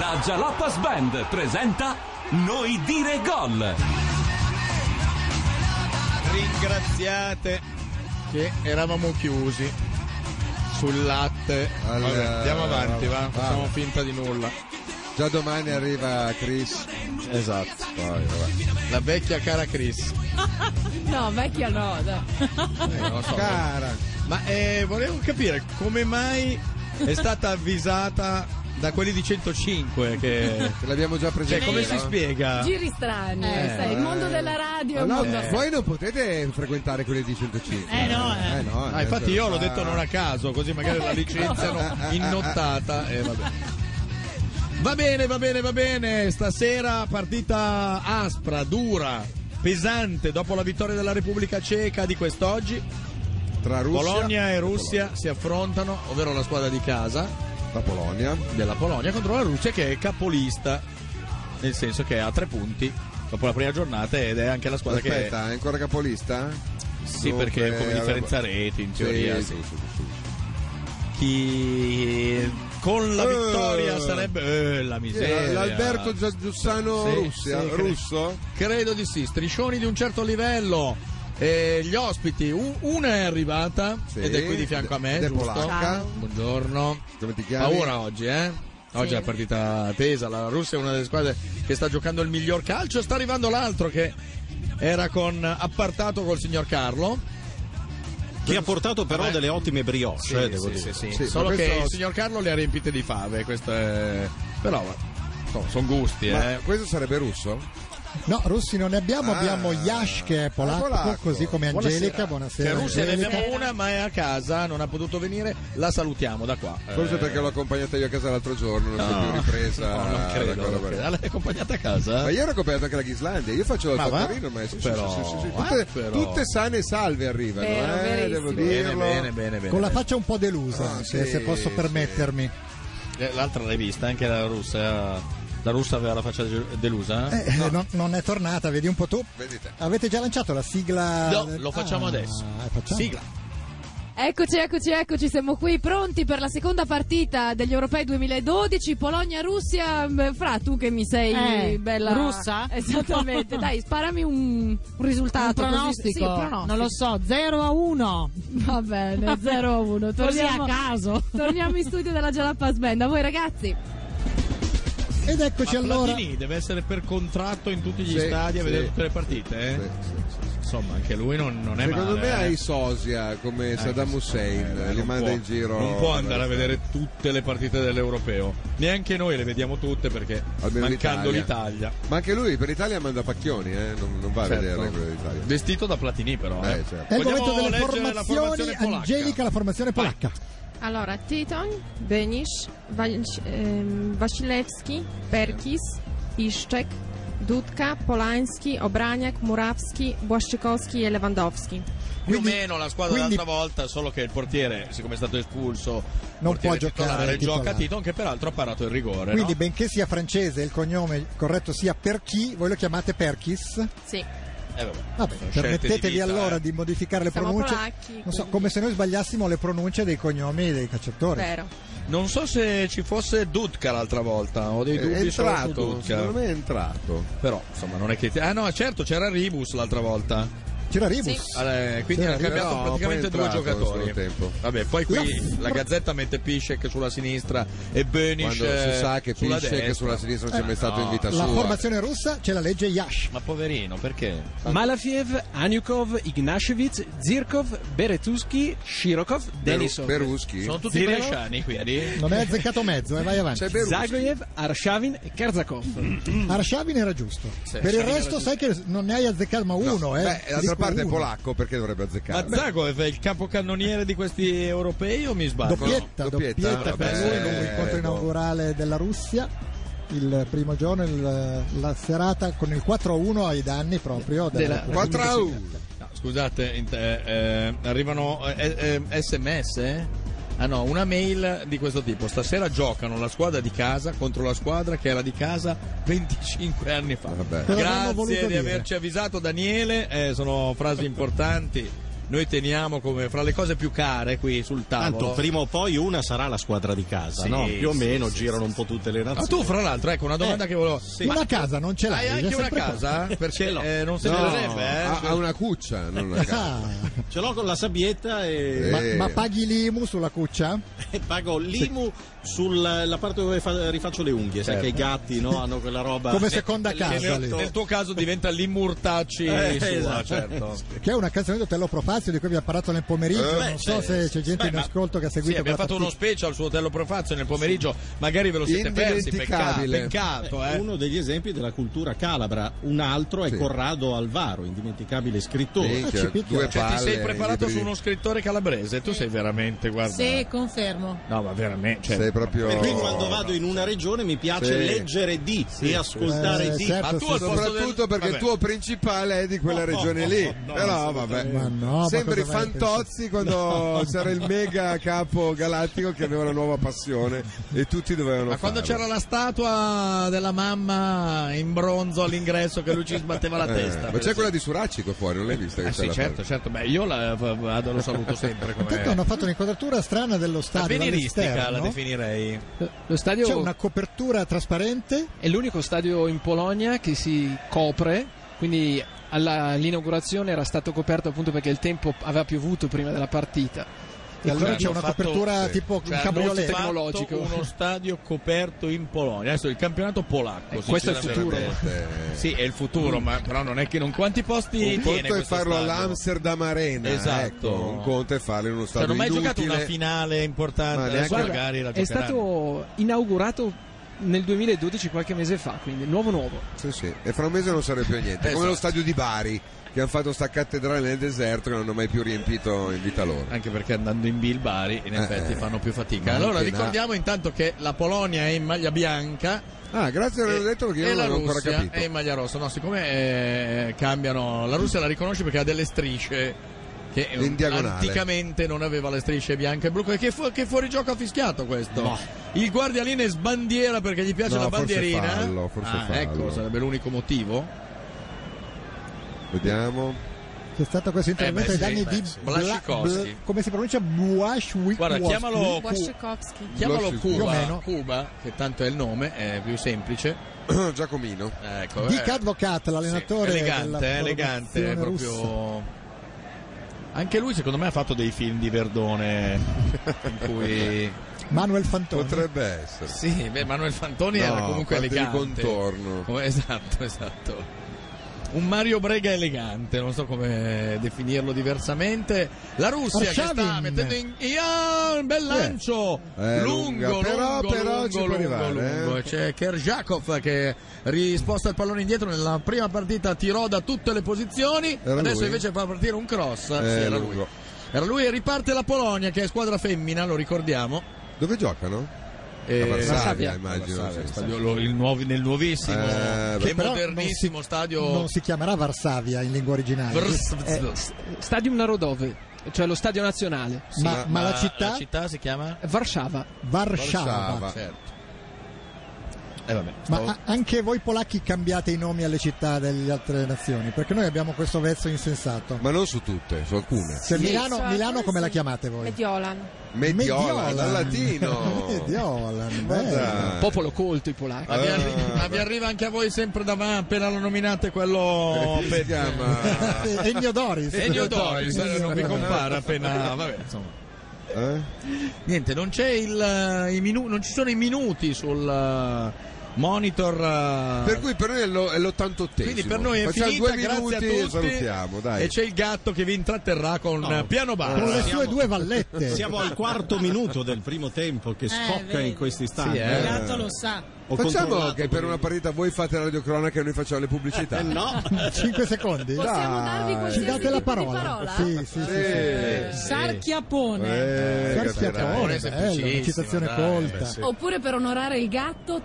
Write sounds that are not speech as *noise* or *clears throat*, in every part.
La Jalapas Band presenta Noi dire gol. Ringraziate che eravamo chiusi sul latte. eh, Allora, Vabbè, andiamo avanti, va. va. Facciamo finta di nulla. Già domani arriva Chris. Esatto. Poi, vabbè. La vecchia cara Chris. No, vecchia no, dai. Eh, non lo so. Cara. Ma eh, volevo capire come mai è stata avvisata da quelli di 105 che... Te l'abbiamo già Cioè, presentato. come si no? spiega? Giri strani, Eh, sai, il mondo della radio è un Allora, mondo a sé. voi non potete frequentare quelle di 105. Eh, no, eh. no, Ah, adesso infatti io l'ho fa- detto non a caso, così magari *laughs* la Ecco. licenziano in nottata e vabbè. Va bene, va bene, va bene. Stasera partita aspra, dura, pesante dopo la vittoria della Repubblica Ceca di quest'oggi. Tra Russia Polonia e Russia si affrontano, ovvero la squadra di casa La Polonia. della Polonia contro la Russia che è capolista, nel senso che ha tre punti dopo la prima giornata ed è anche la squadra Aspetta, è ancora capolista? che... Sì, perché come differenza reti in teoria. sì. sì, sì, sì. chi con la Eh. vittoria sarebbe eh, la miseria L'Alberto Giussano Sì, Russia, sì, cre- russo? credo di sì striscioni di un certo livello Eh, gli ospiti u- una è arrivata Sì, ed è qui di fianco a me ed è giusto? polacca. buongiorno Come ti chiami? paura oggi eh oggi è la partita tesa la Russia è una delle squadre che sta giocando il miglior calcio sta arrivando l'altro che era con appartato col signor Carlo Che ha portato però delle ottime brioche, eh, devo dire. Sì, Solo ma che questo- il signor Carlo le ha riempite di fave, questo è... però sono gusti, Ma eh. questo sarebbe russo? No, russi non ne abbiamo, Ah. abbiamo Yash che è polacco, Ah, polacco. così come Angelica, Cioè, buonasera. Russia ne Angelica. abbiamo una, ma è a casa, non ha potuto venire, la salutiamo da qua. Forse Eh, perché l'ho accompagnata io a casa l'altro giorno, non si è no. più ripresa. *laughs* No, non da credo. quella non credo. parte. L'hai accompagnata a casa? Ma io ero coperto anche la Ghislandia, io faccio Ma la va? Torino, ma sì, sì, sì, Però, sì, sì, sì. eh, Tutte, però. tutte sane e salve arrivano, Vero, eh, verissimo. devo Bene, dirlo. bene, bene, bene. Eh, Con la faccia un po' delusa, Ah, se, sì, se posso sì. permettermi. Eh, L'altra l'hai vista, anche la russa. La russa aveva la faccia de- delusa? Eh, eh, non, non è tornata, vedi un po' tu. Vedi te. Avete già lanciato la sigla? No, lo facciamo Ah, adesso. eh, facciamo. Sigla. Eccoci, eccoci, eccoci, siamo qui pronti per la seconda partita degli Europei 2012, Polonia-Russia. Beh, mm, Fra, tu che mi sei Eh, bella... russa? *laughs* Esattamente, dai, sparami un, un Un risultato. pronostico, Così, sì, pronostico. non lo so, 0 a 1. Va bene, 0 a 1. Così a Torniamo, caso. torniamo in studio della Jalapas Band. A voi ragazzi. Ed eccoci Ma allora. Platini deve essere per contratto in tutti gli Sì, stadi a sì. vedere tutte le partite, eh? Sì, sì, sì. Insomma, anche lui non, non è Secondo male, me eh. ha i sosia come Saddam Hussein, Eh, li non manda può- in giro. Non può andare a vedere tutte le partite dell'Europeo. Neanche noi le vediamo tutte perché Almeno mancando l'Italia. l'Italia. Ma anche lui per l'Italia manda pacchioni, eh? non, non va Certo. a vedere quello d'Italia. Vestito da Platini però. Eh, Eh, certo. È il Vogliamo momento delle leggere la formazioni. formazione polacca? Angelica, la formazione Vai. polacca. Allora, Tytoń, Benisz, Waś- em, Wasilewski, Perkis, Iszczek, Dudka, Polański, Obraniak, Murawski, Błaszczykowski e Lewandowski. Più o Quindi- meno la squadra quindi- dell'altra volta, solo che il portiere, siccome è stato espulso, Non portiere può giocare, titolare, titolare. gioca Titon che peraltro ha parato il rigore. Quindi, no? benché sia francese e il cognome corretto sia Perchi, voi lo chiamate Perkis. Sì. Eh, vabbè, Vabbè, sono scelte permettetevi di vita, allora eh. di modificare le Siamo pronunce. polacchi, non so, quindi. come se noi sbagliassimo le pronunce dei cognomi dei calciatori. Vero. Non so se ci fosse Dudka l'altra volta, ho dei È Eh, dubbi solo su entrato, Dudka. secondo me è entrato. Però, insomma, non è che... Ah no, certo, c'era Ribus l'altra volta. C'era Ribus. Eh, quindi Sì, hanno cambiato però praticamente poi è due entrato giocatori. nel secondo tempo. Vabbè, poi qui la Gazzetta mette Piscek sulla sinistra e Benish Quando si sa che sulla Pisce che destra. Eh, sulla sinistra non c'è mai stato in vita La sua. formazione russa c'è la legge Yash. Ma poverino, perché? Malafiev, Anyukov, Ignashevich, Zirkov, Beretuski, Shirokov, Beru- Denisov, Beruschi. Sono tutti Zero. bresciani quindi. Non è azzeccato mezzo, e vai avanti. C'è Beruschi. Zagoyev, Arshavin e Mm. Kerzakov. Arshavin era giusto. Sì, per il Arshavin resto, sai che non ne hai azzeccato ma uno, eh. Beh, Ti d'altra dico parte è uno. polacco, perché dovrebbe Ma azzeccare? Zagoev è il capocannoniere di questi europei o mi sbaglio? Doppietta, No, doppietta. doppietta, per Vabbè, lui con l'incontro boh. inaugurale della Russia. Il primo giorno, il- la serata con il 4-1 ai danni proprio della, Beh, 4 a 1. No, scusate, in- eh, eh, arrivano eh, eh, sms? eh? Ah no, una mail di questo tipo. Stasera giocano la squadra di casa contro la squadra che era di casa 25 anni fa. Vabbè. Te l'avremmo voluto Grazie di dire. averci avvisato Daniele, eh, sono frasi importanti. noi teniamo come fra le cose più care qui sul tavolo. Tanto prima o poi una sarà la squadra di casa, Sì, no? Più o sì, meno sì, girano un po' tutte le Ma nazioni. tu, fra l'altro, ecco una domanda che volevo. Ma Una casa non ce hai l'hai. è anche una sempre casa? Perché eh, non se ne No. dovrebbe, eh? Esatto. Ha, ha una cuccia, non una qua. casa. Ah, Ce l'ho con la sabbietta e, ma, Eh. ma paghi l'IMU sulla cuccia? Eh. e *laughs* pago l'IMU sulla parte dove fa- rifaccio le unghie. Sai Certo. che i gatti no, hanno quella roba. Come seconda Che casa nel, lì. nel tuo caso diventa l'immurtacci Eh, sua, esatto. certo. Che è una canzone del Propazio di cui abbiamo parlato nel pomeriggio. Eh, non beh, so sì, se c'è gente Beh, in ma- ascolto che ha seguito Sì, abbiamo quella fatto uno partita. special su Hotel Profazio nel pomeriggio, magari ve lo siete persi, peccato, Indimenticabile. peccato, eh. Uno degli esempi della cultura calabra, un altro è Sì. Corrado Alvaro, indimenticabile scrittore. Minchia, Ah, ci picchia. due Cioè, palle. ti sei preparato i su brividi. uno scrittore calabrese, tu sei veramente, guarda. Sì, confermo. No, ma veramente. cioè, Sei proprio... E qui quando vado in una regione mi piace Sì. leggere di e ascoltare Eh, di. certo, Ma tu sì, al posto Soprattutto del- perché il vabbè. tuo principale è di quella regione lì. Però vabbè. Ma no, ma Sembri cosa mai fantozzi quando c'era il mega capo galattico che aveva una nuova passione e tutti dovevano Ma quando farlo. c'era la statua della mamma in bronzo all'ingresso che lui ci sbatteva la Eh, testa. ma per c'è quella di Suracci qua fuori, non l'hai vista? che esempio. c'è Ah, la sì, certo, certo. Beh, io la, vado, lo saluto sempre Intanto hanno come. fatto un'inquadratura strana dello La stadio. Avveniristica la dall'esterno. definirei. Lo stadio C'è una copertura trasparente. è l'unico stadio in Polonia che si copre, quindi alla- all'inaugurazione era stato coperto appunto perché il tempo aveva piovuto prima della partita. E allora Cioè, c'è hanno una fatto- copertura sì. tipo Cioè, un hanno cabriolet. fatto tecnologico. uno stadio coperto in Polonia. Adesso il campionato polacco. Eh, questo è il sinceramente. futuro. Suracci. Sì, è il futuro, ma però non è che non quanti posti Un tiene conto è questo farlo stadio? all'Amsterdam Arena. Esatto. Ecco, un conto è farlo in uno Cioè, stadio non ho mai giocato inutile. una finale importante, Ma adesso neanche- magari la è giocheranno. stato inaugurato nel 2012, qualche mese fa, quindi nuovo nuovo. Sì, sì. E fra un mese non serve più a niente. Come lo Esatto. stadio di Bari, che hanno fatto sta cattedrale nel deserto che non hanno mai più riempito in vita loro. Anche perché andando in Bilbari in effetti eh. fanno più fatica. Ma Allora anche in- ricordiamo intanto che la Polonia è in maglia bianca Ah, grazie per e, averlo detto perché Eh, e io non la avevo ancora Russia capito. è in maglia rossa. No, siccome eh, cambiano, la Russia la riconosce perché ha delle strisce che eh, In diagonale. anticamente non aveva le strisce bianche e blu. E Che, fu- che fuori gioco ha fischiato questo? Il guardialine sbandiera perché gli piace No, la forse bandierina. fallo, forse Ah, ecco, fallo. sarebbe l'unico motivo. Vediamo. *clears throat* C'è stato questo intervento Eh, beh, sì, ai danni beh, di sì. Blaszczykowski. Bla- come si pronuncia Błaszczykowski. Guarda, chiamalo Cu- Waszczykowski. Chiamalo Lo più o Cuba, meno. Cuba, che tanto è il nome, è più semplice. Giacomino. Ecco, Dick eh, Advocat, l'allenatore sì, della elegante, eh, elegante, formazione russa. proprio. Anche lui, secondo me, ha fatto dei film di Verdone in cui Manuel Fantoni. Potrebbe essere. sì, beh, Manuel Fantoni No, era comunque fatti di elegante. contorno. Come- *laughs* Esatto, esatto. Un Mario Brega elegante, non so come definirlo diversamente. La Russia che sta Arshavin. mettendo in. Ian, bel lancio! Eh, lungo, lungo, lunga, però- lungo, però ci può lungo, arrivare, lungo. eh. C'è Kerjakov che risposta il pallone indietro nella prima partita, tirò da tutte le posizioni. Era Adesso lui? invece fa partire un cross. Eh, Sì, era lui. lungo. Era lui e riparte la Polonia che è squadra femmina, lo ricordiamo. Dove giocano? Eh, a Varsavia, Varsavia. immagino. Varsavia, sì. stadio- lo- il nuovi- nel nuovissimo Eh, che beh, però modernissimo non si- stadio Non si chiamerà Varsavia in lingua originale. Vrst- Eh, Vrst- Stadium Narodowy, cioè lo stadio nazionale. ma, ma la città, Ah, si chiama Varsava. Varsava. Varsava. certo eh, vabbè, Ma stavo- a- anche voi polacchi cambiate i nomi alle città delle altre nazioni, perché noi abbiamo questo verso insensato. Ma non su tutte, su alcune. Cioè, Sì, Milano, so, Milano alcune come la sì. chiamate voi? Mediolan. Mediola, dal latino. *laughs* Mediolan, Ma *laughs* bello. Eh. dai. Popolo colto i polacchi. ma vi, arri- Ah, ma vi arriva anche a voi sempre davanti appena lo nominate quello Come si per- *laughs* chiama? Ennio Doris. Ennio Doris eh, *laughs* non vi compare *laughs* appena vabbè insomma Eh? Niente, non, c'è il, eh, i minu- non ci sono i minuti sul eh, monitor. eh. Per cui per noi è, lo- è l'88. quindi per noi è Facciamo finita, due minuti grazie a e tutti. salutiamo, dai. E c'è il gatto che vi intratterrà con eh, piano basso. Con le sue Siamo- due vallette. *laughs* Siamo al quarto minuto del primo tempo che scocca vedi. in questi stadi. Sì, eh. Il gatto lo sa. Ho Facciamo controllato che per con- una partita voi fate la radiocronaca e noi facciamo le pubblicità. Eh, no, 5 secondi. Possiamo Dai. darvi Ah, eh. Ci qualsiasi date la tipo di parola. Sì, sì, sì. Sì. Sarchiappone. Eh, Schiaffone, capirai. È bello, semplicissimo, una citazione dai, colta. beh, sì. Oppure per onorare il gatto,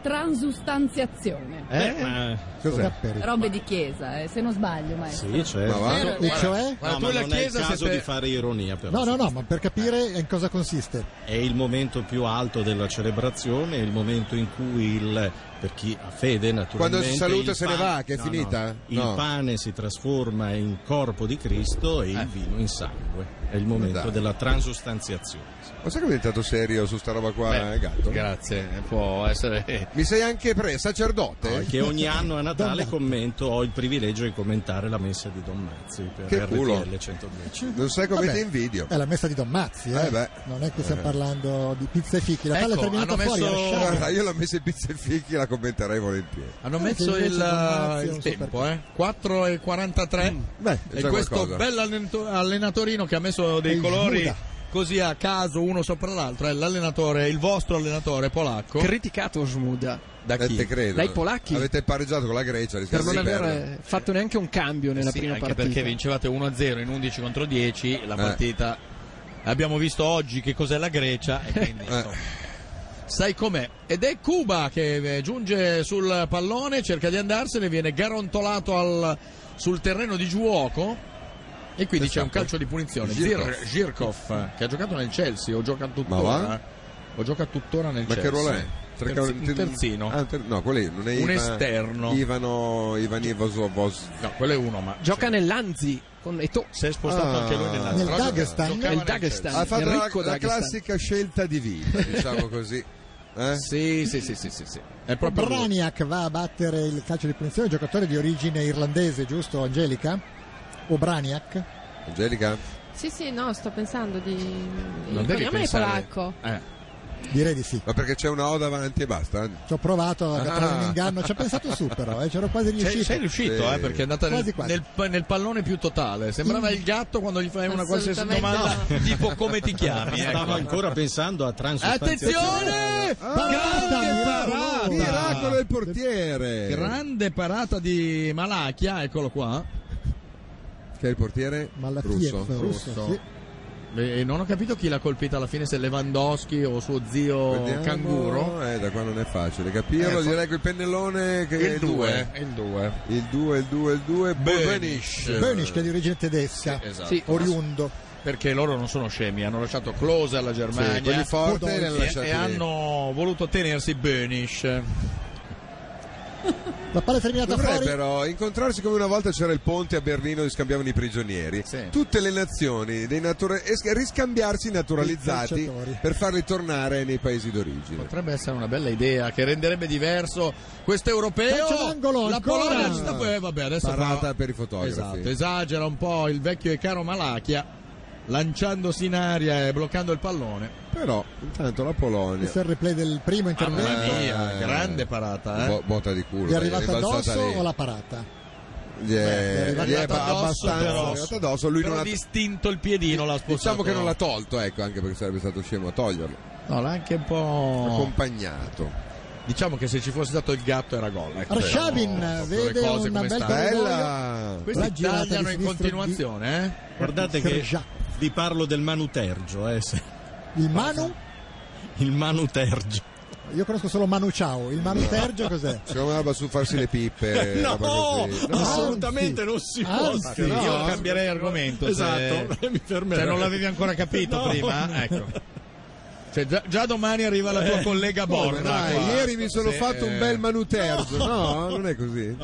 transustanziazione. Eh, Beh, ma- Cos'è? Schiaffone. Robe di chiesa, eh, se non sbaglio, maestro. sì, eh. certo. Ma va? E cioè? tu No, ma la non è il chiesa se caso te- di fare ironia, però. No, no, no, ma per capire in cosa consiste. È il momento più alto della celebrazione, è il momento in cui il gol per chi ha fede naturalmente. Quando si saluta il se ne va, che è no, no, finita? No. Il pane si trasforma in corpo di Cristo e il vino in sangue. È il momento Eh. Dai. della transustanziazione. Ma sai che è diventato serio su sta roba qua, Beh, eh, gatto? Grazie, può *laughs* essere. Mi sei anche pre sacerdote? Che ogni anno a Natale commento, ho il privilegio di commentare la messa di Don Mazzi per Che culo. RTL 110. Non sai come ti invidio. È la messa di Don Mazzi, eh. Eh beh. non è che stiamo parlando di pizza e fichi. La palla è terminata fuori. lasciate. Guarda, io l'ho messo in pizza e fichi, la commenterei volentieri. Hanno Eh, messo che il, invece Don Mazzi il non so tempo, eh? 4 e 43. Mm, Beh, e già questo qualcosa. bel allenato- allenatorino che ha messo dei il colori Giuda. così a caso uno sopra l'altro è l'allenatore, il vostro allenatore polacco. Criticato Smuda da Eh, chi? te credo. Dai polacchi. Avete pareggiato con la Grecia, per rischiate non di aver perdere. eh, fatto neanche un cambio nella Sì, prima anche partita. perché vincevate 1-0 in 11 contro 10, la Eh. partita Abbiamo visto oggi che cos'è la Grecia e quindi Eh. insomma, Sai com'è? Ed è Cuba che eh, giunge sul pallone, cerca di andarsene, viene garontolato al- sul terreno di giuoco e quindi Che c'è un fatto? calcio di punizione. Žirkov. Zir- Žirkov, eh, che ha giocato nel Chelsea o gioca Ma tuttora. eh. va? O gioca tuttora nel Ma che Chelsea. ruolo è? Tre- certo, Terzi- un terzino. Ah, un ter- no, quello lì non è Un Ivan- esterno. Ivano, Ivan Ivosovos. No, quello è uno, ma Gioca nell'Anzi con Eto. si è spostato Ah. anche lui nell'altro. Nel Però giocava- Dagestan? giocava Nel nel Dagestan. Chelsea. Ha fatto la, Enrico la Dagestan. classica scelta di *laughs* vita, diciamo così. Eh? Sì, sì, sì, sì, sì, sì. È proprio lui. Braniak va a battere il calcio di punizione, giocatore di origine irlandese, giusto Angelica? Obraniak? Angelica? Sì, sì, no, sto pensando di... Il Non devi cognome è pensare- polacco. Eh. Direi di sì. Ma perché c'è una O davanti e basta? Ci ho provato Ah. a fare un inganno, ci ho pensato su però, eh, c'ero quasi Sei, riuscito. sei riuscito, Sì. eh, perché è andata Quasi, nel, quasi. nel pa- nel pallone più totale. Sembrava il gatto quando gli fai una qualsiasi domanda, Assolutamente tipo come ti chiami. ecco. Stavo ancora pensando a transustanziazione. Attenzione! Parata, Grande miracolo! parata! Miracolo del portiere! Grande parata di Malachia, eccolo qua. Che è il portiere? Malachiev, russo. russo, sì. E e non ho capito chi l'ha colpita alla fine, se Lewandowski o suo zio Vediamo. Oh, Canguro. Eh, da qua non è facile capirlo. Eh, fa- Direi che il pennellone che è Il 2, il 2. Il 2, il 2, il 2. Benish. Bönisch che è di origine tedesca, Esatto. Sì. oriundo. Perché loro non sono scemi, hanno lasciato close alla Germania. quelli forti li hanno e- lasciati e lì. hanno voluto tenersi Bönish. La palla è terminata fuori. Dovrebbero incontrarsi come una volta c'era il ponte a Berlino e scambiavano i prigionieri. Sì. Tutte le nazioni dei natura- e sc- riscambiarsi naturalizzati calciatori. per farli tornare nei paesi d'origine. Potrebbe essere una bella idea che renderebbe diverso questo europeo. Calcio d'angolo, la ancora! Polonia ci sta eh, vabbè, adesso Parata fa- per i fotografi. Esatto, esagera un po' il vecchio e caro Malachia lanciandosi in aria e bloccando il pallone. Però intanto la Polonia Questo è il replay del primo Mamma intervento. mia, Eh. grande parata, eh. bo- botta di culo. Gli è arrivata rimbalzata addosso lì. o la parata? Gli è, Beh, gli è gli è arrivata addosso, però- abbastanza è arrivata addosso. Lui Però non ha distinto il piedino l'ha spostato. Diciamo che non l'ha tolto, ecco, anche perché sarebbe stato scemo a toglierlo. No, l'ha anche un po'. Accompagnato. Diciamo che se ci fosse stato il gatto era gol. ecco. Arshavin Diciamo, proprio vede le cose una come bella- stanno. Eh, Bella! La Questi girata di tagliano in sinistra di- continuazione, eh? Guardate che Sergiac. vi parlo del Manutergio, eh, se- Il Manu? il Manutergio. Io conosco solo Manu Ciao. Il Manu Tergio cos'è? Secondo me va su farsi le pippe. *laughs* No, roba Eh, così. No, assolutamente anzi. non si può. Anzi, Io no. Io cambierei argomento. *laughs* Esatto, Se, mi fermerei. se non l'avevi ancora capito No. prima, ecco. Cioè, già, già domani arriva la tua collega Eh, Come Borna. dai, qua. eh, ieri mi sono Se- fatto un bel manuterzo. No, non è così.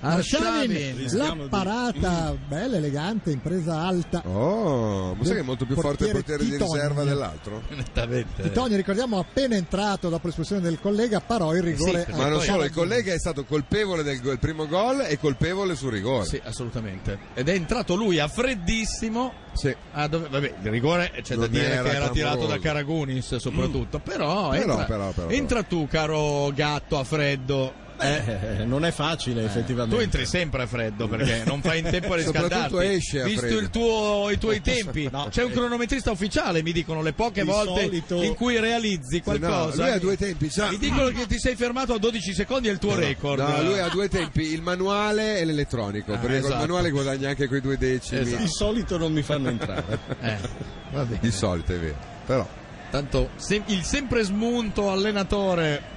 Arshavin, Rischiamo la di- parata bella, elegante, impresa alta. Oh, ma sai che è molto più forte il Portiere potere di Titone. riserva dell'altro? Esattamente. Titonio, ricordiamo, appena entrato dopo l'espulsione del collega, parò il rigore. Sì, a Ma non Arshavin. solo, il collega è stato colpevole del go- primo gol e colpevole sul rigore. Sì, assolutamente. Ed è entrato lui a freddissimo. Sì. a dove- vabbè, il rigore eh, c'è da Non dire era che era clamoroso. Mm. tirato da Caragunis soprattutto. Però, Però, entra, però, però, entra tu, caro gatto, a freddo. eh. Eh, non è facile, effettivamente. Tu entri sempre a freddo *laughs* perché non fai in tempo a Soprattutto riscaldarti. esce a Visto freddo. il tuo- i *laughs* tuoi tempi, c'è un cronometrista ufficiale, mi dicono le poche Di volte solito- in cui realizzi Se no, qualcosa. lui ha due tempi. sa- Mi dicono che ti sei fermato a 12 secondi, è il tuo record. No, lui ha due tempi, il manuale e l'elettronico. perché esatto. col manuale guadagna anche quei due decimi. Di solito non mi fanno entrare. Eh, va bene. Di solito è vero. Però. Tanto se- il sempre smunto allenatore.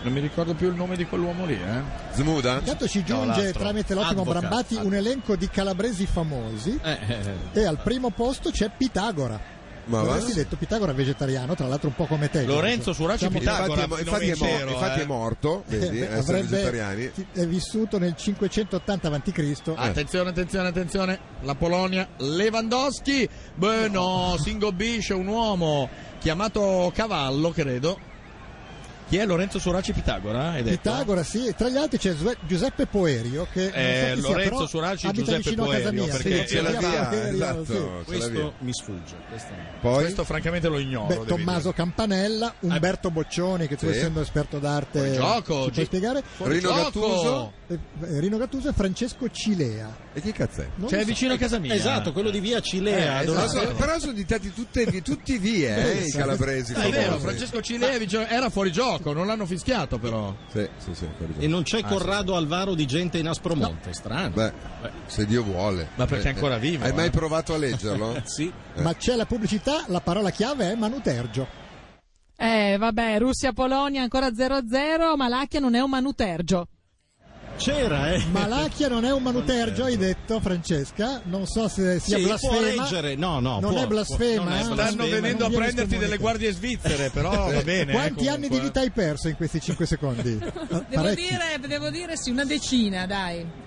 Non mi ricordo più il nome di quell'uomo lì, eh. Smuda? Intanto ci giunge l'altro. tramite l'ottimo Avvocato. Brambati un elenco di calabresi famosi Eh, eh, e al primo posto c'è Pitagora. Ma va? Avresti detto Pitagora è vegetariano, tra l'altro un po' come te. Lorenzo Suraci Diciamo che- Pitagora, Infatti è- infatti è nome mor- intero, infatti eh. è morto, Eh, *laughs* vedi, beh, essere vegetariani. ti- è vissuto nel 580 a.C. Ah, Attenzione, attenzione, attenzione. La Polonia, Lewandowski. Beh, no, *laughs* si ingobbisce un uomo chiamato Cavallo, credo. Chi è Lorenzo Suraci Pitagora? eh, Hai detto? Pitagora, sì, e tra gli altri c'è Zue- Giuseppe Poerio che Eh, non so chi sia, Lorenzo però Suraci, abita Giuseppe vicino a casa Poerio, mia. perché Sì, c'è la sì, via, Poerio, esatto, sì. c'è la via. Questo mi sfugge. Questo no. Poi? Questo francamente lo ignoro. Beh, devi Tommaso Campanella, Umberto Boccioni, che tu Sì. essendo esperto d'arte Fuori gioco, ci Gi- puoi spiegare, fuori Rino gioco. Gattuso? Eh, eh, Rino Gattuso e Francesco Cilea. E chi cazzo è? Non Cioè, lo è so. vicino a casa mia. Esatto, quello di via Cilea. Eh, dove- esatto. Però sono ditati tutte, vi- tutti via, eh, i calabresi. dire. È vero, famosi. Francesco Cilea dice- era fuori gioco, non l'hanno fischiato però. Sì, sì, sì, fuori gioco. E non Ah, c'è Corrado Alvaro di gente in Aspromonte. Strano. Beh, se Dio vuole. Ma perché è ancora vivo, Hai eh? mai provato a leggerlo? Sì. Ma c'è la pubblicità, la parola chiave è Manutergio. Eh, vabbè, Russia-Polonia ancora 0-0, Malacchia non è un manutergio. C'era, eh. Malacchia non è un Manutergio, hai detto Francesca, non so se sia Sì, può blasfema. reggere. No, no. Non può- è blasfema? può- non è Stanno blasfema. Stanno venendo a non viene prenderti scomunica. delle guardie svizzere, però va bene. eh, Quanti anni di comunque, eh? vita hai perso in questi 5 secondi? Eh, Devo Parecchi. dire, devo dire sì, una decina, dai.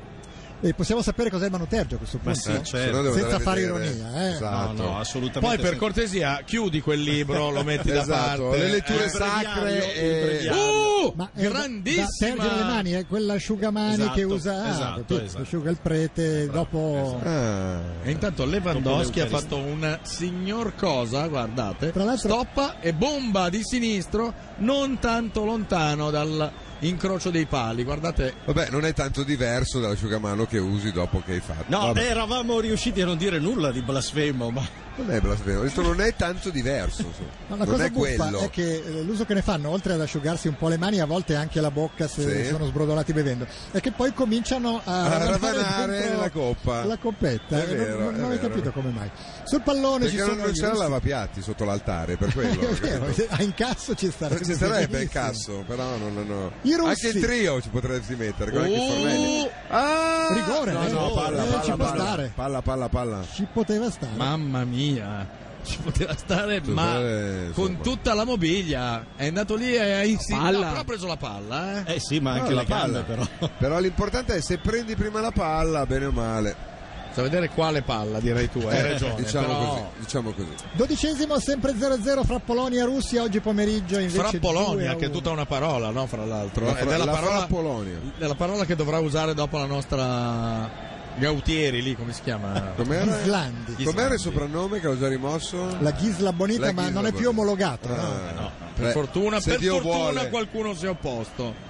E possiamo sapere cos'è il Manutergio a questo punto? sì, certo. Se no devo andare Senza a fare vedere. ironia, eh. No, Esatto. no, eh. assolutamente. Poi per sì. cortesia chiudi quel libro, lo metti da *laughs* Esatto, parte. le letture Eh, sacre il e... breviario. Uh, Ma è da- grandissima. Da tergere le mani, è quell'asciugamani Esatto, che usa. ah, esatto, capito? esatto. Asciuga il prete dopo. Ah. E intanto Lewandowski ha Dopo l'Eucaristio. fatto un signor cosa, guardate, Tra l'altro- stoppa e bomba di sinistro non tanto lontano dall'incrocio dei pali. Guardate, Vabbè, non è tanto diverso dall'asciugamano che usi dopo che hai fatto. No, Vabbè, eravamo riusciti a non dire nulla di blasfemo, ma non è blasfemo. Ho detto, non è tanto diverso. insomma. *laughs* Ma la non cosa è buffa quello. è che eh, l'uso che ne fanno, oltre ad asciugarsi un po' le mani, a volte anche la bocca se Sì. sono sbrodolati bevendo, è che poi cominciano a, A ravanare dentro nella coppa. La coppetta, È eh, non- vero, non, è non ho vero. capito come mai. Sul pallone Perché ci non, sono Eh, non i c'è la russi. lavapiatti sotto l'altare, per quello. *laughs* È vero, capito? se- a incasso ci starebbe. Ci sarebbe il benissimo. casso, però non, non, no. eh, I russi. Anche il trio ci potresti mettere, con anche il Uh. Fornelli. Ah! Rigore, no, eh? no, palla, Eh, palla, ci può palla, stare. Palla, palla, palla. Ci poteva stare. mamma mia. Ci poteva stare, Cioè, ma eh, insomma. con tutta la mobilia è andato lì e ha insi- palla. no, però ha preso la palla. Eh. eh sì, ma No, anche la le canne palla. però. Però l'importante è se prendi prima la palla, bene o male. Sta a vedere quale palla, direi tu. Hai ragione. diciamo però- così, diciamo così. Dodicesimo, sempre 0-0 fra Polonia e Russia. Oggi pomeriggio invece. Fra Polonia, 2-1. che è tutta una parola, no? Fra l'altro. La, Ed è fra, la la fra parola- Polonia. è la parola che dovrà usare dopo la nostra Gautieri lì, come si chiama? Com'era? Islandi. Com'era il soprannome che ho già rimosso? La Ghisla Bonita, La ma Ghisla non è più Bonita. omologato. no? Ah, no. Per Beh, fortuna, se per Dio fortuna vuole. qualcuno si è opposto.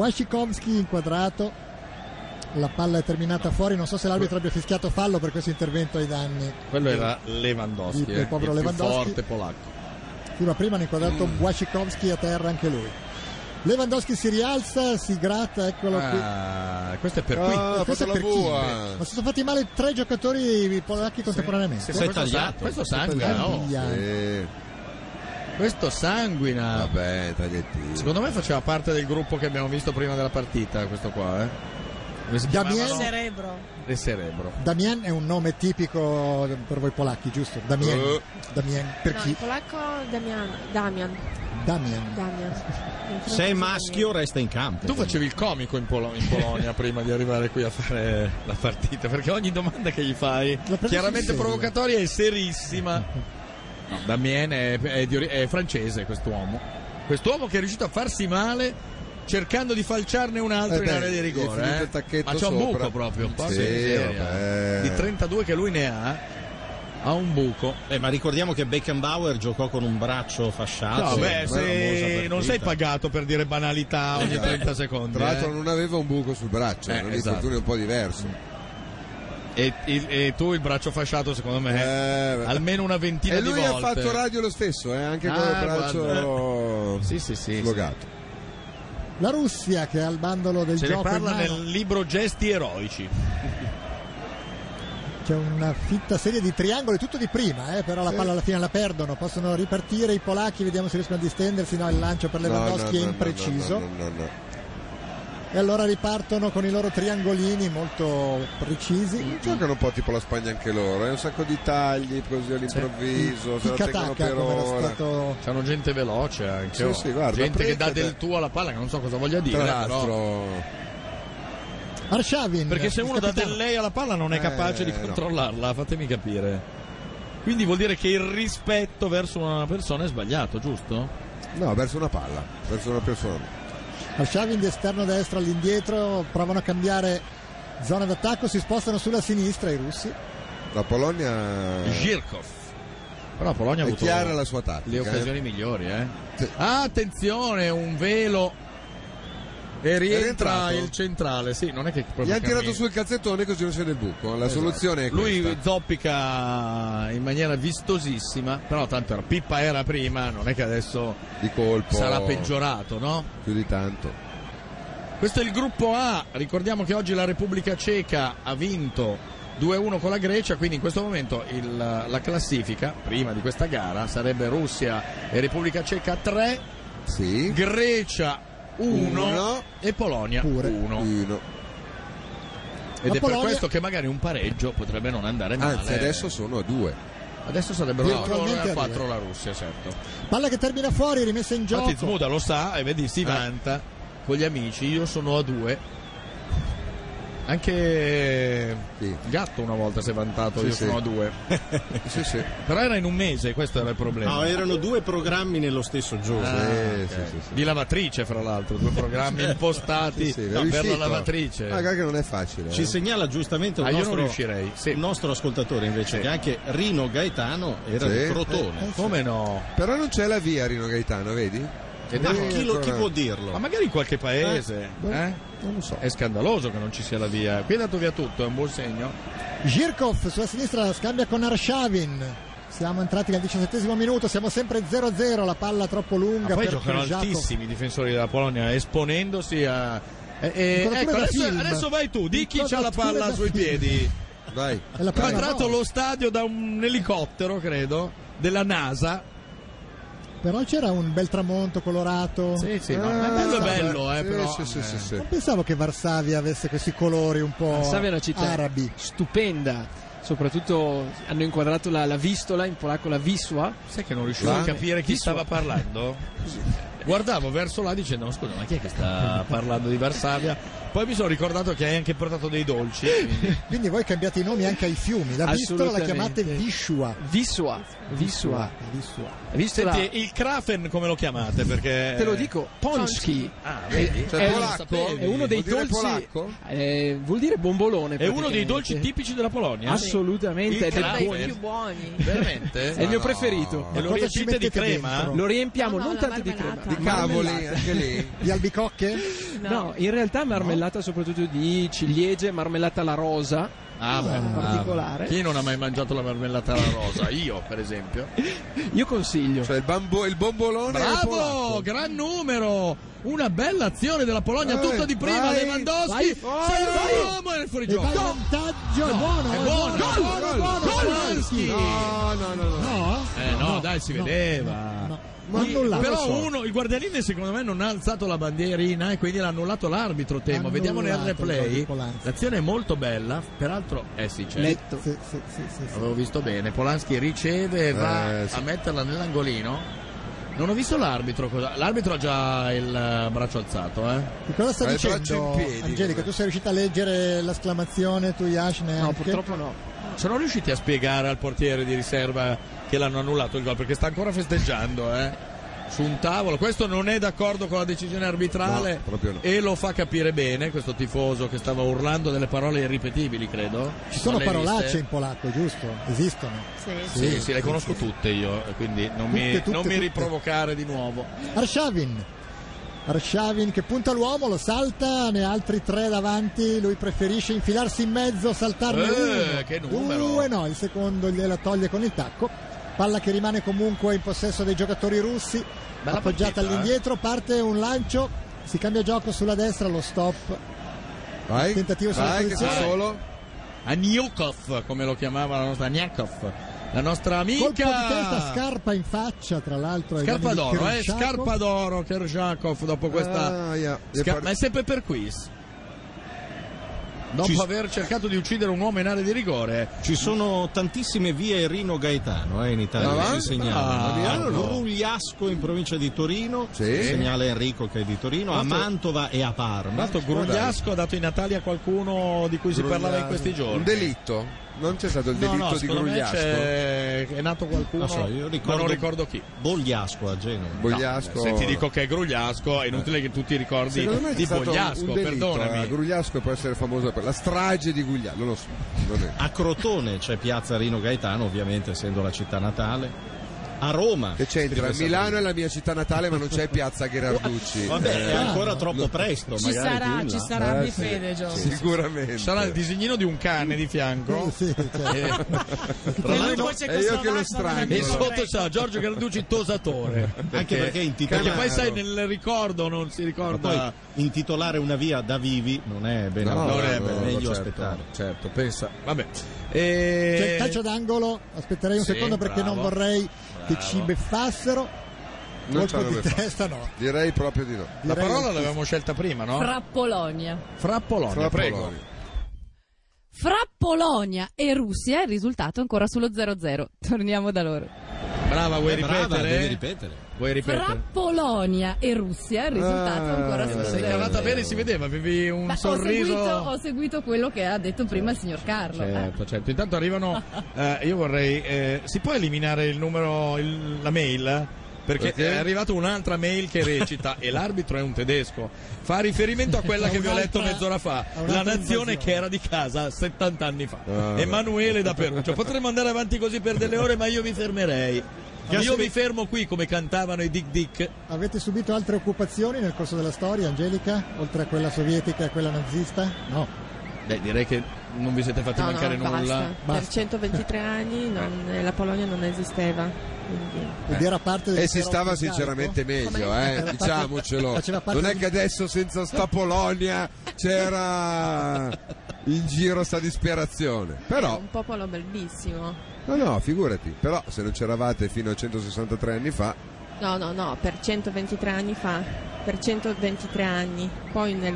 Wasikowski inquadrato, la palla è terminata fuori. Non so se l'arbitro abbia fischiato fallo per questo intervento ai danni. Quello era Lewandowski, Il- il eh, povero più Lewandowski. forte polacco. Sulla prima hanno inquadrato Mm. Wasikowski a terra anche lui. Lewandowski si rialza, si gratta, eccolo qui. Ah, questo è per qui. Ah, ha Questo fatto è la per bua. Kimbe. Ma si sono fatti male tre giocatori polacchi contemporaneamente. Sei questo, sa- tagliato. questo sanguina, oh. Tagliato. Eh, Questo sanguina. vabbè, tagliettino. Secondo me faceva parte del gruppo che abbiamo visto prima della partita, questo qua, eh. Come si Gabriel- chiamavano? Cerebro. De Cerebro. Damien è un nome tipico per voi polacchi, giusto? Damien. Eh. Damien. Per No, chi? il polacco Damian. Damian. Damien. Damian. Se è maschio resta in campo. Tu facevi il comico in, Polo- in Polonia prima di arrivare qui a fare la partita, perché ogni domanda che gli fai, prendi chiaramente sul serio. provocatoria e serissima. No, Damien è, è di ori- è francese quest'uomo. Quest'uomo che è riuscito a farsi male cercando di falciarne un altro Eh in beh, area di è rigore. finito eh. il tacchetto Ma c'è un sopra. buco proprio, un po' Sì, di miseria. vabbè. Di 32 che lui ne ha, ha un buco. Eh, ma ricordiamo che Beckenbauer giocò con un braccio fasciato. No, beh, Una se famosa non partita. sei pagato per dire banalità ogni 30 secondi. Tra eh. l'altro non aveva un buco sul braccio, Eh, era un esatto. infortunio un po' diverso. E, il- e tu il braccio fasciato, secondo me, Eh, beh. almeno una ventina E di lui volte. ha fatto radio lo stesso, eh, anche con Ah, il braccio Sì, sì, sì. slogato. La Russia che ha il bandolo del Se ne gioco. in parla mano. nel libro Gesti eroici. C'è una fitta serie di triangoli, tutto di prima, eh, però la palla alla fine la perdono. Possono ripartire i polacchi, vediamo se riescono a distendersi. No, il lancio per No, no, Lewandowski no, è no, impreciso. no, no, no, no. E allora ripartono con i loro triangolini molto precisi. Giocano un po' tipo la Spagna anche loro, eh? un sacco di tagli così all'improvviso, se la tengono per ora. C'hanno gente veloce anche. Sì, oh. sì, guarda, gente che dà del apprezzate. tuo alla palla, che non so cosa voglia dire. Tra però. l'altro, Arshavin. Perché se il uno dà capitano. del lei alla palla non è Eh, capace di no. controllarla, fatemi capire. Quindi vuol dire che il rispetto verso una persona è sbagliato, giusto? No, verso una palla, verso una persona. Arshavin di esterno destro all'indietro, provano a cambiare zona d'attacco, si spostano sulla sinistra i russi. La Polonia. Girkov. Però la Polonia ha Eh. È avuto chiara la sua tattica, Le occasioni eh. migliori, eh. Ah, attenzione, un velo. È E rientra rientrato. il centrale, sì, non è che proprio Gli hanno tirato cammini. su il calzettone così non c'è nel buco. eh. La Esatto. soluzione è Lui questa. zoppica in maniera vistosissima, però tanto era Pippa era prima, non è che adesso di colpo sarà peggiorato, no? Più di tanto. Questo è il gruppo A, ricordiamo che oggi la Repubblica Ceca ha vinto 2-1 con la Grecia, quindi in questo momento il- la classifica, prima di questa gara, sarebbe Russia e Repubblica Ceca 3, Grecia 1 Uno. e Polonia 1. Ed La è per Polonia- questo che magari un pareggio potrebbe non andare male. Anzi, adesso sono a due. Adesso sarebbero Virtualmente a 4 due. la Russia, certo. Palla che termina fuori, rimessa in gioco. Infatti Zmuda lo sa e vedi Eh. si vanta con gli amici, io sono a due. Anche Gatto una volta si è vantato, Sì, io sì. sono a due. Eh, Però era in un mese, questo era il problema. No, erano due programmi nello stesso giorno. Ah, ok. Di lavatrice, fra l'altro, due *laughs* programmi impostati Sì, sì, è no, per la riuscito. lavatrice. Magari che non è facile. eh. Ci segnala giustamente un Ah, io non nostro, riuscirei, un nostro ascoltatore invece che anche Rino Gaetano era Sì. di Crotone. Eh, eh, Come no? Però non c'è la via Rino Gaetano, vedi? Ma Eh, chi, lo- chi ancora- può dirlo? Ma magari in qualche paese, Eh, eh? Non lo so. È scandaloso che non ci sia la via. Qui è dato via tutto, è un buon segno. Girkov sulla sinistra scambia con Arshavin. Siamo entrati nel diciassettesimo minuto, siamo sempre 0-0, la palla troppo lunga Ma poi per giocano Krzyzakov. altissimi i difensori della Polonia esponendosi a e- e- Ancora ecco, come da adesso, film. adesso vai tu di chi Ancora c'ha la come palla da sui film. piedi vai È la è prima entrato lo stadio da un elicottero credo della NASA Però c'era un bel tramonto colorato. sì sì no, ma bello è bello eh, però eh. Non pensavo che Varsavia avesse questi colori un po' Varsavia è una città Oh. arabi. stupenda, soprattutto hanno inquadrato la, la vistola, in polacco la Wisła. Sai che non riuscivo a capire chi stava parlando guardavo verso là dicendo ma scusa ma chi è che sta parlando di Varsavia poi mi sono ricordato che hai anche portato dei dolci quindi- Quindi voi cambiate i nomi anche ai fiumi. La pistola la Assolutamente. chiamate Vishua. Vishua. Vishua. Wisła. Senti, eh, il Krafen come lo chiamate? Perché Te lo dico, Ponski. Ah, Eh, vedi? è- Cioè, è, polacco? è uno Vuol dire dei dolci. polacco? eh, vuol dire bombolone. È uno dei praticamente. dolci tipici della Polonia? Assolutamente, Il ed è Krafen? buoni. più buoni. Veramente? È il mio preferito. E lo riempite di crema? eh? Lo riempiamo non tanto di crema, Di cavoli, marmellata. anche lì. Di albicocche? No. in realtà marmellata soprattutto di ciliegie, marmellata alla rosa. Ah, beh, in ah, particolare. Chi non ha mai mangiato la marmellata alla rosa? Io, per esempio. Io consiglio. Eh, Cioè il, bambo, il bombolone e il Bravo, polacco. gran numero! Una bella azione della Pogna Polonia, tutta di prima, Lewandowski, salva l'uomo e fuori gioco. vantaggio, è buono, è è buono, buono, gol, buono, gol, buono, gol, Polanski. No, no, no, no. No? Eh no, dai, si vedeva. Ma Sì, annullato. però Non lo so. uno, il guardialine secondo me non ha alzato la bandierina e quindi l'ha annullato l'arbitro, temo. Vediamo nel Annullato il gol di replay. Polanski. L'azione è molto bella, peraltro eh sì, c'è. Netto. Sì, sì, sì, sì, sì. Avevo visto bene, Polanski riceve, va a metterla nell'angolino. Non ho visto l'arbitro, cosa- l'arbitro ha già il eh, braccio alzato, eh. Che cosa sta dicendo Angelica? Tu sei riuscita a leggere l'esclamazione tu Yash neanche? No, purtroppo no. Sono riusciti a spiegare al portiere di riserva che l'hanno annullato il gol perché sta ancora festeggiando, eh. Su un tavolo, questo non è d'accordo con la decisione arbitrale No, proprio no. e lo fa capire bene questo tifoso che stava urlando delle parole irripetibili, credo. Ci sono Non le hai parolacce viste? in polacco, giusto? Esistono. Sì, sì, le conosco tutte io, quindi non mi, Tutte, tutte, non mi tutte. riprovocare di nuovo. Arshavin. Arshavin che punta l'uomo, lo salta, ne ha altri tre davanti, lui preferisce infilarsi in mezzo, saltarne Eh, uno. che numero. Due no, il secondo gliela toglie con il tacco. Palla che rimane comunque in possesso dei giocatori russi, Bella appoggiata partita, eh. all'indietro, parte un lancio, si cambia gioco sulla destra, lo stop. Vai, Il tentativo sulla vai, che posizione. sei solo. Aniukov, come lo chiamava la nostra Aniakov. la nostra amica. Colpo di testa, scarpa in faccia, tra l'altro. ai danni Scarpa di d'oro, eh, Kirshakov. scarpa d'oro Kershakov dopo questa. Ah, yeah. Sca- Ma è sempre per quiz. Dopo Ci- aver cercato di uccidere un uomo in area di eh. rigore, Ci sono tantissime vie Rino Gaetano eh, in Italia, Ah, si segnala. ah, A no. Grugliasco in provincia di Torino, Sì. segnala Enrico che è di Torino, a Tanto- Mantova e a Parma. Tanto Grugliasco ha dato in Natali a qualcuno di cui si parlava in questi giorni. Un delitto? Non c'è stato il No, delitto no, eh, di secondo me Grugliasco? c'è- è nato qualcuno, Non so, io ma ricordo- non ricordo chi. Bogliasco a Genova. Bogliasco. Se ti dico che è Grugliasco, è inutile che tu ti ricordi Secondo me c'è di stato Bogliasco, un delitto. eh. perdonami. Grugliasco può essere famoso per la strage di Gugliasco, non lo so. non è. A Crotone c'è piazza Rino Gaetano, ovviamente essendo la città natale. A Roma. Che c'entra? scrive Sabrina. Milano è la mia città natale, ma non c'è piazza Gherarducci. Vabbè, è Eh, ancora troppo presto. Ci magari più sarà, in ci là. sarà Eh, di sì. fede, Gio. Sicuramente. Ci sarà il disegnino di un cane di fianco. Sì, certo. Eh, Tra l'altro- e io che lo eh. strangolo. e sotto c'ha Giorgio Garducci Tosatore. Anche perché intitolare, Perché poi sai nel ricordo non si ma poi ricorda. intitolare una via da vivi non è bene. No, allora, non è è bene, meglio certo. aspettare. Certo, pensa. Vabbè. C'è E... il calcio d'angolo, aspetterei un Eh. Sì, secondo perché non bravo. vorrei che Bravo. ci beffassero. Non ce Colpo di l'aveva fatto. testa no. Direi proprio di no. La Direi- parola l'avevamo scelta prima, no? Fra Polonia. Fra Polonia, Fra prego. Polonia. Fra Polonia e Russia il risultato è ancora sullo 0-0. Torniamo da loro. Brava, vuoi Eh, brava, ripetere? devi ripetere. Vuoi Fra ripetere? Polonia e Russia il risultato è ancora Ah, sullo Sei 0 cavata bene, si vedeva, avevi un Ma ho sorriso. seguito, ho seguito quello che ha detto prima il signor Carlo. eh. Certo, certo. Intanto arrivano. eh, io vorrei. eh, si può eliminare il numero, il- la mail? Perché, Perché? è arrivata un'altra mail che *laughs* recita e l'arbitro è un tedesco. Fa riferimento a quella A che vi ho letto un'altra- mezz'ora fa, a un'altra la nazione invasione. che era di casa 70 anni fa. Ah, Emanuele da *laughs* Perugia. Potremmo andare avanti così per delle ore, ma io mi fermerei. Io mi fermo qui come cantavano i Dick Dick. Avete subito altre occupazioni nel corso della storia, Angelica? Oltre a quella sovietica e a quella nazista? No. Beh, direi che non vi siete fatti No, no, mancare nulla. basta. Per Basta. 123 anni non- la Polonia non esisteva. Quindi... Ed era parte del Eh. E si impero stava austriaco? sinceramente meglio, eh, Faceva parte- diciamocelo. faceva parte Non è di- che adesso senza sta Polonia c'era in giro sta disperazione. Era Però, un popolo bellissimo. no, no, figurati. Però se non c'eravate fino a 163 anni fa, No, no, no, per 123 anni fa. Per 123 anni. Poi nel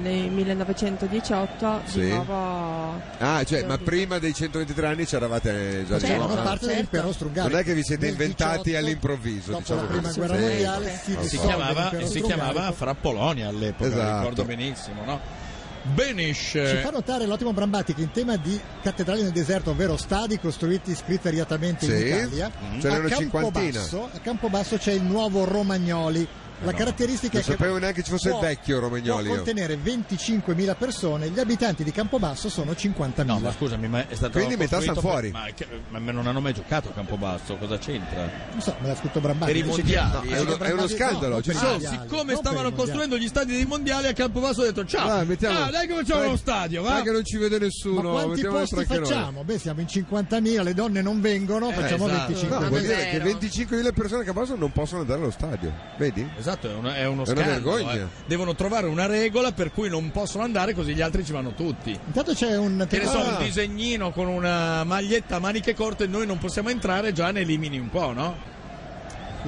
1918 Sì. di nuovo... ah, cioè, ma prima dei 123 anni c'eravate già di Certo. Facevano nuovo. parte dell'impero austrungarico. Non è che vi siete Nel inventati 18, all'improvviso, Dopo diciamo la prima così. guerra Sì. mondiale Sì. si, si dissolve chiamava, l'impero si chiamava austroungarico. Fra Polonia all'epoca, Esatto. ricordo benissimo, no? Ci Eh. Benisce. fa notare l'ottimo Brambati che in tema di cattedrali nel deserto, ovvero stadi costruiti scriteriatamente Sì. in Italia, Mm. Ce a, n'erano cinquantina. Eh Campobasso, a Campobasso c'è il nuovo Romagnoli. La caratteristica Non è che sapevo neanche ci fosse il può- vecchio Romagnoli. Può contenere 25.000 persone, gli abitanti di Campobasso sono 50.000. No, ma scusami, ma è stato Quindi metà costruito sta per- fuori. Ma, che- ma non hanno mai giocato a Campobasso, cosa c'entra? Non so, me l'ha scritto Brambati. Per i dice che- mondiali. dice È uno- che è uno Brambati- scandalo, no, ci per i sono. So, mondiali, siccome non per i stavano mondiali. costruendo gli stadi dei mondiali a Campobasso ho detto ciao, Ah, mettiamo- ah, dai che facciamo dai- uno stadio, va? Dai che non ci vede Ma nessuno. quanti mettiamo posti anche noi. facciamo? Beh, siamo in 50.000, le donne non vengono, facciamo esatto. 25.000. No, Non vuol è dire che vero. 25.000 persone a Capasso non possono andare allo stadio, vedi? Esatto, è, una- è uno È una scandalo. vergogna. eh. Devono trovare una regola per cui non possono andare così gli altri ci vanno tutti. Intanto c'è un Che ne so, Ah. un disegnino con una maglietta a maniche corte, noi non possiamo entrare, già ne elimini un po', no?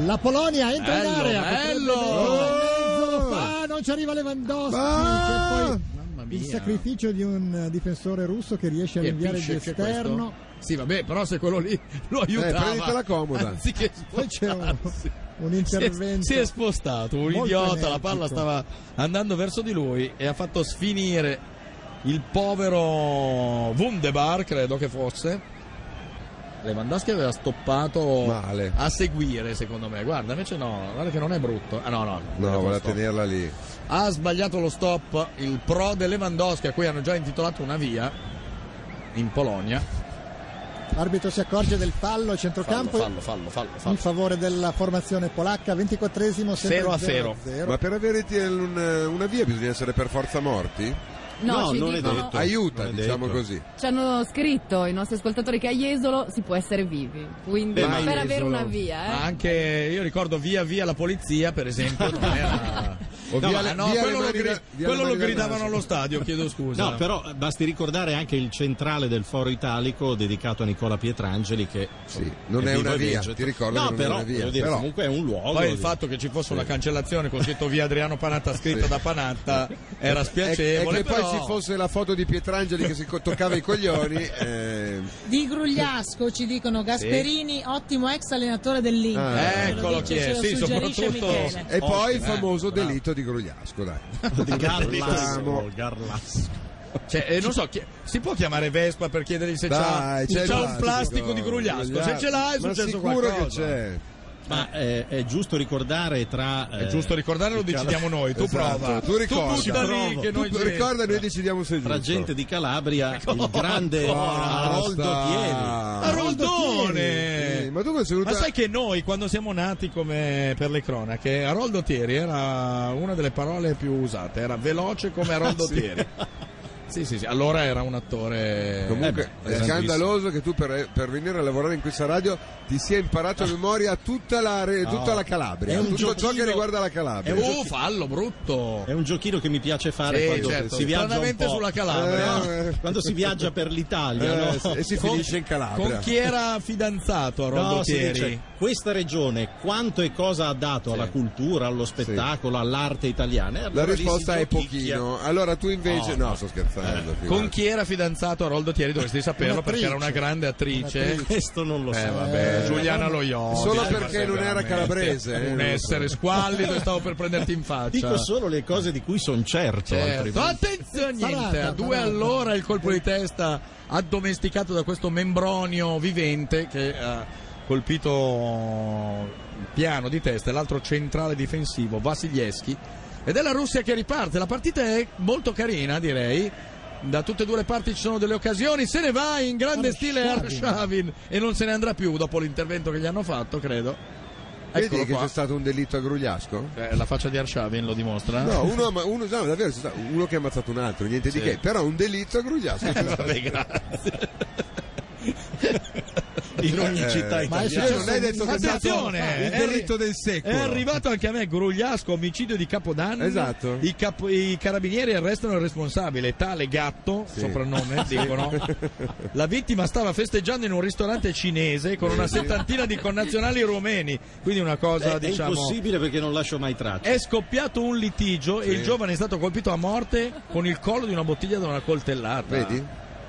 La Polonia entra in Bello, area. potrebbe bello! Oh! vedere il mezzo, fa, non ci arriva Lewandowski. Ah! C'è poi Mamma il sacrificio di un eh, difensore russo che riesce a Chi è rinviare di Piscek esterno. questo? Sì, vabbè, però se quello lì *laughs* lo aiutava. prenditela comoda. Anziché Poi c'è un, spostarsi. un Ah, Si è, intervento. si è spostato, un Molto idiota, la energico. palla stava andando verso di lui e ha fatto sfinire il povero Wundebar, credo che fosse. Lewandowski aveva stoppato Male. a seguire, secondo me. Guarda, invece no, guarda che non è brutto. Ah no, no. No, lo voleva stop. tenerla lì. Ha sbagliato lo stop il pro de Lewandowski, a cui hanno già intitolato una via in Polonia. Arbitro si accorge del fallo Fallo, a centrocampo fallo, fallo, fallo, in fallo. favore della formazione polacca. 24esimo, sempre Zero a 0 zero. zero. Ma per avere ti- un- una via bisogna essere per forza morti? No, No, ci non è dicono- detto. Aiuta, Non è diciamo detto. così. Ci hanno scritto i nostri ascoltatori che a Jesolo si può essere vivi. Quindi Beh, ma per Jesolo- avere una Ma via, eh. anche io ricordo via via la polizia, per esempio, non era O No, via ma- le- no, via quello le lo mani gri- da- via quello le lo mani da gridavano naso. allo stadio, chiedo scusa. No, però basti ricordare anche il centrale del Foro Italico dedicato a Nicola Pietrangeli che insomma, non è vivo una e via, vegeto. ti ricordo No, che non è però, una via, voglio dire, però- comunque è un luogo. Poi il di- *laughs* fatto che ci fosse una cancellazione con scritto via Adriano Panatta scritta da Panatta era spiacevole. E, e che però- poi ci fosse la foto di Pietrangeli che si co- toccava *laughs* i coglioni. eh, Di Grugliasco ci dicono Gasperini, ottimo ex allenatore dell'Inter. Ah. Ce lo Eccolo dice- chi è, ce lo sì, suggerisce soprattutto- Michele. E poi il Oscar, eh, famoso bravo. delitto di Grugliasco, dai. Garlasso, Cioè, eh, non so, chi- si può chiamare Vespa per chiedergli se c'ha, Dai, c'è il c'ha un plastico, plastico di grugliasco. Se ce l'ha è Ma successo sicuro che qualcosa. c'è. Ma eh, è giusto ricordare tra... eh, È giusto ricordare, lo il cala- decidiamo noi, tu Esatto, prova. Tu ricorda. Tu butta lì Provo. che noi Tu ci- ricorda e noi decidiamo se è Tra giusto. gente di *laughs* Calabria, il grande Basta. Aroldo Chieri. Aroldone! Sì, ma tu sei venuto Eh. Ma a- sai che noi quando siamo nati come per le cronache, Aroldo Thieri era una delle parole più usate, era veloce come Aroldo *laughs* Sì. Thieri. Sì, sì, sì, allora era un attore Comunque eh, è grandissimo. scandaloso che tu per, per venire a lavorare in questa radio ti sia imparato a memoria tutta la, re- No. tutta la Calabria, È un tutto ciò giochino- che riguarda la È Calabria. un giochi- eh, oh, fallo brutto! È un giochino che mi piace fare Sì, quando certo, si viaggia un stranamente po'. sulla Calabria. Eh, quando si viaggia per l'Italia, Eh, no? e si finisce in Calabria. Con chi era fidanzato Aroldo No, si Thieri? dice, questa regione quanto e cosa ha dato alla cultura, allo spettacolo, all'arte italiana? E La allora lì si risposta è giochicchia. pochino. Allora tu invece Oh, no, no. sto scherzando. figurati. Eh, Con chi era fidanzato Aroldo Thieri dovresti saperlo perché era una grande attrice. *laughs* Questo non lo Eh, so. vabbè, Giuliana Loioli. Solo eh, perché ma non era veramente. calabrese, eh, non un lo so. essere squallido e stavo per prenderti in faccia. Dico solo le cose di cui sono certo. Certo. altrimenti- Attenzione, niente, Parata, a due parata. all'ora il colpo di testa addomesticato da questo membronio vivente che ha colpito il piano di testa e l'altro centrale difensivo Vasilevski. Ed è la Russia che riparte, la partita è molto carina direi. Da tutte e due le parti ci sono delle occasioni, se ne va in grande stile Arshavin e non se ne andrà più dopo l'intervento che gli hanno fatto, credo. Vedi Eccolo che qua. c'è stato un delitto a Grugliasco? Eh, la faccia di Arshavin lo dimostra. eh. *laughs* No, uno, ama- uno- no, davvero, c'è stato uno che ha ammazzato un altro, niente Sì. di che, però un delitto a Grugliasco. c'è stato. *laughs* Vabbè, grazie. In ogni Eh, città ma italiana. è successo Non hai detto che è stato Attenzione, il è arri- delitto del secolo. È arrivato anche a me Grugliasco, omicidio di Capodanno. Esatto. I, capo- i carabinieri arrestano il responsabile, tale gatto, soprannome, *laughs* Sì. dicono. La vittima stava festeggiando in un ristorante cinese con una Sì. settantina di connazionali rumeni, quindi una cosa È- è diciamo impossibile perché non lascio mai traccia. è scoppiato un litigio e Sì. il giovane è stato colpito a morte con il collo di una bottiglia da una coltellata. Vedi?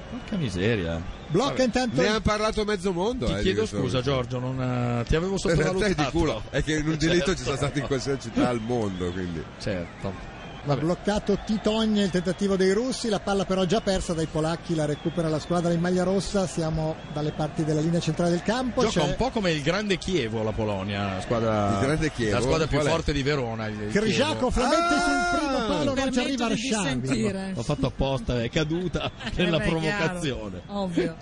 Porca miseria. Blocca Vabbè. intanto- Ne ha parlato mezzo mondo. Ti eh, chiedo di questo. scusa, *laughs* Giorgio, non eh, ti avevo In sottovalutato. realtà è di culo, è che in un delitto Certo. ci sono stati in qualsiasi città al mondo, quindi. *laughs* Certo. Ha bloccato Titogne il tentativo dei russi, la palla però già persa dai polacchi, la recupera la squadra in maglia rossa, siamo dalle parti della linea centrale del campo. Gioca c'è un po' come il grande Chievo la Polonia, la squadra, Il grande Chievo? la squadra più Qual è? forte di Verona. il- il Kryzhakov la mette Ah! sul primo palo, non ci Permetto arriva di Arshavin. *laughs* dissentire. Chievo. L'ho fatto apposta, è *laughs* caduta *laughs* nella Eh, beh, è provocazione. chiaro, Ovvio.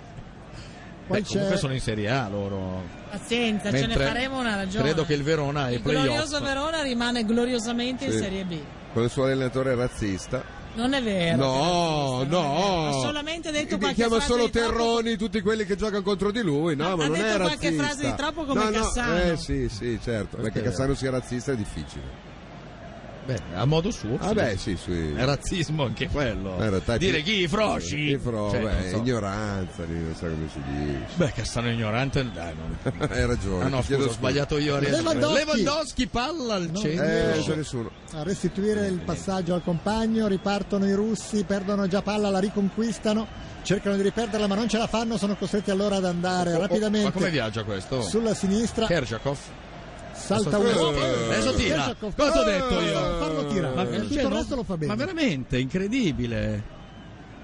Poi Beh, comunque c'è- sono in Serie A loro. Pazienza, ce ne Mentre faremo una ragione. Credo che il Verona è Il playoff. glorioso Verona rimane gloriosamente Sì. in Serie B. Con il suo allenatore razzista. Non è vero. No, no. Ha solamente detto Mi qualche chiama frase solo di troppo. Terroni tutti quelli che giocano contro di lui, no, ma ha non è detto razzista. qualche frase di troppo come no, no, Cassano. Eh sì, sì, certo, perché Cassano sia razzista è difficile. Beh, a modo suo. Ah beh, sì, sì. Eh, È razzismo anche quello. Ma in realtà è Dire più- chi i frosci. Chi i fro- Cioè, beh, non so. ignoranza, lì, non so come si dice. Beh, Castano ignorante, dai, non... *laughs* Hai ragione. Ah no, Eh, ti scusa, chiedo ho sbagliato io. Ariel. Lewandowski. palla al centro. Eh, c'è nessuno. A restituire il passaggio al compagno, ripartono i russi, perdono già palla, la riconquistano, cercano di riperderla ma non ce la fanno, sono costretti allora ad andare Oh, oh, rapidamente Ma come viaggio questo? sulla sinistra, Kerjakov. salta Adesso- uno. Eh, Adesso tira. Kershakov. Cosa ho detto Eh, io? Farlo tirare, Ma, tutto cioè, il non- resto lo fa bene. ma veramente incredibile.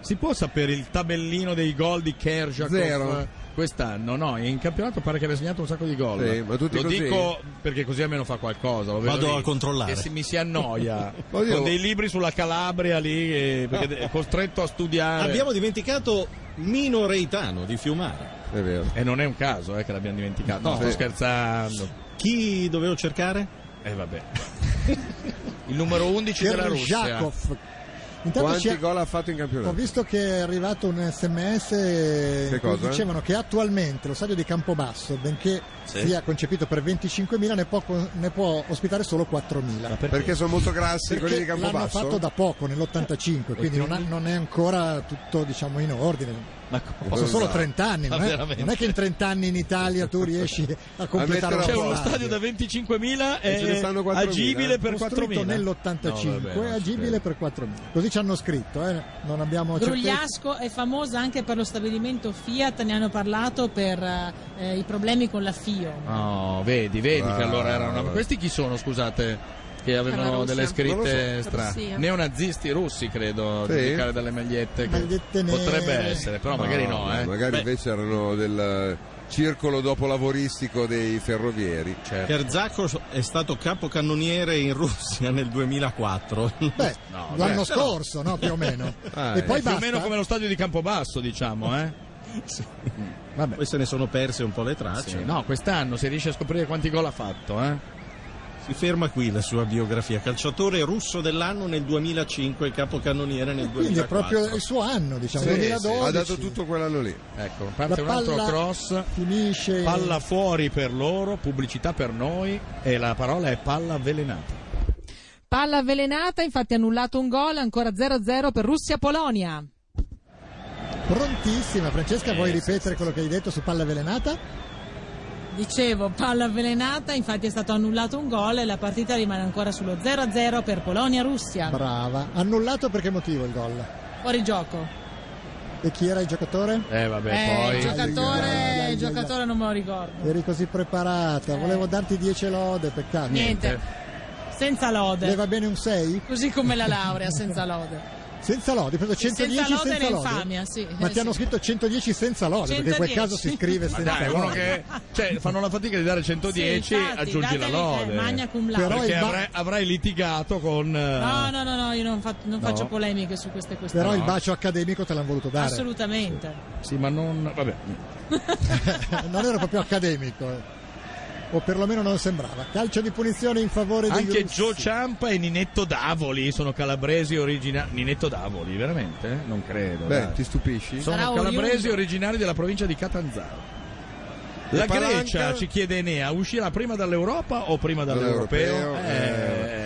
Si può sapere il tabellino dei gol di Kerjakov Zero. quest'anno? No, in campionato pare che abbia segnato un sacco di gol. Sì, ma tutti lo così? dico perché così almeno fa qualcosa. Lo vedo Vado lì, a controllare. Che si- mi si *laughs* annoia. Oddio. Con dei libri sulla Calabria lì, eh, perché è costretto a Eh. studiare. Abbiamo dimenticato Mino Reitano di Fiumare. È vero. E non è un caso eh, che l'abbiamo dimenticato. No, No. sto scherzando. Eh, Chi dovevo cercare? *laughs* E vabbè. Il numero 11 della Russia. Kershakov Intanto Quanti ci- gol ha fatto in Ho campionato? visto che è arrivato un sms in cui cosa? dicevano che attualmente lo stadio di Campobasso, benché Sì. sia concepito per 25.000, ne può, ne può ospitare solo 4.000. perché? Perché sono molto grassi Perché quelli di L'hanno Campobasso? fatto da poco, nell'85, quindi non, ha- non è ancora tutto diciamo, in ordine. Sono solo 30 anni, non è, non è che in 30 anni in Italia tu riesci *laughs* a completare C'è un uno stadio da 25.000 E eh, ce ne e stanno 4.000. agibile eh. per Costruito 4.000. nell'85, No, vabbè, non ci agibile per 4.000. Così ci hanno scritto, eh, non abbiamo certezza. Grugliasco è famosa anche per lo stabilimento Fiat, ne hanno parlato per eh, i problemi con la FIO. No, Oh, vedi, vedi che Bravo. allora erano. Questi chi sono, scusate? Che Dalla avevano Russia. delle Non scritte lo so. strane. Russia. Neonazisti russi, credo, Sì. di giocare dalle magliette. che- Magliette nere. Potrebbe essere, però magari no, eh. Magari invece erano del eh, circolo dopolavoristico dei ferrovieri. Certo. Kerzakho è stato capocannoniere in Russia nel 2004. Beh, l'anno scorso, no, più *laughs* o meno. e poi Ah, eh, più o basta. meno come lo stadio di Campobasso, diciamo, eh. Poi se ne sono perse un po' le tracce. Ah, Sì, no, quest'anno se riesce a scoprire quanti gol ha fatto, eh. Si ferma qui la sua biografia. Calciatore russo dell'anno nel 2005 e capocannoniere nel Quindi è 2004. proprio il suo anno, diciamo, 2012. quell'anno lì. Ecco, parte La un altro palla cross. Finisce Palla fuori per loro, pubblicità per noi e la parola è palla avvelenata. Palla avvelenata, infatti annullato un gol, ancora 0-0 per Russia-Polonia. prontissima. Francesca, vuoi Eh, sì, ripetere quello che hai detto su palla avvelenata? Dicevo, palla avvelenata, infatti è stato annullato un gol e la partita rimane ancora sullo 0-0 per Polonia-Russia. Brava. Annullato per che motivo il gol? Fuori gioco. E chi era il giocatore? Eh vabbè, Eh, poi il giocatore, il giocatore non me lo ricordo. Eri così preparata, volevo darti 10 lode, peccato. Niente. Senza lode. Le va bene un 6? Così come la laurea, senza lode. Senza lode, hai preso 110 senza lode senza e lode. l'infamia, sì. Ma Eh, ti sì. hanno scritto 110 senza lode, perché in quel 110. caso si scrive Ma senza dai, uno lode. che cioè, fanno la fatica di dare 110, Sì, infatti, aggiungi la dateli, lode. eh, magna cum laude. Però Perché il ba- avrai, avrai litigato con eh, No, no, no, no, io non, fa- non No. faccio polemiche su queste questioni. Però il bacio accademico te l'hanno voluto dare. Assolutamente. Sì, ma non vabbè. *laughs* non era proprio accademico. eh. O perlomeno non sembrava. Calcio di punizione in favore di Anche Joe Ciampa e Ninetto Davoli sono calabresi originari. Ninetto Davoli, veramente? Eh? Non credo. Beh, dai. ti stupisci? Sono Sarà calabresi oriundo. originari della provincia di Catanzaro. La E Palanca? Grecia, ci chiede Enea, uscirà prima dall'Europa o prima dall'Europeo? Dall'Europeo, Eh.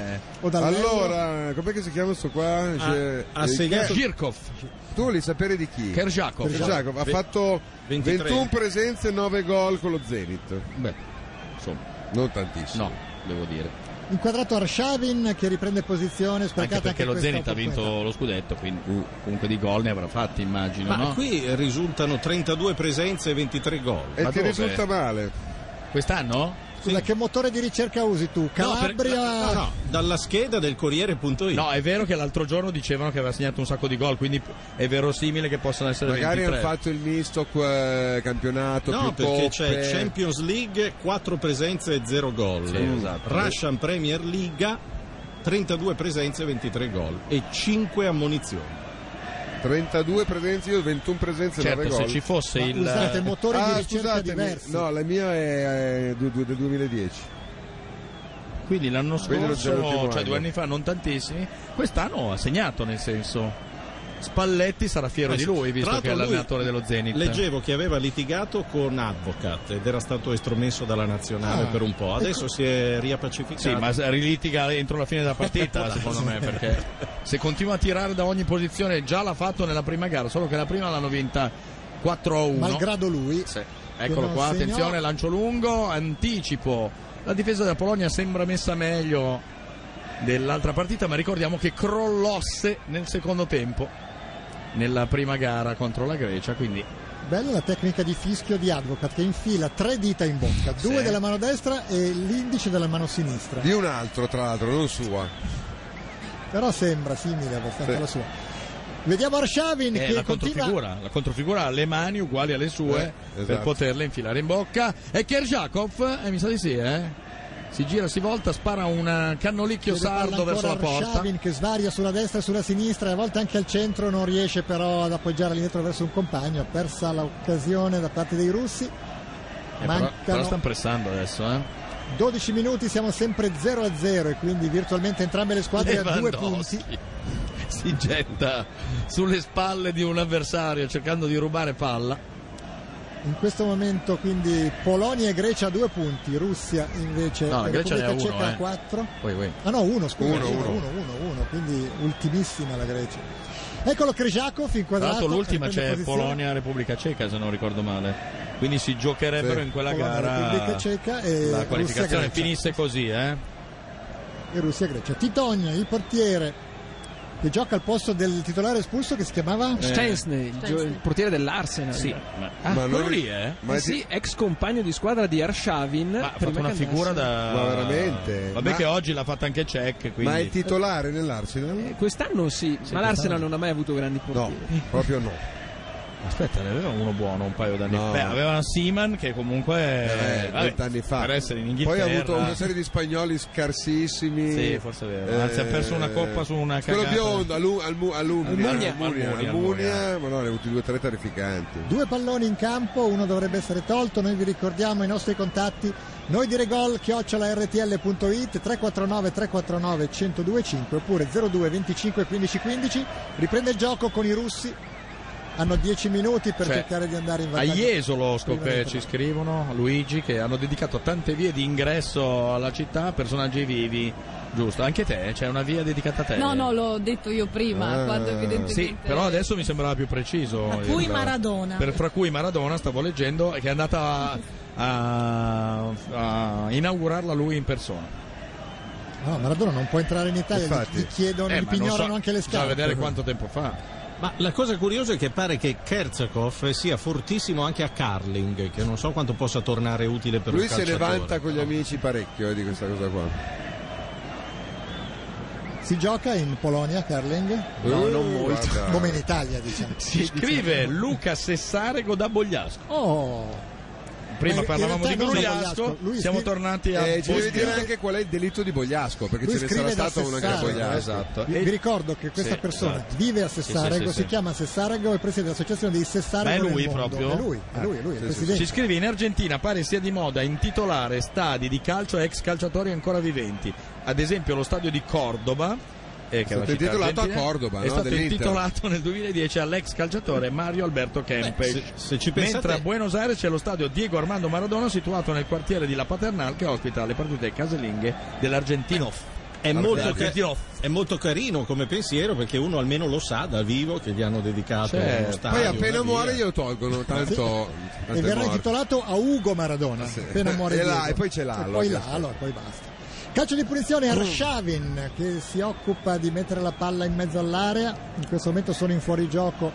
Allora, com'è che si chiama sto qua? C'è- Ah, ha eh, segnato- Ker- Kirchhoff. Tu volevi sapere di chi? Kerjakov. Kerjakov. ha Ve- fatto 23. 21 presenze e 9 gol con lo Zenit. Beh, insomma, non tantissimo. No, devo dire. Inquadrato Arshavin che riprende posizione, Anche sprecata perché lo questa Zenit ha vinto lo scudetto, quindi uh, comunque di gol ne avrà fatti, immagino. Ma no? Ah, qui risultano 32 presenze e 23 gol. E Ma ti dove? risulta male? Quest'anno? Scusa, che motore di ricerca usi tu? Calabria? No, no, dalla scheda del Corriere.it. No, è vero che l'altro giorno dicevano che aveva segnato un sacco di gol, quindi è verosimile che possano essere Magari hanno 23. fatto il misto eh, campionato No, più perché coppe. c'è Champions League, 4 presenze e 0 gol. Sì, esatto. Russian Premier League, 32 presenze e 23 gol. E 5 ammonizioni. 32 presenze, io 21 presenze e Certo, 9 se gol. ci fosse Ma il- usate motori di Ah, ricerca scusatemi, diversi. No, la mia è, eh, du- du- del 2010. Quindi l'anno Quindi lo scorso, dell'ultimo cioè anno. due anni fa, non tantissimi, quest'anno ha segnato nel senso. Spalletti sarà fiero di lui, Eh visto Tra che l'altro è lui- l'allenatore dello Zenit. Leggevo che aveva litigato con Advocat ed era stato estromesso dalla nazionale Ah. per un po'. Adesso si è riappacificato. Sì, ma se- rilitiga entro la fine della partita, *laughs* secondo me, perché se continua a tirare da ogni posizione, già l'ha fatto nella prima gara, solo che la prima l'hanno vinta 4 a 1. Malgrado lui. Eccolo Che non qua, segnò. attenzione, lancio lungo, anticipo. La difesa della Polonia sembra messa meglio dell'altra partita, ma ricordiamo che crollasse nel secondo tempo nella prima gara contro la Grecia, quindi Bella la tecnica di fischio di Advocat che infila tre dita in bocca, due Sì. della mano destra e l'indice della mano sinistra. Di un altro, tra l'altro, non sua. Però sembra simile abbastanza Sì. alla sua. Vediamo Arshavin è che Eh, la continua. controfigura, la controfigura ha le mani uguali alle sue Eh, esatto. per poterle infilare in bocca. E Kerjakov, eh, mi sa di sì, eh? Si gira, si volta, spara un eh, cannolicchio Chiede palla sardo verso la ancora porta. Arshavin che svaria sulla destra e sulla sinistra e a volte anche al centro non riesce però ad appoggiare all'indietro verso un compagno. Ha persa l'occasione da parte dei russi. Eh, però, però Mancano stanno pressando adesso, eh? 12 minuti, siamo sempre 0 a 0 e quindi virtualmente entrambe le squadre a due punti. Lewandowski. si getta sulle spalle di un avversario cercando di rubare palla. In questo momento quindi Polonia e Grecia a due punti, Russia invece No, la e Grecia ne ha Repubblica uno, Ceca a eh. quattro. Poi, poi. Ah no, uno, scusa, Uno, sì, uno. uno, uno, uno, quindi ultimissima la Grecia. Eccolo Krijakov Tra inquadrato. l'altro l'ultima in prima c'è posizione. Polonia-Repubblica Ceca se non ricordo male. Quindi si giocherebbero Sì. in quella Polonia, gara Repubblica Ceca e la qualificazione Russia-Grecia. finisse così, eh. e Russia e Grecia. Titogna, il portiere che gioca al posto del titolare espulso che si Eh, chiamava Stensny, il, gio- il portiere dell'Arsenal. Sì, ma- ma quello non- lì, eh? ma Eh è sì, di- ex compagno di squadra di Arshavin. Ma ha fatto una figura da Ma veramente? Vabbè Ma- che oggi l'ha fatta anche Cech, quindi Ma è titolare nell'Arsenal? Quest'anno sì, ma l'Arsenal non ha mai avuto grandi portieri. Proprio no. Aspetta, ne aveva uno buono un paio d'anni No. fa. Beh, aveva Seaman che comunque Eh, vabbè, vent'anni fa. Per essere in Poi Inghilterra. ha avuto una serie Eh, di spagnoli scarsissimi. Sì, forse è vero. Anzi, ha perso una coppa su una Quello cagata. biondo, Alu- Almu- Almunia. Almunia. Almunia, Almunia, Almunia. Ma no, ne ha avuti due o tre terrificanti. Due palloni in campo, uno dovrebbe essere tolto, noi vi ricordiamo i nostri contatti, noi dire gol, chiocciola rtl.it 349 349 1025 oppure 02 25 15 15, riprende il gioco con i russi, hanno 10 minuti per Cioè, cercare di andare in A vantaggio. Jesolo scop- Prima di- ci scrivono Luigi che hanno dedicato tante vie di ingresso alla città, personaggi vivi. Giusto, anche te, c'è una via dedicata a te. No, no, l'ho detto io prima, Ah. quando evidentemente... Eh. Sì, però adesso mi sembrava più preciso. Tra cui il- Maradona. Per, fra cui Maradona, stavo leggendo, che è andata a, a- a inaugurarla lui in persona. No, Maradona non può entrare in Italia, gli, gli chiedono, Eh, gli ma non pignorano so- anche le bisogna scarpe. vedere quanto tempo fa. Ma la cosa curiosa è che pare che Kerzakov sia fortissimo anche a curling, che non so quanto possa tornare utile per Lui un se ne calciatore. vanta con gli amici parecchio eh, di questa cosa qua. Si gioca in Polonia, Carling? No, non molto. Come in Italia, diciamo. Si scrive Luca Sessarego da Bogliasco. Oh! Prima Ma in parlavamo di realtà non da Bogliasco, Bogliasco, lui siamo scrive- tornati a Eh, ci deve Bogliasco. dire anche qual è il delitto di Bogliasco, perché Lui ce ne scrive sarà da eh, stato uno anche a Sessarego, Bogliasco. esatto. Vi, vi ricordo che questa Sì, persona esatto. vive a Sì, sì, Sessarego, sì, si sì. chiama Sessarego e preside l'associazione dei Sessarego Ma è nel lui mondo. proprio? È lui, è lui, è lui, è il presidente. Ci scrive in Argentina pare sia di moda intitolare stadi di calcio a ex calciatori ancora viventi. Ad esempio lo stadio di Cordoba eh, che è stato una città intitolato a argentina, Cordoba, è no? stato Dell'Inter. intitolato nel 2010 all'ex calciatore Mario Alberto Kempes. se- se ci Mentre pensate- a Buenos Aires c'è lo stadio Diego Armando Maradona situato nel quartiere di La Paternal che ospita le partite casalinghe dell'Argentino. È molto, ca- Dell'Argentino. è molto carino come pensiero perché uno almeno lo sa dal vivo che gli hanno dedicato Certo. uno stadio. Poi appena una via. muore glielo tolgono, tanto... tanto e è verrà morto. intitolato a Ugo Maradona appena muore E là, Diego. e poi c'è e l'alo. poi l'alo e poi basta calcio di punizione Mm. Arshavin che si occupa di mettere la palla in mezzo all'area in questo momento sono in fuorigioco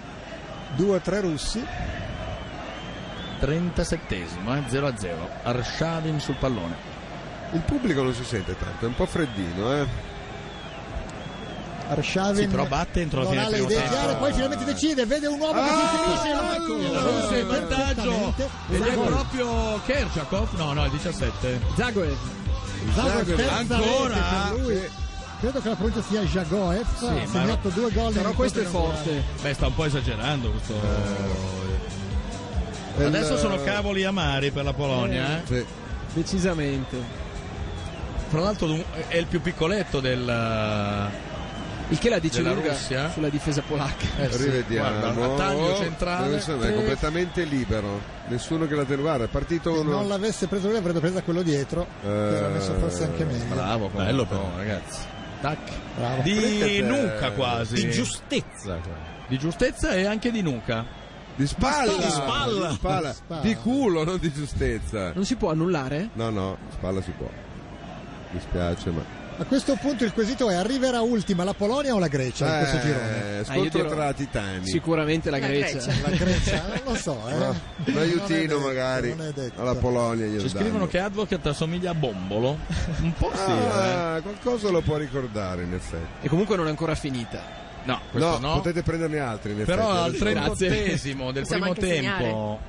due o tre russi 37esimo, eh, 0 a 0. Arshavin sul pallone. Il pubblico non si sente tanto, è un po' freddino, eh. Arshavin Sì, però batte entro la non fine ha del le primo idee tempo. chiare poi finalmente decide vede un uomo che si finisce Russia in vantaggio ed Esatto. è proprio Kerchakov no no il 17 Zagoev Zagoev, terza rete ancora per lui. credo che la pronuncia sia Jagoev Sì, ha ma- segnato due gol in incontro inaugurale. beh sta un po' esagerando questo Eh, adesso il- sono cavoli amari per la Polonia eh. Decisamente. tra l'altro du- è il più piccoletto del eh, il che la dice della lunga Russia sulla difesa polacca. Eh sì, Rivediamo. guarda, a taglio Deve centrale. essere- È completamente libero. Nessuno che la guarda. È partito se uno. non l'avesse preso lui avrebbe preso quello dietro che Eh, era messo forse anche meglio bravo Bello bello però ragazzi Tac. Bravo. di Prendete- eh, nuca quasi Di giustezza. di giustezza e anche di nuca di spalla di spalla Di, spalla. Di culo, non di giustezza. Non si può annullare? No, no, spalla si può. Mi spiace, ma. A questo punto il quesito è arriverà ultima la Polonia o la Grecia in questo girone? Eh, Ah, scontro tra titani. Sicuramente la, La Grecia. Grecia. La Grecia, non lo so, eh. Ma- un aiutino magari alla Polonia glielo ci scrivono che Advocat assomiglia a Bombolo un po' sì eh. danno. Ah, qualcosa lo può ricordare in effetti *laughs* E comunque non è ancora finita. No, no, questo no. potete prenderne altri in effetti Però al Adesso- 38esimo del Possiamo primo anche segnare. tempo,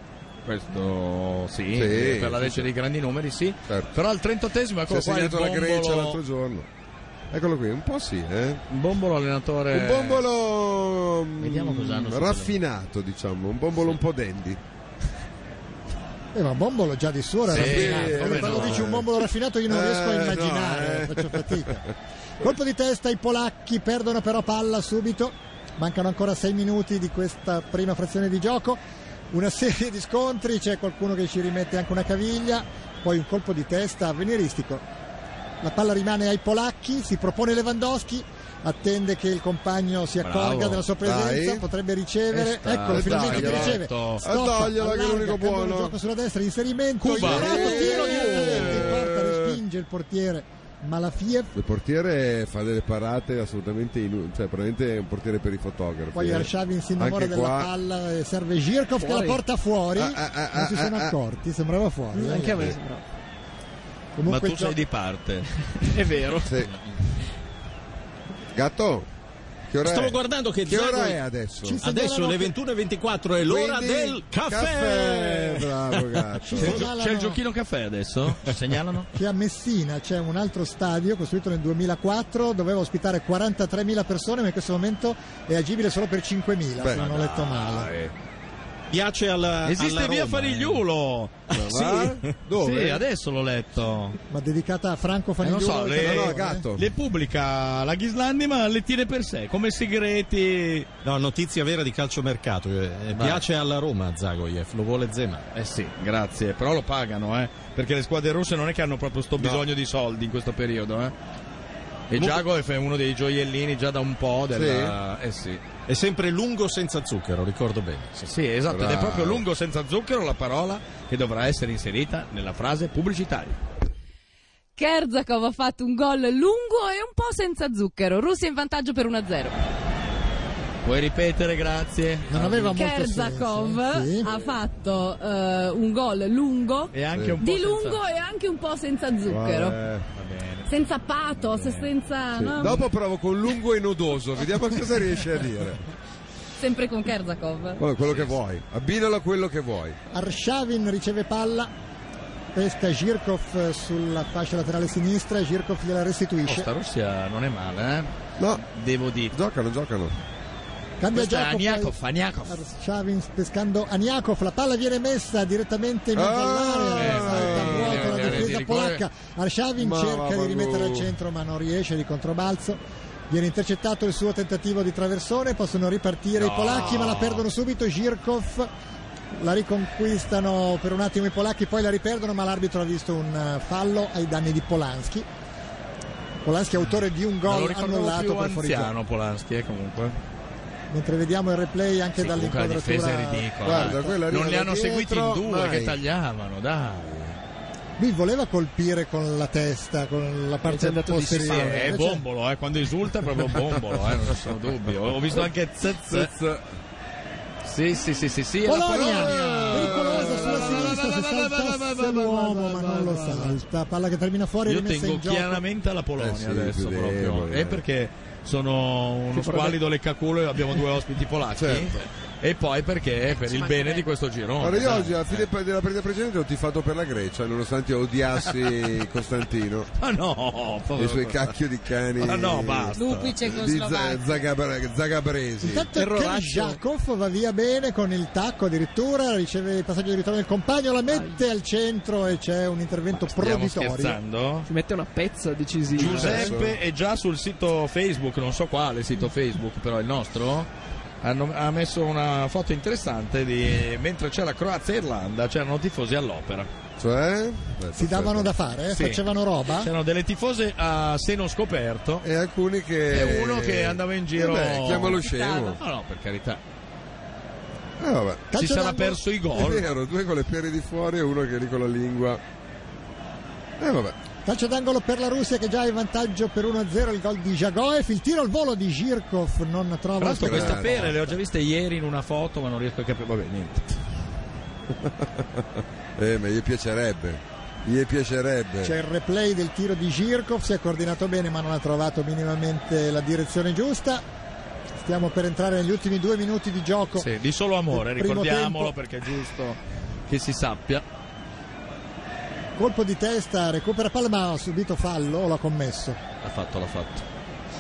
questo sì, Sì, per la sì, legge dei grandi numeri, sì. Però al 38esimo, Ci ha eccolo qua. il segnato la Grecia bombolo- l'altro giorno. Eccolo qui, un po' sì, eh. Un bombolo allenatore. Un bombolo mm, Vediamo cos'hanno sul raffinato, diciamo, un bombolo un po' dandy. Eh, ma bombolo già di suora Sì, raffinato. come Quando no, dici eh. un bombolo raffinato io non Eh, riesco a no, immaginare, eh. faccio fatica. Colpo di testa, i polacchi perdono però palla subito. Mancano ancora 6 minuti di questa prima frazione di gioco. Una serie di scontri, c'è qualcuno che ci rimette anche una caviglia, poi un colpo di testa avveniristico. La palla rimane ai polacchi, si propone Lewandowski, attende che il compagno si Bravo, accorga della sua presenza, dai. potrebbe Eh, ricevere. sta- Eccolo, eh, finalmente che dai, riceve. Otto. Stoppa, Eh, togliela, che è allarga, l'unico cambia il buono. gioco sulla destra, inserimento, Cuba. ignorato, Eh. tiro direttamente in porta, respinge il portiere Malafiev. Il portiere fa delle parate assolutamente inutili, cioè praticamente è un portiere per i fotografi. Poi eh. Arshavin si innamora Anche della qua- palla e serve Girkov che la Fuori. porta fuori. Ah, ah, ah, non si ah, sono ah, ah. accorti, sembrava fuori. Anche a me Eh. sembrava. Ma Comunque tu il gioco- sei di parte. È vero. Gatto, che ora Stavo è? guardando che, Che ora Zaghi- è adesso? Ci segnalano Adesso le che- 21.24 è l'ora Quindi, del caffè. caffè, bravo C'è, gatto. il gio- c'è il giochino caffè adesso? Ci segnalano? che a Messina c'è un altro stadio costruito nel 2004, doveva ospitare 43.000 persone, ma in questo momento è agibile solo per 5.000, se Beh, non ho ma letto male. Piace alla Esiste alla via Roma, Farigliulo. eh. Sì. Sì. Sì, adesso l'ho letto. Ma dedicata a Franco Eh, non Fanigliolo. so, che le, lavora, eh. le pubblica la Ghislandi ma le tiene per sé, come segreti. No, notizia vera di calciomercato. eh, eh, Vai. Piace alla Roma Zagoyev, lo vuole Zema. Eh sì, grazie, però lo pagano, eh, perché le squadre russe non è che hanno proprio sto bisogno di soldi in questo periodo, eh. E Mo- Giago è uno dei gioiellini già da un po' della... Eh sì. È sempre lungo senza zucchero, ricordo bene. Sì, Esatto, ed è proprio lungo senza zucchero la parola che dovrà essere inserita nella frase pubblicitaria. Kerzakov ha fatto un gol lungo e un po' senza zucchero. Russia in vantaggio per 1-0. Puoi ripetere, grazie? Non aveva molto Kerzakov ha fatto eh, un gol lungo, E anche un po' di senza- lungo e anche un po' senza zucchero. Vabbè, va bene. Senza pathos, senza... Sì. no? Dopo provo con lungo e nodoso, vediamo cosa riesci a dire. Sempre con Kerzakov. Vabbè, quello che vuoi, abbinalo a quello che vuoi. Arshavin riceve palla, pesca Girkov sulla fascia laterale sinistra e Girkov gliela Oh, restituisce. sta Russia non è male, eh? No. Devo dire. Giocano, Oh, giocano. Cambia Questa è gioco. Aniakov, poi Aniakov. Arshavin pescando Aniakov, la palla viene messa direttamente in mezzo Ah! Eh, all'area. salta a vuoto la difesa polacca. Arshavin Ma cerca vaffanculo. di rimettere al centro, ma non riesce di controbalzo. Viene intercettato il suo tentativo di traversone, possono ripartire i No. polacchi, ma la perdono subito. Girkov la riconquistano per un attimo i polacchi, poi la riperdono, ma l'arbitro ha visto un eh, fallo ai danni di Polanski. Polanski autore di un Non lo gol ricordavo annullato più per fuorigioco. anziano Polanski, eh, comunque. Mentre vediamo il replay anche Sì, comunque la dall'inquadratura. difesa è ridicola. Guarda, eh. quella non arriva li da hanno dietro, seguiti in due mai. che tagliavano, dai. Lui voleva colpire con la testa, con la parte posteriore. Sì, è Invece- bombolo, eh, quando esulta è proprio bombolo, *laughs* eh, non ci sono dubbi. Ho visto *laughs* anche Zez. Sì, sì, sì, sì, sì. è la Polonia! Polonia. Pericolosa sulla sinistra, se saltasse l'uomo, ma non lo salta. Palla che termina fuori e Io rimessa tengo in gioco. chiaramente alla Polonia Eh sì, adesso direi, proprio. magari. È perché sono uno Ci provo- squallido leccaculo e abbiamo due ospiti polacchi. Certo. E poi perché per il bene di questo *laughs* girone. Guarda, io dai. oggi alla fine della partita precedente ho tifato per la Grecia, *laughs* nonostante odiassi Costantino. Ma Ah, no, I suoi povero. cacchio di cani. Ma Ah, no, basta. Lupi Di Za- cecoslovacchi. Zagabra- Zagabresi. Intanto Kerjakov va via bene con il tacco addirittura, riceve il passaggio di ritorno del compagno, la mette al centro e c'è un intervento proditorio. Ci mette una pezza decisiva. Giuseppe è già sul sito Facebook, non so quale sito Facebook, però il nostro. hanno- ha messo una foto interessante di mentre c'è la Croazia e Irlanda c'erano tifosi all'opera. Cioè? Si davano da fare, eh? Sì. facevano roba. C'erano delle tifose a seno scoperto e alcuni che. E uno che andava in giro. Vabbè, chiamalo scemo. No, no, per carità. Eh, vabbè. Si sarà perso i gol. È vero, due con le pere di fuori e uno che è lì con la lingua. E vabbè. Calcio d'angolo per la Russia che già è in vantaggio per 1-0 il gol di Jagoev, il tiro al volo di Girkov non trova Tra l'altro il queste spazio. pere le ho già viste ieri in una foto, ma non riesco a capire. Vabbè, niente. Eh, ma gli piacerebbe. Gli piacerebbe. Ah, C'è il replay del tiro di Girkov, si è coordinato bene ma non ha trovato minimamente la direzione giusta. Stiamo per entrare negli ultimi due minuti di gioco. Sì, di solo amore, Del primo ricordiamolo tempo. perché è giusto che si sappia. Colpo di testa, recupera palla ma ha subito fallo o l'ha commesso? L'ha fatto, l'ha fatto.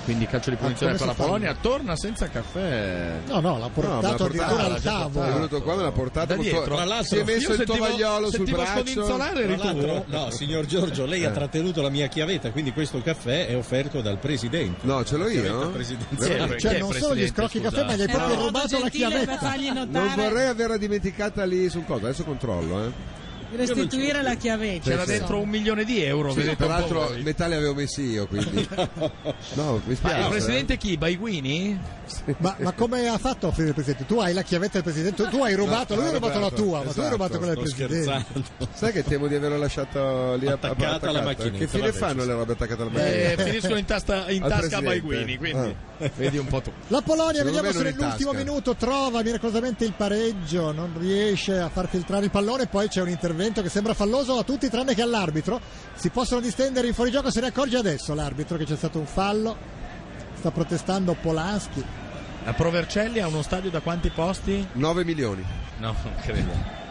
Quindi calcio di punizione come per si la fa? Polonia, torna senza caffè. No, no, l'ha portato addirittura al tavolo. È venuto qua, me l'ha portato. Da col dietro. to- Tra l'altro, si è messo io il sentivo- tovagliolo sul sentivo braccio. scodinzolare, Tra l'altro, no, signor Giorgio, lei ha Eh. trattenuto la mia chiavetta, quindi questo caffè è offerto dal presidente. No, ce l'ho La io? chiavetta Vero? Cioè, presidenziale. Chi è non il solo gli presidente, scrocchi scusa? caffè, ma gli hai Era proprio un modo rubato la gentile per chiavetta. fargli notare. Non vorrei averla dimenticata lì sul coso. Adesso controllo, eh. Restituire la chiavetta. C'era dentro un milione di euro. Sì, vedete un po' peraltro voi. il metà avevo messi *laughs* io, quindi. No, mi Ma spiace. Ah, il presidente chi? Baiguini? Ma, ma come ha fatto a offrire il presidente? Tu hai la chiavetta del presidente, tu hai rubato, No, lui ha l'ha rubato la rubato, tua, ma tu hai esatto. rubato quella del Sto presidente. Sai che temo di averla lasciata lì Attaccata alla macchinetta, Che fine vabbè, fanno ci le robe attaccate alla Eh, macchinetta? finiscono in, tasta- in Al tasca a presidente. Ah. Eh. Baiguini, quindi vedi un po' tu. La Polonia, Secondo vediamo me se non in nell'ultimo tasca. minuto trova miracolosamente il pareggio, non riesce a far filtrare il pallone, poi c'è un intervento che sembra falloso a tutti tranne che all'arbitro. Si possono distendere in fuorigioco, se ne accorge adesso l'arbitro che c'è stato un fallo. Sta protestando Polanski. La Provercelli ha uno stadio da quanti posti? 9 milioni. No, non credo.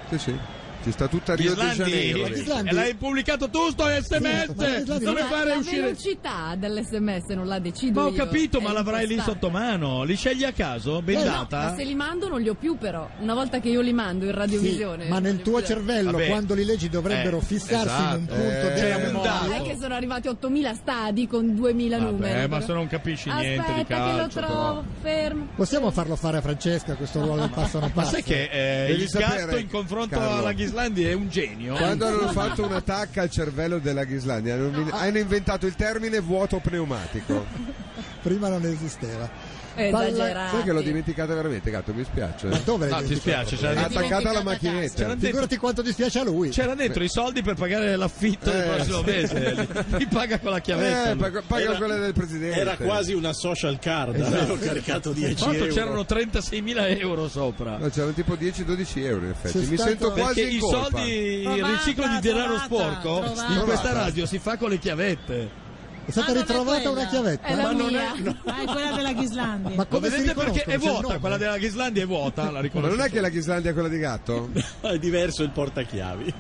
Sì, sì. Ci sta tutta Rio de Janeiro. Ghislandi, e l'hai pubblicato tu sto Ma sms come la- fare a la uscire velocità dell'SMS non la decido ma ho io, eh, capito è ma l'avrai lì impostata. sotto mano li scegli a caso Eh, no, ma bellata se li mando non li ho più però una volta che io li mando in radiovisione ma nel tuo cervello, Vabbè. quando li leggi, dovrebbero Eh, fissarsi in un esatto. punto Eh, della c'è un memoria. non è che sono arrivati 8000 stadi con 2000 numeri Vabbè, ma se non capisci niente di aspetta che lo calcio trovo però. fermo Possiamo farlo fare a Francesca questo ruolo del passo non *laughs* ma passa? sai che eh, Devi il sapere, gatto in confronto Carlo. alla Ghislandi è un genio Quando hanno fatto un'attacca al cervello della Ghislandia hanno, hanno inventato il termine vuoto pneumatico. Prima non esisteva. Ah, Esagerati. Sai che l'ho dimenticata veramente, gatto, mi spiace. Ma dove l'hai No, ti dimenticato? spiace, È c'era dentro, attaccata alla C'era macchinetta. dentro- Figurati quanto dispiace a lui. c'era dentro i soldi per pagare l'affitto del Eh, prossimo sì. mese eh, li paga con la chiavetta Eh, lui. paga, paga quella del presidente. Era quasi una social card, avevo caricato 10 Quanto euro. c'erano 36.000 euro sopra No, c'erano tipo 10-12 euro in effetti. C'è Mi stato- sento Eh, quasi perché in i colpa. soldi il Trovata, riciclo di denaro trovata, sporco trovata. in questa Trovata. radio si fa con le chiavette È stata Ah, non è ritrovata quella. Eh, una chiavetta. È la Ma non- mia. Ah, è quella della Ghislandi. Ma Lo come si vedete perché Cioè, riconoscono? è C'è il vuota, nome? quella della Ghislandia è vuota, la Ma riconosco. non è che la Ghislandia è quella di gatto? È diverso il portachiavi.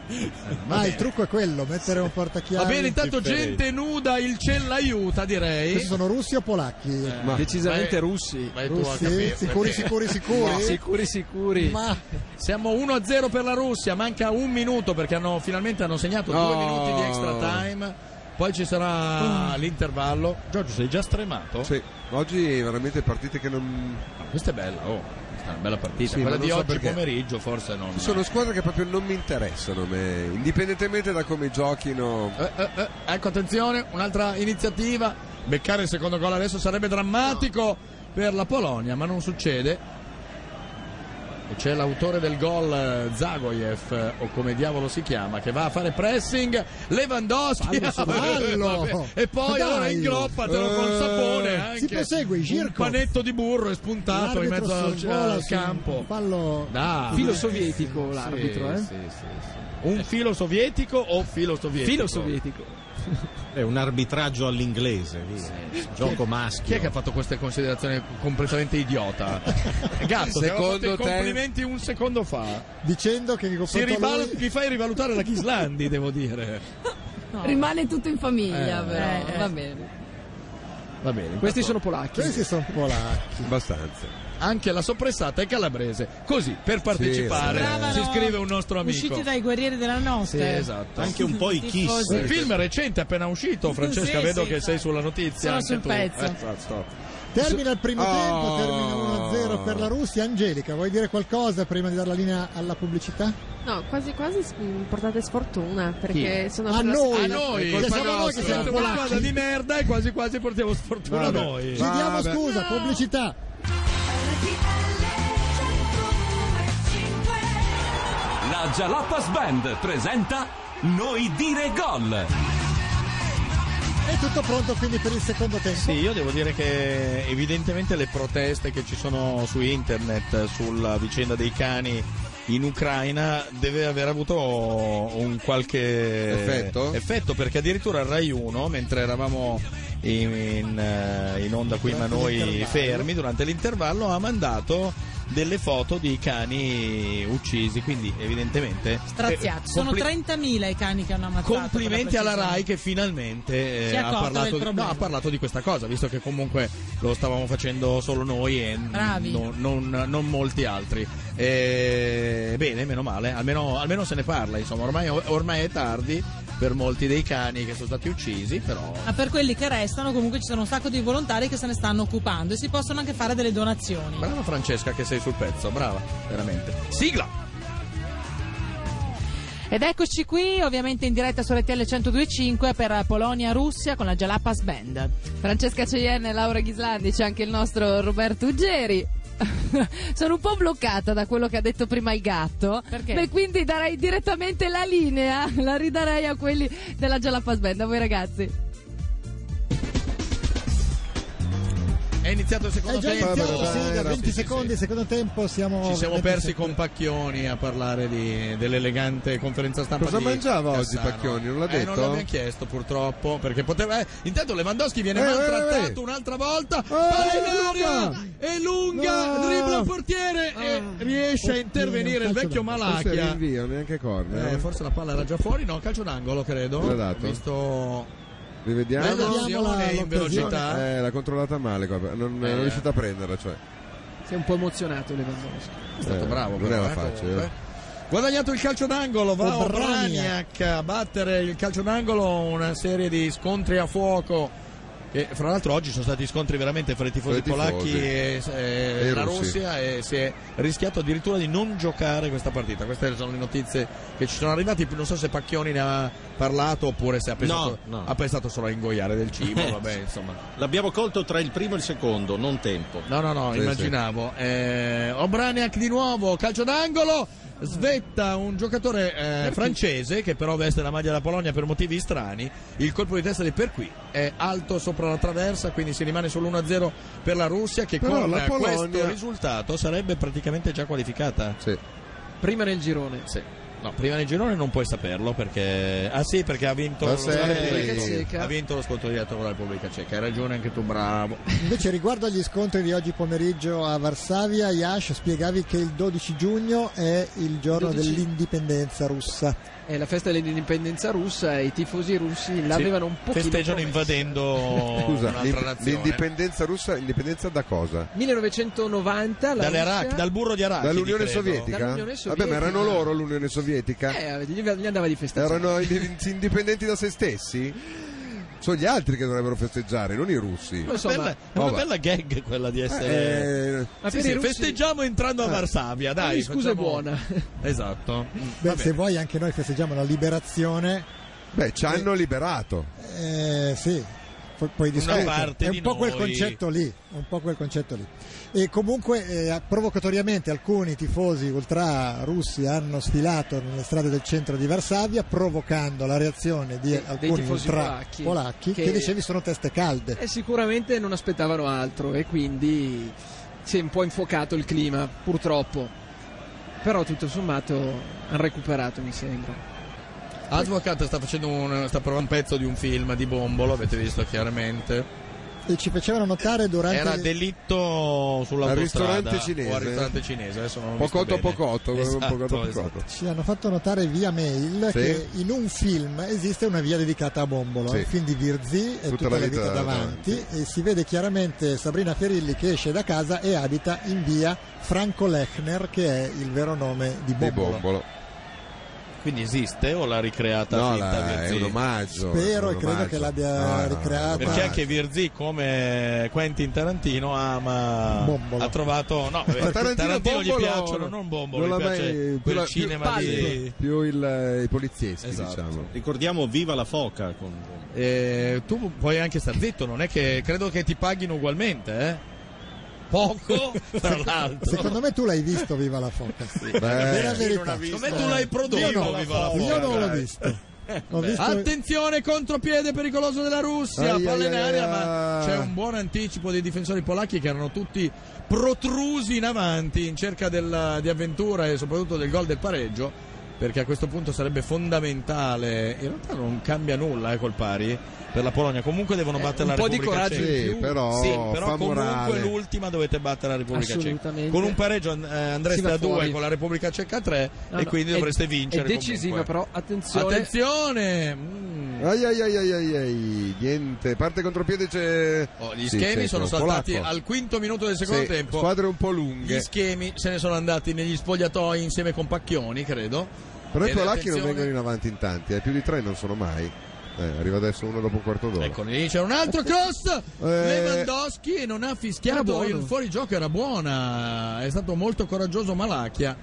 Ma il trucco è quello, mettere un portachiavi. Va bene, intanto Differente. gente nuda, il cell aiuta, Questi direi. sono russi o polacchi? Eh, Ma- Decisamente Beh, russi. Vai tu a russi? capire, Sicuri, perché- sicuri, Ah, sicuri? Sicuri, sicuri. Ma Siamo 1-0 per la Russia, manca un minuto perché hanno, finalmente hanno segnato due No. Oh. minuti di extra time. Poi ci sarà l'intervallo. Giorgio, sei già stremato? Sì, oggi veramente partite che non. Ah, questa è bella, oh. Questa è una bella partita. Sì, ma Quella non di so oggi perché. pomeriggio forse non. Sono squadre che proprio non mi interessano, a me. indipendentemente da come giochino. Eh, eh, eh, ecco attenzione, un'altra iniziativa. Beccare il secondo gol adesso sarebbe drammatico per la Polonia, ma non succede. E c'è l'autore del gol eh, Zagoyev, eh, o come diavolo si chiama, che va a fare pressing. Lewandowski Fallo su fallo. *laughs* Vabbè. e poi Dai. allora ingroppa col sapone. Anche. si prosegue, Un Girko. panetto di burro è spuntato in mezzo al, al campo. Fallo. Dai. Filo sovietico l'arbitro, eh? Sì, sì, sì, sì. Un filo sovietico o filo sovietico? Filo sovietico. È un arbitraggio all'inglese, via. gioco maschio. Chi è che ha fatto queste considerazioni completamente idiota? *laughs* Gatto, ti avevo fatto Secondo i te- complimenti un secondo fa. Dicendo che in Si confronto a rival- lui- mi fai rivalutare la Ghislandi, devo dire. rimane tutto in Eh, famiglia però eh. va bene Va bene. Questi intanto sono polacchi. Questi sono polacchi. Abbastanza. Anche la soppressata è calabrese. Così, per partecipare, Sì, Bravano, si scrive un nostro amico. Usciti dai guerrieri della Sì, notte. esatto. Anche un po' i kiss. Un film recente appena uscito, Francesca, Sì, vedo sì, che dai. sei sulla notizia. Sono anche sul tu. pezzo. Ah, Esatto. Termina il primo Oh. tempo, termina 1-0 per la Russia. Angelica, vuoi dire qualcosa prima di dare la linea alla pubblicità? No, quasi quasi mm, portate sfortuna perché sono Ah, A sulla- noi, Eh, A noi, che siamo noi che Nostra. siamo una squadra polacchi. di merda e quasi quasi portiamo sfortuna a Vabbè. noi. Ci diamo Vabbè. scusa, pubblicità. La Jalapas Band presenta Noi dire gol. È tutto pronto quindi per il secondo tempo. Sì, io devo dire che evidentemente le proteste che ci sono su internet sulla vicenda dei cani in Ucraina deve aver avuto un qualche Effetto? effetto, perché addirittura il Rai 1, mentre eravamo in, in, eh, in onda qui ma Durante noi l'intervallo. fermi durante l'intervallo, ha mandato delle foto di cani uccisi, quindi evidentemente... Straziati. eh, Sono compli- 30.000 i cani che hanno ammazzato. Complimenti alla RAI che finalmente eh, Si è ha, accorta del parlato di, no, problema. ha parlato di questa cosa, visto che comunque lo stavamo facendo solo noi e n- Bravi. non- non, non molti altri. Eh, bene, meno male, almeno, almeno se ne parla, insomma, ormai, ormai è tardi per molti dei cani che sono stati uccisi, però... Ma per quelli che restano, comunque ci sono un sacco di volontari che se ne stanno occupando e si possono anche fare delle donazioni. Brava Francesca che sei sul pezzo, brava, veramente. Sigla! Ed eccoci qui, ovviamente in diretta su RTL 1025 per Polonia-Russia con la Jalapas Band. Francesca Ceienne, Laura Ghislandi, c'è anche il nostro Roberto Uggeri. *laughs* Sono un po' bloccata da quello che ha detto prima il gatto. Perché? E quindi darei direttamente la linea, la ridarei a quelli della Jalapas Band, a voi ragazzi. È iniziato il È secondo già tempo. iniziato, Sì, sì, da sì, 20 sì, secondi, secondo tempo siamo... Ci siamo 20 persi secondi. con Pacchioni a parlare di- dell'elegante conferenza stampa. Cosa di mangiava oggi Cassano. Pacchioni? Non l'ha Eh, non detto? l'abbiamo chiesto purtroppo, perché poteva... eh, intanto Lewandowski viene Eh, maltrattato eh, Ah. eh. un'altra volta. Palla in aria! È lunga, No. dribbla il portiere e riesce a intervenire il vecchio Ah, Forse è Malachia. rinvio, neanche corner. Eh, forse la palla era già fuori, no? Calcio d'angolo, credo. L'ha dato. Visto... Rivediamo. Bella azione in velocità. Eh, l'ha controllata male qua, non, non è Eh. riuscita a prenderla, cioè. Sei un po' emozionato Lewandowski. È stato Eh, bravo, non però, era eh, facile. comunque. Guadagnato il calcio d'angolo, va Obraniak. Obraniak a battere il calcio d'angolo, una serie di scontri a fuoco. Che, fra l'altro oggi sono stati scontri veramente fra i tifosi, Fra i tifosi. polacchi e, e E i la russi. Russia e si è rischiato addirittura di non giocare questa partita. Queste sono le notizie che ci sono arrivate, non so se Pacchioni ne ha parlato oppure se ha pensato, No, no. ha pensato solo a ingoiare del *laughs* cibo, vabbè insomma. Eh, L'abbiamo colto tra il primo e il secondo, non tempo. No, no, no, Sì, immaginavo. Eh, Obraniak di nuovo, calcio d'angolo. Svetta un giocatore eh, francese che però veste la maglia della Polonia per motivi strani. Il colpo di testa di Perqui è alto sopra la traversa, quindi si rimane sull'1-0 per la Russia che Però con la eh, Polonia- questo risultato sarebbe praticamente già qualificata. Prima nel girone. Sì. No, prima nel girone non puoi saperlo perché... Ah sì, perché ha vinto, La lo- Serbia. ha vinto lo scontro diretto con la Repubblica Ceca. Hai ragione anche tu, bravo. Invece riguardo agli scontri di oggi pomeriggio a Varsavia, Yash spiegavi che il 12 giugno è il giorno 12. dell'indipendenza russa. È Eh, la festa dell'indipendenza russa e i tifosi russi l'avevano un po' Festeggiano invadendo Scusa, un'altra l'in- nazione. l'indipendenza russa, indipendenza da cosa? 1990 la Dall'Iraq, Russia- dal burro di Arachidi Dall'Unione Ah, credo. Sovietica? Dall'Unione Vabbè, ma erano Sovietica. loro l'Unione Sovietica? Eh, gli, gli andava di festeggiare. Erano i- indipendenti da se stessi? Sono gli altri che dovrebbero festeggiare, non i russi. Lo so, Bella- ma- è una Oh, va. bella gag quella di essere Eh, Ma Sì, per sì, i russi- festeggiamo entrando a Varsavia dai Ogni scusa è facciamo- buona. *laughs* esatto Beh, Vabbè. se vuoi anche noi festeggiamo la liberazione, beh, Eh. ci hanno liberato. eh, sì, poi, poi discuto. parte È di un po' quel noi. concetto lì, è un po' quel concetto lì. E comunque eh, provocatoriamente alcuni tifosi ultra russi hanno sfilato nelle strade del centro di Varsavia provocando la reazione di Dei- dei alcuni tifosi ultra polacchi, polacchi che... che dicevi sono teste calde. E Eh, sicuramente non aspettavano altro e quindi si è un po' infuocato il clima, purtroppo. Però tutto sommato hanno recuperato, mi sembra. Advocat sta facendo un sta provando un pezzo di un film di Bombolo avete visto chiaramente Eh, E ci facevano notare durante era delitto sull'autostrada Al ristorante cinese. o al ristorante cinese adesso non ho Pocotto, visto bene. pocotto, Esatto, pocotto, pocotto. esatto. Ci hanno fatto notare via mail Sì. che in un film esiste una via dedicata a Bombolo, Sì. il film di Virzi Tutta e tutta, la la vita vita davanti, e si vede chiaramente Sabrina Ferilli che esce da casa e abita in via Franco Lechner che è il vero nome di Di Bombolo. boh. bombolo. quindi esiste o l'ha ricreata No, finta la- è Virzì? un omaggio. Spero è un e credo omaggio. che l'abbia No, no, no, ricreata. è un perché omaggio. anche Virzì come Quentin Tarantino ama Bombolo. ha trovato no Ma eh, Tarantino, gli Bombolo- piacciono non Bombolo non gli l'ha piace mai- più quel la- più- cinema di più, più il- eh, i polizieschi, Esatto. diciamo. Ricordiamo Viva la foca con Eh, tu puoi anche star zitto, non è che credo che ti paghino ugualmente, eh? Poco, tra l'altro. Secondo me tu l'hai visto Viva la Foca. Eh. Beh, Vera verità. Come tu l'hai prodotto, Io no, viva la io foca, non l'ho dai. Eh, visto. Ho visto Attenzione, contropiede pericoloso della Russia, Ai, palla in ai, ai, aria, ai. ma c'è un buon anticipo dei difensori polacchi che erano tutti protrusi in avanti in cerca della- di avventura e soprattutto del gol del pareggio. perché a questo punto sarebbe fondamentale. In realtà non cambia nulla eh, col pari per la Polonia. Comunque devono Eh, battere un la po' di Repubblica coraggio in Ceca. più. Sì, però Sì, però fa comunque morale. l'ultima dovete battere la Repubblica Ceca. Assolutamente. Con un pareggio and- eh, andreste Si va a 2 fuori. con la Repubblica Ceca a 3 No, e no, quindi è- dovreste È vincere. decisiva, comunque. però attenzione. Attenzione! Mm. Ai ai ai ai ai ai, niente, parte contropiede c'è... Oh, Gli Sì, schemi c'è sono un saltati polacco. al quinto minuto del secondo Sì, tempo. squadre un po' Gli lunghe. schemi se ne sono andati negli sfogliatoi insieme con Pacchioni, credo. Però i Ed polacchi non attenzione- vengono in avanti in tanti, eh, più di tre non sono mai. Eh, arriva adesso uno dopo un quarto d'ora. Ecco lì c'è un altro Eh. cross. Lewandowski e non ha Era fischiato buono. il fuorigioco, era buona. È stato molto coraggioso Malachia.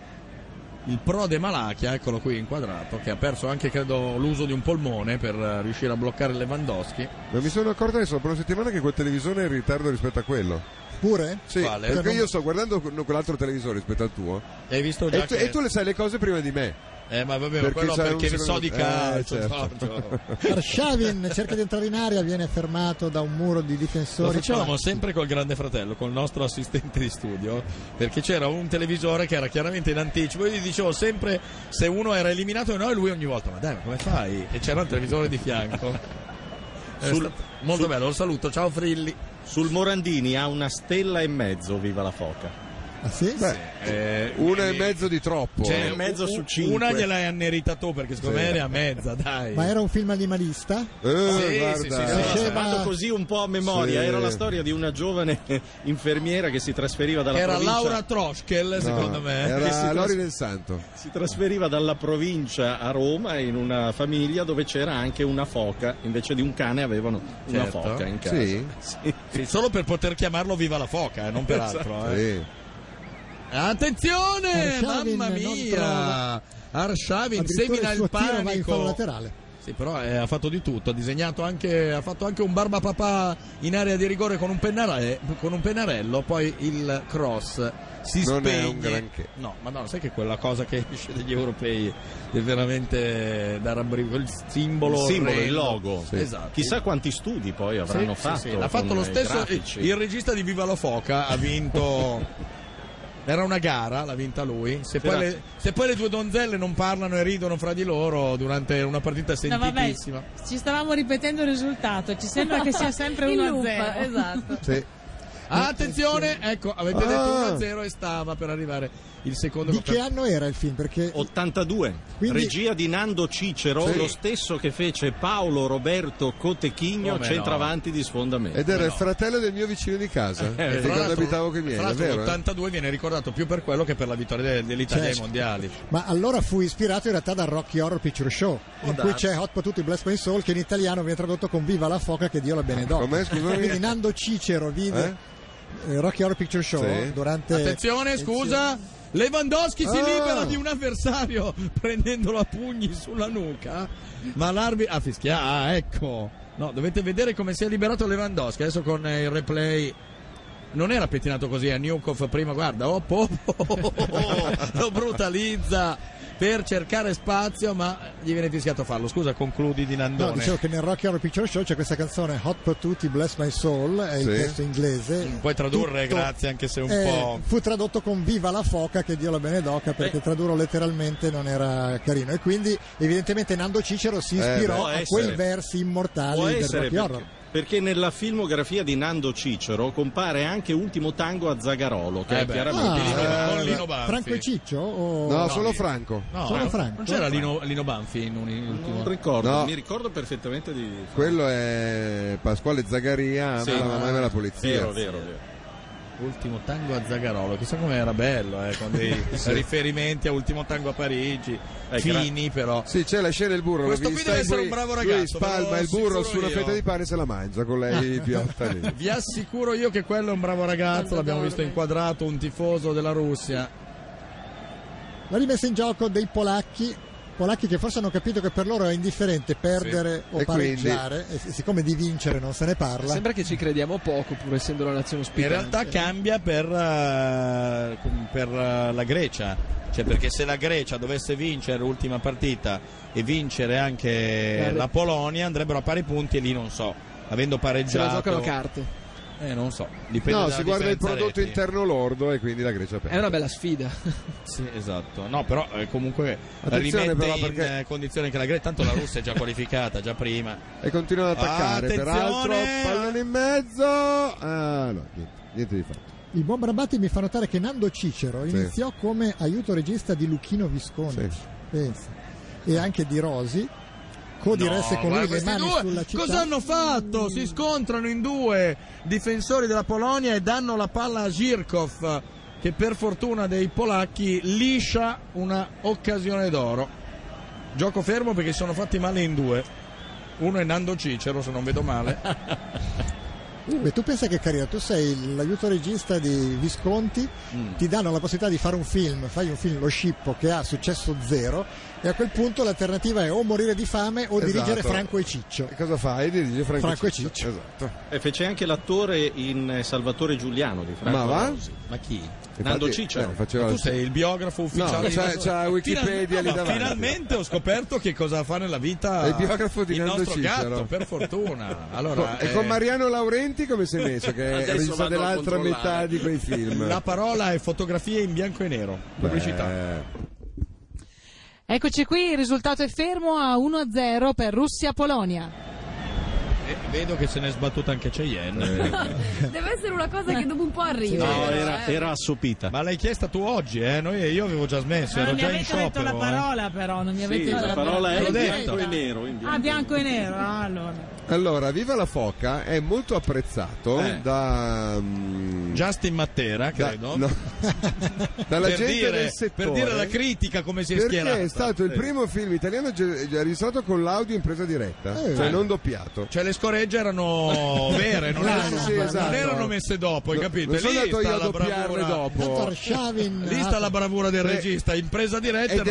Il prode Malachia, eccolo qui inquadrato, che ha perso anche credo l'uso di un polmone per eh, riuscire a bloccare Lewandowski. Non mi sono accorto adesso, per una settimana che quel televisore è in ritardo rispetto a quello. Pure? Sì, Quale? perché Perché io sto guardando que- no, quell'altro televisore rispetto al tuo. Hai visto già E tu, che- e tu le sai le cose prima di me. Eh, ma vabbè, ma quello sai un perché secondo- so di Eh, calcio, certo. Giorgio. Arshavin cerca di entrare in aria, viene fermato da un muro di difensori. Lo facevamo sempre col grande fratello, col nostro assistente di studio, perché c'era un televisore che era chiaramente in anticipo. Io gli dicevo sempre se uno era eliminato o no, e lui ogni volta, ma dai, ma come fai? E c'era un televisore di fianco. *laughs* È Sul- stato molto bello, lo saluto, ciao Frilli. Sul Morandini ha una stella e mezzo, viva la foca. Ah, sì? Eh, Una e mezzo di troppo. Cioè, mezzo su cinque. Una gliel'hai annerita tu perché secondo Sì. me era a mezza, dai. Ma era un film animalista? Eh, sì, sì, guarda. sì, sì, Faceva- Ah, fatto così un po' a memoria. Sì. Era la storia di una giovane *laughs* infermiera che si trasferiva dalla Era provincia. Laura Troschkel, No, secondo me. Che si Era tras- Lori del Santo. Si trasferiva dalla provincia a Roma in una famiglia dove c'era anche una foca, invece di un cane avevano una Certo. foca in casa. Sì? Sì, solo per poter chiamarlo Viva la Foca, eh, non per Esatto. altro. eh. Sì. Attenzione, Arshavin mamma non mia! trova. Arshavin Addirittura semina il, suo tiro va in fallo panico. laterale. Sì, però eh, ha fatto di tutto, ha disegnato anche, ha fatto anche un barbapapà in area di rigore con un, pennare- con un pennarello, poi il cross si Non è spegne. un granché. No, ma no, sai che quella cosa che esce dagli europei è veramente da rabbrivido, il Il simbolo, simbolo, il orrendo. logo. Esatto. Chissà quanti studi poi avranno Sì, fatto. sì, sì. L'ha con fatto lo i stesso. grafici. Il regista di Viva la Foca ha vinto. *laughs* Era una gara, l'ha vinta lui. Se poi, Era- le, se poi le due donzelle non parlano e ridono fra di loro durante una partita No, vabbè, sentitissima. ci stavamo ripetendo il risultato, ci sembra che sia sempre *laughs* In 1-0. loop, Eh, Esatto. Sì. Ah, attenzione, ecco, avete Ah. detto 1-0 e stava per arrivare il secondo Di che gol. anno era il film? Perché 82, Quindi- regia di Nando Cicero, Sì. lo stesso che fece Paolo Roberto Cotechigno, Come no? centravanti di sfondamento. Ed era il fratello del mio vicino di casa. Eh, di Tra quando l'altro- abitavo che miei, tra è l'altro vero? eh? l'82 viene ricordato più per quello che per la vittoria de- dell'Italia ai Certo. mondiali. Ma allora fu ispirato in realtà dal Rocky Horror Picture Show, Oh, in cui darsi. c'è Hot Potato in Blast My Soul che in italiano viene tradotto con Viva la foca che Dio la benedò. Com'è, scusami? Quindi Nando Cicero vide eh, Rocky Horror Picture Show Sì. durante... Attenzione, scusa. Lewandowski si Ah. libera di un avversario *laughs* prendendolo a pugni sulla nuca. Ma l'arbitro. Ah, fischia. Ah, ecco. No, dovete vedere come si è liberato Lewandowski. Adesso con eh, il replay. Non era pettinato così a Newcov prima, guarda, oh, po- *laughs* lo brutalizza per cercare spazio, ma gli viene fischiato a farlo. Scusa, concludi di No, Nandone. dicevo che nel Rocky Horror Picture Show c'è questa canzone Hot Potuti Bless My Soul, è il Sì. testo inglese. Mm. Puoi tradurre, Tutto- grazie, anche se un Eh, po'. Eh. Fu tradotto con Viva la foca che Dio la benedoca perché tradurlo letteralmente non era carino e quindi evidentemente Nando Cicero si Eh, può ispirò a essere. quei versi immortali Può del essere Rocky Horror. perché, perché nella filmografia di Nando Cicero compare anche Ultimo Tango a Zagarolo, che Eh è beh. Ah, chiaramente Lino- eh, con Lino Banfi. Franco e Ciccio? O... No, solo Franco. No, sono non- Franco. Non c'era Lino, Lino Banfi in un in un ultimo. Non ricordo, No. mi ricordo perfettamente di Quello è Pasquale Zagaria, Sì. ma la mamma della polizia. Vero, vero, vero. Ultimo tango a Zagarolo, chissà com'era bello, eh, con *laughs* dei riferimenti a Ultimo tango a Parigi, Eh, fini però. Sì, c'è la scena del burro. Questo l'ho qui vista, deve in essere cui un bravo lui ragazzo, ve spalma lo il burro assicuro su una io. fetta di pane e se la mangia con *laughs* lei idiota lì. Vi assicuro io che quello è un bravo ragazzo, l'abbiamo visto inquadrato, un tifoso della Russia. La rimessa in gioco dei polacchi, polacchi che forse hanno capito che per loro è indifferente perdere o E pareggiare, e siccome di vincere non se ne parla, Sembra che ci crediamo poco, pur essendo la nazione In ospitante. realtà cambia per, eh, per, eh, la Grecia, cioè perché se la Grecia dovesse vincere l'ultima partita e vincere anche Vale. la Polonia andrebbero a pari punti e lì non so, avendo Eh, se la pareggiato. giocano carte. Eh, non so. Dipende No, dalla si guarda il differenza prodotto reti. interno lordo e quindi la Grecia perde. È una bella sfida. Sì, esatto. No, però eh, comunque Attenzione, rimette però, in perché- eh, condizione che la Grecia, tanto la Russia è già qualificata, già prima. *laughs* E continua ad attaccare, Attenzione! peraltro pallone in mezzo. Ah, no, niente, niente di fatto. I Bombrabati mi fa notare che Nando Cicero Sì. iniziò come aiuto regista di Luchino Visconti pensa. e anche di Rosi. Codiresse No, con lui guarda, le questi mani due sulla città. Cosa hanno fatto? Si scontrano in due difensori della Polonia e danno la palla a Zirkov che per fortuna dei polacchi liscia una occasione d'oro. Gioco fermo perché si sono fatti male in due. Uno è Nando Cicero, se non vedo male. Beh, tu pensa che carriera, tu sei l'aiuto regista di Visconti, ti danno la possibilità di fare un film, fai un film lo scippo che ha successo zero e a quel punto l'alternativa è o morire di fame o dirigere Esatto. Franco e Ciccio. Cosa fai? Dirige Franco, Franco e Ciccio. Esatto. E fece anche l'attore in eh, Salvatore Giuliano di Franco Ma va? Rosi. Ma chi? Infatti, Nando Cicero. eh, faceva- Ma tu sei il biografo ufficiale. No, di c'ha- questo- c'ha Wikipedia Finalmente- lì no, ma davanti. Finalmente ho scoperto che cosa fa nella vita È il biografo di il Nando nostro Cicero. gatto, per *laughs* fortuna. Allora, Co- e con eh, Mariano Laurenti come sei messo? Che è Adesso regista vado a dell'altra controllare. metà di quei film. La parola è fotografie in bianco e nero. Pubblicità. Eccoci qui, il risultato è fermo a 1-0 per Russia-Polonia. E Eh, vedo che se ne è sbattuta anche Cheyenne. Deve essere una cosa che dopo un po' arriva. No, però, era- eh. Era assopita. *laughs* Ma l'hai chiesta tu oggi, eh? Noi- io avevo già smesso, Ma non ero Ah, mi già in avete detto la sciopero. eh. parola, però. Non mi avete detto la parola. L'ho bianco detto. e nero. Ah, bianco e nero. ah, allora. Allora, Viva la Foca è molto apprezzato Eh. da... mm, Justin Mattera, credo. *laughs* no. dalla per, gente dire, del settore. per dire la critica come si è Perché schierata. è stato il Sì. primo film italiano ge- ge- registrato con l'audio in presa diretta, Eh. cioè non doppiato. Cioè le scoregge *laughs* erano vere, non, Ah, erano, sì, non esatto. erano messe dopo, hai No, capito? non sono Lì andato sta io a la doppiarle bravura. dopo. Tanto Arshavin- Lì sta la bravura del Eh, regista, in presa diretta e non è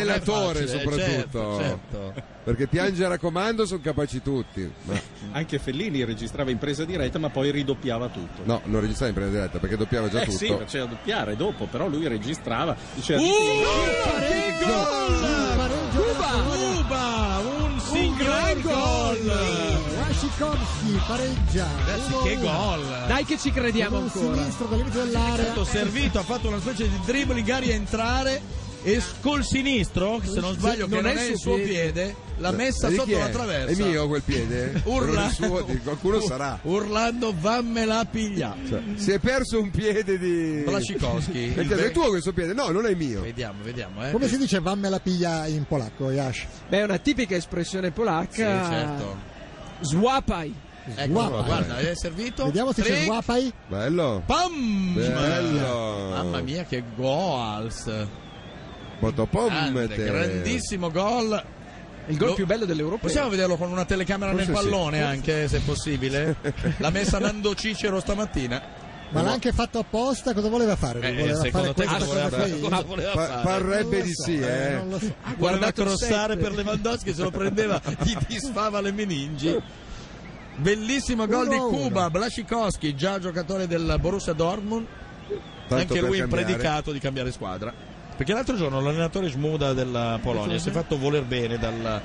facile, dell'attore eh, soprattutto. certo, certo. Perché piangere a comando sono capaci tutti. Ma... Anche Fellini registrava in presa diretta, ma poi ridoppiava tutto. No, non registrava in presa diretta perché doppiava già eh tutto. sì, faceva doppiare dopo, però lui registrava. Diceva, Uh, "Dico, che gol! Cuba, Cuba, un singolo gol! Wasikowski pareggia. Ragazzi, 1-1. che gol! Dai che ci crediamo Gol ancora. sinistro dall'inizio È dell'area. stato servito, ha fatto una specie di dribbling a rientrare e s- col sinistro, se non sbaglio, Sì, che non non è è il il suo suo piede, l'ha messa E eh, di chi sotto la è? traversa. È mio quel piede? Urla- Non è suo, di qualcuno *laughs* sarà. Urlando, vammela a pigliare. Cioè, si è perso un piede di. Blasicowski. Perché Il- è tuo questo piede? No, non è mio. Vediamo, vediamo, eh. Come si dice vammela piglia in polacco, Yash? Beh, è una tipica espressione polacca. Sì, certo. Swapai. Ecco, Guapa. guarda, è servito. Vediamo se c'è Tre- Guapai. Bello. Pam! Bello. Mamma mia, che goals! Potopom, Grande, te. grandissimo gol. Il gol Lo- più bello dell'Europa. Possiamo vederlo con una telecamera Forse nel pallone sì. anche, se *laughs* possibile? L'ha messa Nando Cicero stamattina. Ma l'ha anche fatto apposta, cosa voleva fare? Eh, voleva secondo te questa cosa voleva cosa qui? fare? Cosa voleva Pa- fare? parrebbe Non lo di so, sì, eh. non lo so. Ah, Guarda guardato crossare sette. per Lewandowski, se lo *laughs* prendeva, gli disfava le meningi. Bellissimo gol di Uno a uno. Cuba, Blasikowski, già giocatore del Borussia Dortmund, Tanto anche per lui in cambiare. predicato di cambiare squadra. Perché l'altro giorno l'allenatore Smuda della Polonia si è fatto voler bene dal-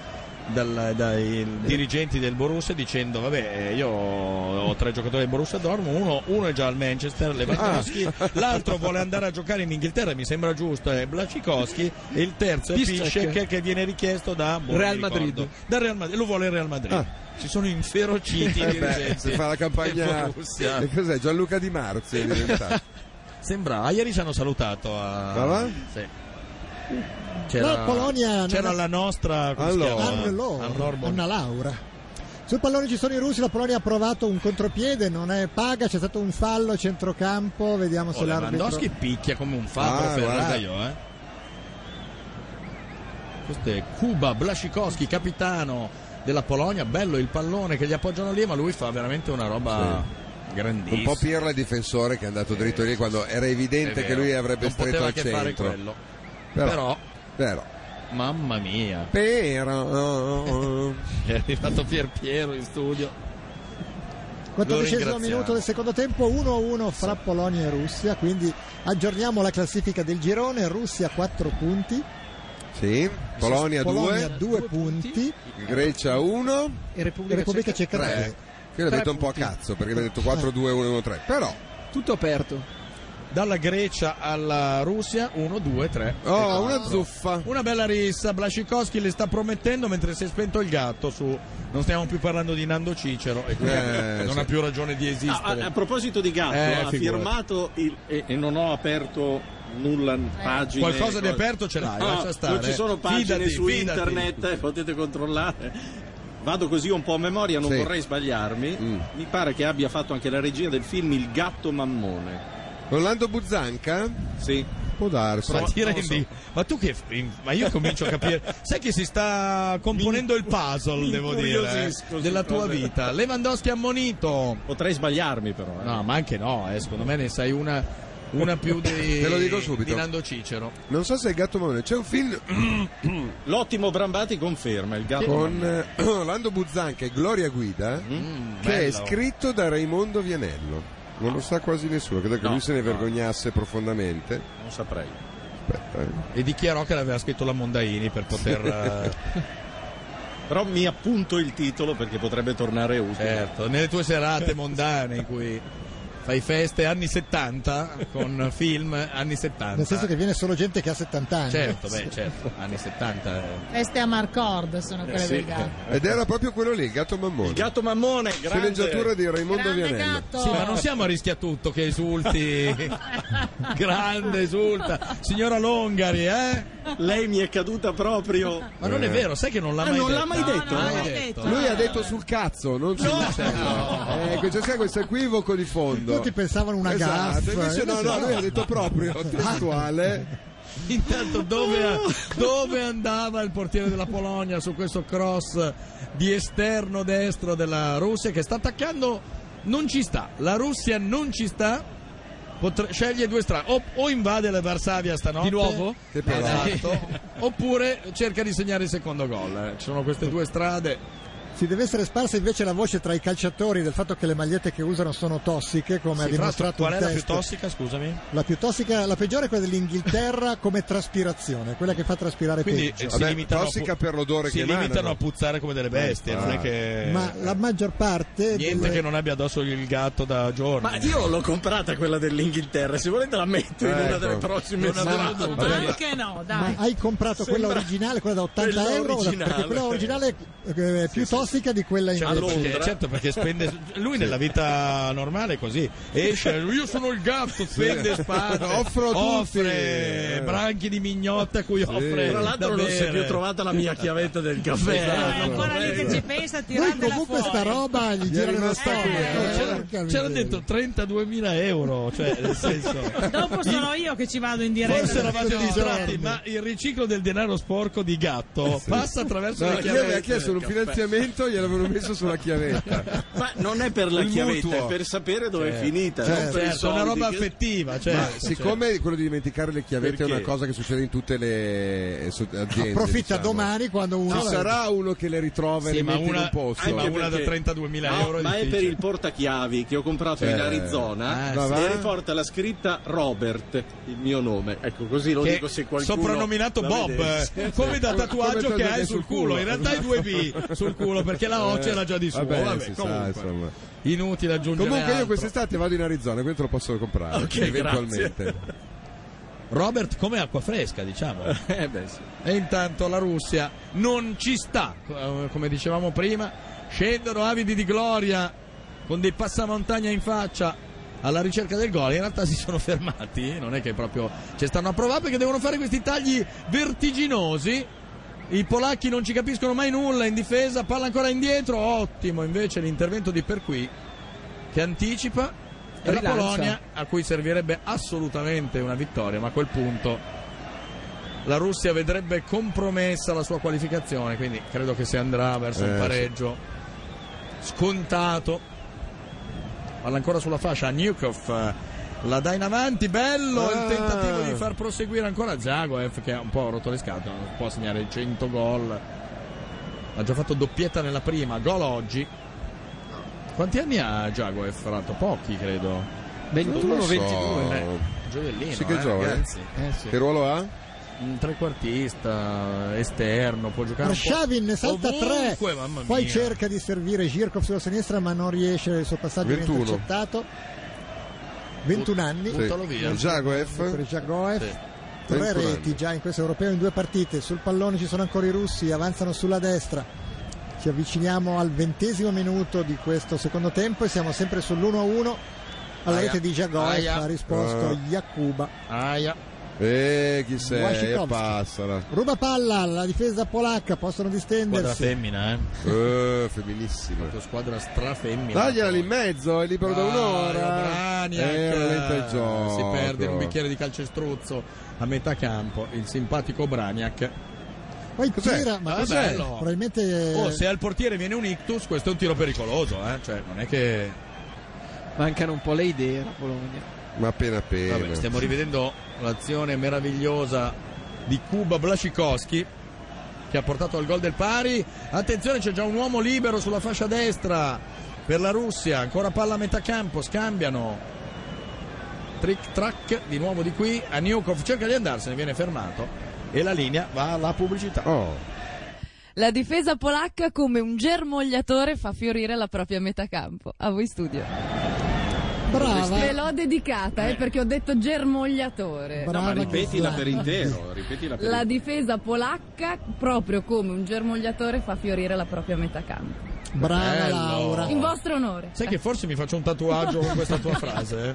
dal- dai dirigenti del Borussia dicendo vabbè io ho tre giocatori del Borussia Dortmund uno, uno è già al Manchester Lewandowski Ah. *laughs* l'altro vuole andare a giocare in Inghilterra mi sembra giusto è Blacikowski e il terzo è Piszczek. Piszczek che viene richiesto da boh, non Real mi ricordo. Madrid. Dal Real Madrid lo vuole il Real Madrid Ah. si sono inferociti i Eh beh, dirigenti si fa la campagna. del Borussia. E cos'è? Gianluca Di Marzio è diventato. Sembra, ah, ieri ci hanno salutato a... Va va? Sì. C'era, La Polonia non c'era è- la nostra... come si Allora. chiama? Anna Laura, Arnold. Anna Laura. Sul pallone ci sono i russi, la Polonia ha provato un contropiede, non è paga, c'è stato un fallo a centrocampo, vediamo Oh, se l'arbitro... Lewandowski picchia come un fabbro Ah, ferraio, eh. Questo è Kuba Blasikowski, capitano della Polonia, bello il pallone che gli appoggiano lì, ma lui fa veramente una roba grandissima. Un po' Pirla il difensore che è andato dritto lì quando era È evidente vero. che lui avrebbe non stretto poteva al che fare centro. quello. Però- Però, Vero. mamma mia, *laughs* Però. è arrivato Pier Piero in studio. Quattordicesimo ringraziamo. minuto del secondo tempo, 1-1 fra Polonia e Russia, quindi aggiorniamo la classifica del girone, Russia 4 punti, Sì. Polonia Polonia 2, 2 punti, Grecia 1. E Repubblica, Repubblica Ceca. Ceca 3. Io l'ho Tre detto un po' a punti. cazzo perché mi ha detto 4-2-1-1-3. Però oh, Tutto aperto. Dalla Grecia alla Russia 1, 2, 3. Oh, una zuffa. Una bella rissa. Blasikowski le sta promettendo mentre si è spento il gatto su. Non stiamo più parlando di Nando Cicero e quindi Eh, non sì. ha più ragione di No, a, esistere. a proposito di Gatto, Eh, ha figurati. firmato il- e, e non ho aperto nulla pagine. Qualcosa di cose- aperto ce l'hai, No, lascia stare. Non ci sono pagine Fidati, su fidati. internet, eh, potete controllare. Vado così un po' a memoria, non Sì. vorrei sbagliarmi. Mm. Mi pare che abbia fatto anche la regia del film Il gatto mammone. Orlando Buzzanca? Sì. Può darsi. Ma ti rendi? Ma tu che. Ma io comincio a capire. Sai che si sta componendo il puzzle, mi devo dire, eh, incuriosisco su della tua cose. vita. Lewandowski ammonito. Potrei sbagliarmi, però. eh. No, ma anche no, eh, secondo me ne sai una, una più di, Te lo dico subito. di Nando Cicero. Non so se è Gatto Mamone, c'è un film L'ottimo Brambati conferma il gatto con mammone. eh, *clears throat* Orlando Buzzanca e Gloria Guida che è bello. scritto da Raimondo Vianello. Non lo sa quasi nessuno, credo che No, lui se ne no. vergognasse profondamente. Non saprei. Aspetta, eh. E dichiarò che l'aveva scritto la Mondaini per poter. eh, Però mi appunto il titolo perché potrebbe tornare utile. certo, nelle tue serate mondane in cui fai feste anni 70 con film anni 70. Nel senso che viene solo gente che ha 70 anni. Certo, *laughs* beh, certo, anni 70. eh. Feste a Marcord sono quelle sì. del *laughs* gatto. Ed era proprio quello lì, il Gatto Mammone. Il gatto mammone, grande. Sceneggiatura di Raimondo Grande Vianello. gatto. Sì, ma non siamo a rischia tutto che esulti. Grande esulta. Signora Longari, eh? Lei mi è caduta proprio. Ma non è vero, sai che non l'ha Ah, mai non detto. l'ha mai detto? Non l'ha mai detto. Lui ha detto sul cazzo, non sul no. Ecco, c'è sempre questo equivoco di fondo. Tutti pensavano una Esatto, gaffa. eh. invece no, no, lui ha detto proprio testuale. Intanto dove, Uh. dove andava il portiere della Polonia su questo cross di esterno destro della Russia che sta attaccando? Non ci sta, la Russia non ci sta, Potre- sceglie due strade, o, o invade la Varsavia stanotte. Di nuovo? Che però. Esatto. *laughs* Oppure cerca di segnare il secondo gol. eh. Ci sono queste due strade. Si deve essere sparsa invece la voce tra i calciatori del fatto che le magliette che usano sono tossiche, come ha Sì, fra l'altro, dimostrato qual un è la più test. tossica, scusami? La più tossica, la peggiore è quella dell'Inghilterra come traspirazione, quella che fa traspirare Quindi peggio. eh, si Vabbè, limitano a tossica pu- per l'odore si che limitano emanano. a puzzare come delle bestie, Ah. non è che eh. Ma la maggior parte eh, niente delle- che non abbia addosso il gatto da giorni. Ma io l'ho comprata quella dell'Inghilterra, se volete la metto in una Ecco. delle prossime Non avevo strade. dubbi. Ma Anche no, dai. Ma hai comprato Sembra quella originale, quella da 80 quella euro? originale. Perché quella originale eh, è più tossica di quella in Certo Londra. perché, certo, perché spende lui nella vita normale è così esce io sono il gatto spende spade Offro a tutti. offre branchi di mignotta a cui offre Tra l'altro da non si è bere. più trovata la mia chiavetta del Eh, caffè. Esatto. è ancora lì che ci pensa, Noi tiratela comunque fuori. sta roba gli Gli gira è nello rimasta stomaco. qui, eh. eh, C'era- porca c'erano miseria. detto 32.000 euro cioè nel senso Dopo sono io che ci vado in diretta. Forse eravate tutti i distratti, giorni. ma il riciclo del denaro sporco di gatto passa attraverso No, le gli aveva chiavette. chiesto un finanziamento, gliel'avevano *laughs* messo sulla Eh, chiavetta. Ma non è per la Il chiavetta, mutuo. è per sapere dove è Certo. finita. non per i Certo, una Eh, soldi roba che- affettiva, cioè, Ma siccome quello di dimenticare le chiavette è Perché? una cosa che succede in tutte le eh, so- aziende, Approfitta diciamo. domani quando uno... Ci sarà uno che le ritrova e Sì, le ma mette in una- un posto. anche- Anche una da perché- 32.000 No, euro è Ma è per difficile. Certo. il portachiavi che ho comprato Eh, in Arizona ah, sì. e riporta la scritta Robert, il mio nome. Ecco, così lo Che dico se qualcuno. soprannominato la Bob vedesse. *laughs* eh, come da Come- tatuaggio come che hai sul tatuaggio sul culo. culo. in realtà hai due *laughs* B sul culo perché la Eh, O c'era già di suo Vabbè, Vabbè, si sa, comunque. insomma. inutile aggiungere Comunque io altro. quest'estate vado in Arizona, quindi te lo posso comprare Ok, eventualmente. *laughs* Robert come acqua fresca diciamo Eh, beh, sì. e intanto la Russia non ci sta eh, come dicevamo prima scendono avidi di gloria con dei passamontagna in faccia alla ricerca del gol in realtà si sono fermati eh, non è che proprio ci stanno a provare perché devono fare questi tagli vertiginosi i polacchi non ci capiscono mai nulla in difesa palla ancora indietro ottimo invece l'intervento di Perqui che anticipa e la Rilancia. Polonia a cui servirebbe assolutamente una vittoria ma a quel punto la Russia vedrebbe compromessa la sua qualificazione, quindi credo che si andrà verso Eh, un sì. pareggio scontato. Palla ancora sulla fascia, Newkov eh, la dà in avanti, bello il Ah. tentativo di far proseguire ancora Zagoev che ha un po' rotto le scatole, non può segnare il 100 gol. Ha già fatto doppietta nella prima, gol oggi. Quanti anni ha Zagoev? Fra l'altro pochi, credo. Non lo so. 21-22. Gioiellino, Sì, che eh, giovane. ragazzi. Eh, sì. Che ruolo ha? un trequartista esterno, può giocare Arshavin un po' ne salta ovunque, 3 mamma mia. poi cerca di servire Girkov sulla sinistra ma non riesce il suo passaggio viene 21. intercettato 21 anni Buttalo via. Jagoev. Per Jagoev. Sì. tre 21 reti già in questo europeo in due partite sul pallone ci sono ancora i russi avanzano sulla destra ci avviciniamo al ventesimo minuto di questo secondo tempo e siamo sempre sull'1-1 alla Aia. rete di Jagoev Aia. ha risposto Ah. Jakuba Aia. E Eh, chi sei? E Wasikowski. passala. ruba palla alla difesa polacca possono Squadra distendersi femmina, eh. Eh, femminissima. Squadra strafemmina. Dagliela lì in mezzo, è libero da Dai, un'ora. Eh, Obraniak, E rallenta il gioco. Ah, Si perde in un bicchiere di calcestruzzo a metà campo. Il simpatico Braniac. Eh. poi Cos'è? tira ma Ah, cos'è? bello. probabilmente Oh, se al portiere viene un ictus, questo è un tiro pericoloso, eh? Cioè, non è che. Mancano un po' le idee a Bologna. Ma appena appena. Vabbè, stiamo rivedendo l'azione meravigliosa di Kuba Blasikowski che ha portato al gol del pari. Attenzione, c'è già un uomo libero sulla fascia destra per la Russia. Ancora palla a metà campo, scambiano. Trick track di nuovo di qui. A Niukov cerca di andarsene, viene fermato e la linea va alla pubblicità. Oh. La difesa polacca come un germogliatore fa fiorire la propria metà campo. A voi studio. Ah, Brava. Ve l'ho dedicata eh, perché ho detto germogliatore. No, ma ripetila per intero, ripetila per La difesa polacca proprio come un germogliatore fa fiorire la propria metà campo. Brava Bello. Laura. In vostro onore. Sai che forse mi faccio un tatuaggio con questa tua frase? eh?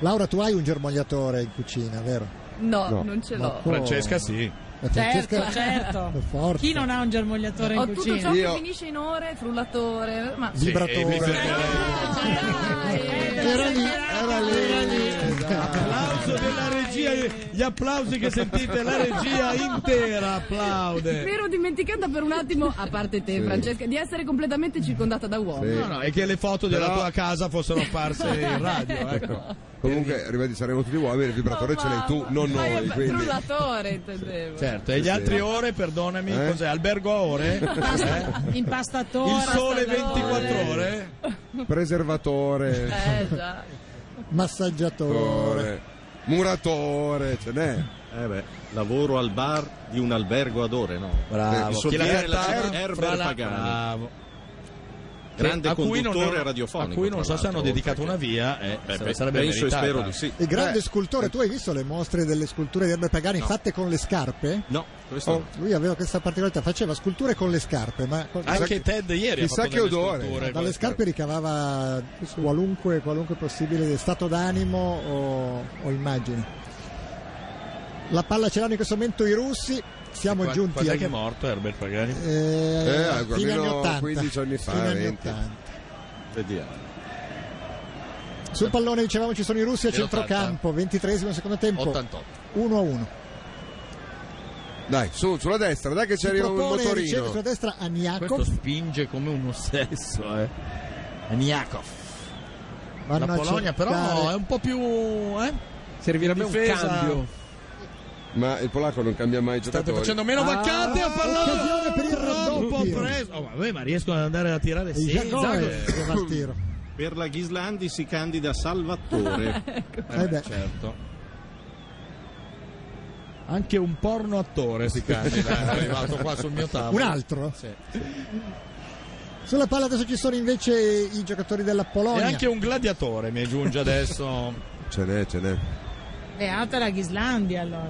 Laura, tu hai un germogliatore in cucina, vero? Eh, No, No. non ce Ma l'ho. come? Francesca sì. La Certo, Francesca- certo. Per forza. Chi non ha un germogliatore in Ho tutto ciò cucina? che finisce in ore, frullatore, ma Ah, Sì, Vibratore. e mi *laughs* Era lì, era lì, era lì. Esatto. Applauso della regia, gli applausi che sentite, la regia intera Mi applaude. ero dimenticata per un attimo, a parte te Sì. Francesca, di essere completamente circondata da uomini. No, no, e che le foto della tua casa fossero apparse in *laughs* radio, ecco. Comunque, ribadì, saremo tutti uomini, il vibratore ce l'hai tu, non Ma noi. io- Quindi. Frullatore Oh, intendevo. Certo, e gli altri ore, perdonami, Eh? cos'è? Albergo a ore? Eh? Impastatore. Il sole impastatore. Eh. 24 ore? Preservatore, Eh già. massaggiatore. Ore. muratore, ce n'è. Eh beh, lavoro al bar di un albergo ad ore, no? Bravo. Il Eh, Chi la soffiere la cantava? Herbert Fra la- Pagani. Bravo. Grande A cui non- conduttore radiofonico. A cui non so se hanno dedicato una via, eh, Beh, se- beh, sarebbe penso e meritata. spero di sì. E grande scultore, tu hai visto le mostre delle sculture di Erbe Pagani fatte con le scarpe? No, questo Oh, lui aveva questa particolarità, faceva sculture con le scarpe, ma con- cioè, Anche Ted ieri ha chissà fatto che delle odore. sculture con dalle le scarpe ricavava qualunque, qualunque possibile stato d'animo o, o immagine. La palla ce l'hanno in questo momento i russi, siamo Qua- giunti quando è al- che è morto Herbert Pagani? eh, almeno fine anni 80. 15 anni fa, Fine 20. 80. Vediamo. Sul pallone dicevamo ci sono i russi a E 80. centrocampo, 23 secondo tempo, 88. 1 a 1. Dai, su, sulla destra, dai che ci Si arriva un propone motorino. riceve sulla destra Questo Aniakov, spinge come un ossesso, eh. Niakov. Vanno la a Polonia però cercare- è un po' più eh? Servirebbe un Difesa. cambio. Ma il polacco non cambia mai state giocatori. facendo meno vaccate a parlare Ah, occasione per il raddoppio. preso oh, vabbè ma riescono ad andare a tirare Il senza Jagoev che- che va al tiro. Per la Ghislandi si candida *laughs* Salvatore. Eh, beh. certo anche un porno attore si *laughs* candida è arrivato qua sul mio tavolo Un altro? Sì. Sulla palla adesso ci sono invece i giocatori della e Polonia. anche un gladiatore mi giunge adesso Ce n'è, ce n'è. Beata la Ghislandia allora.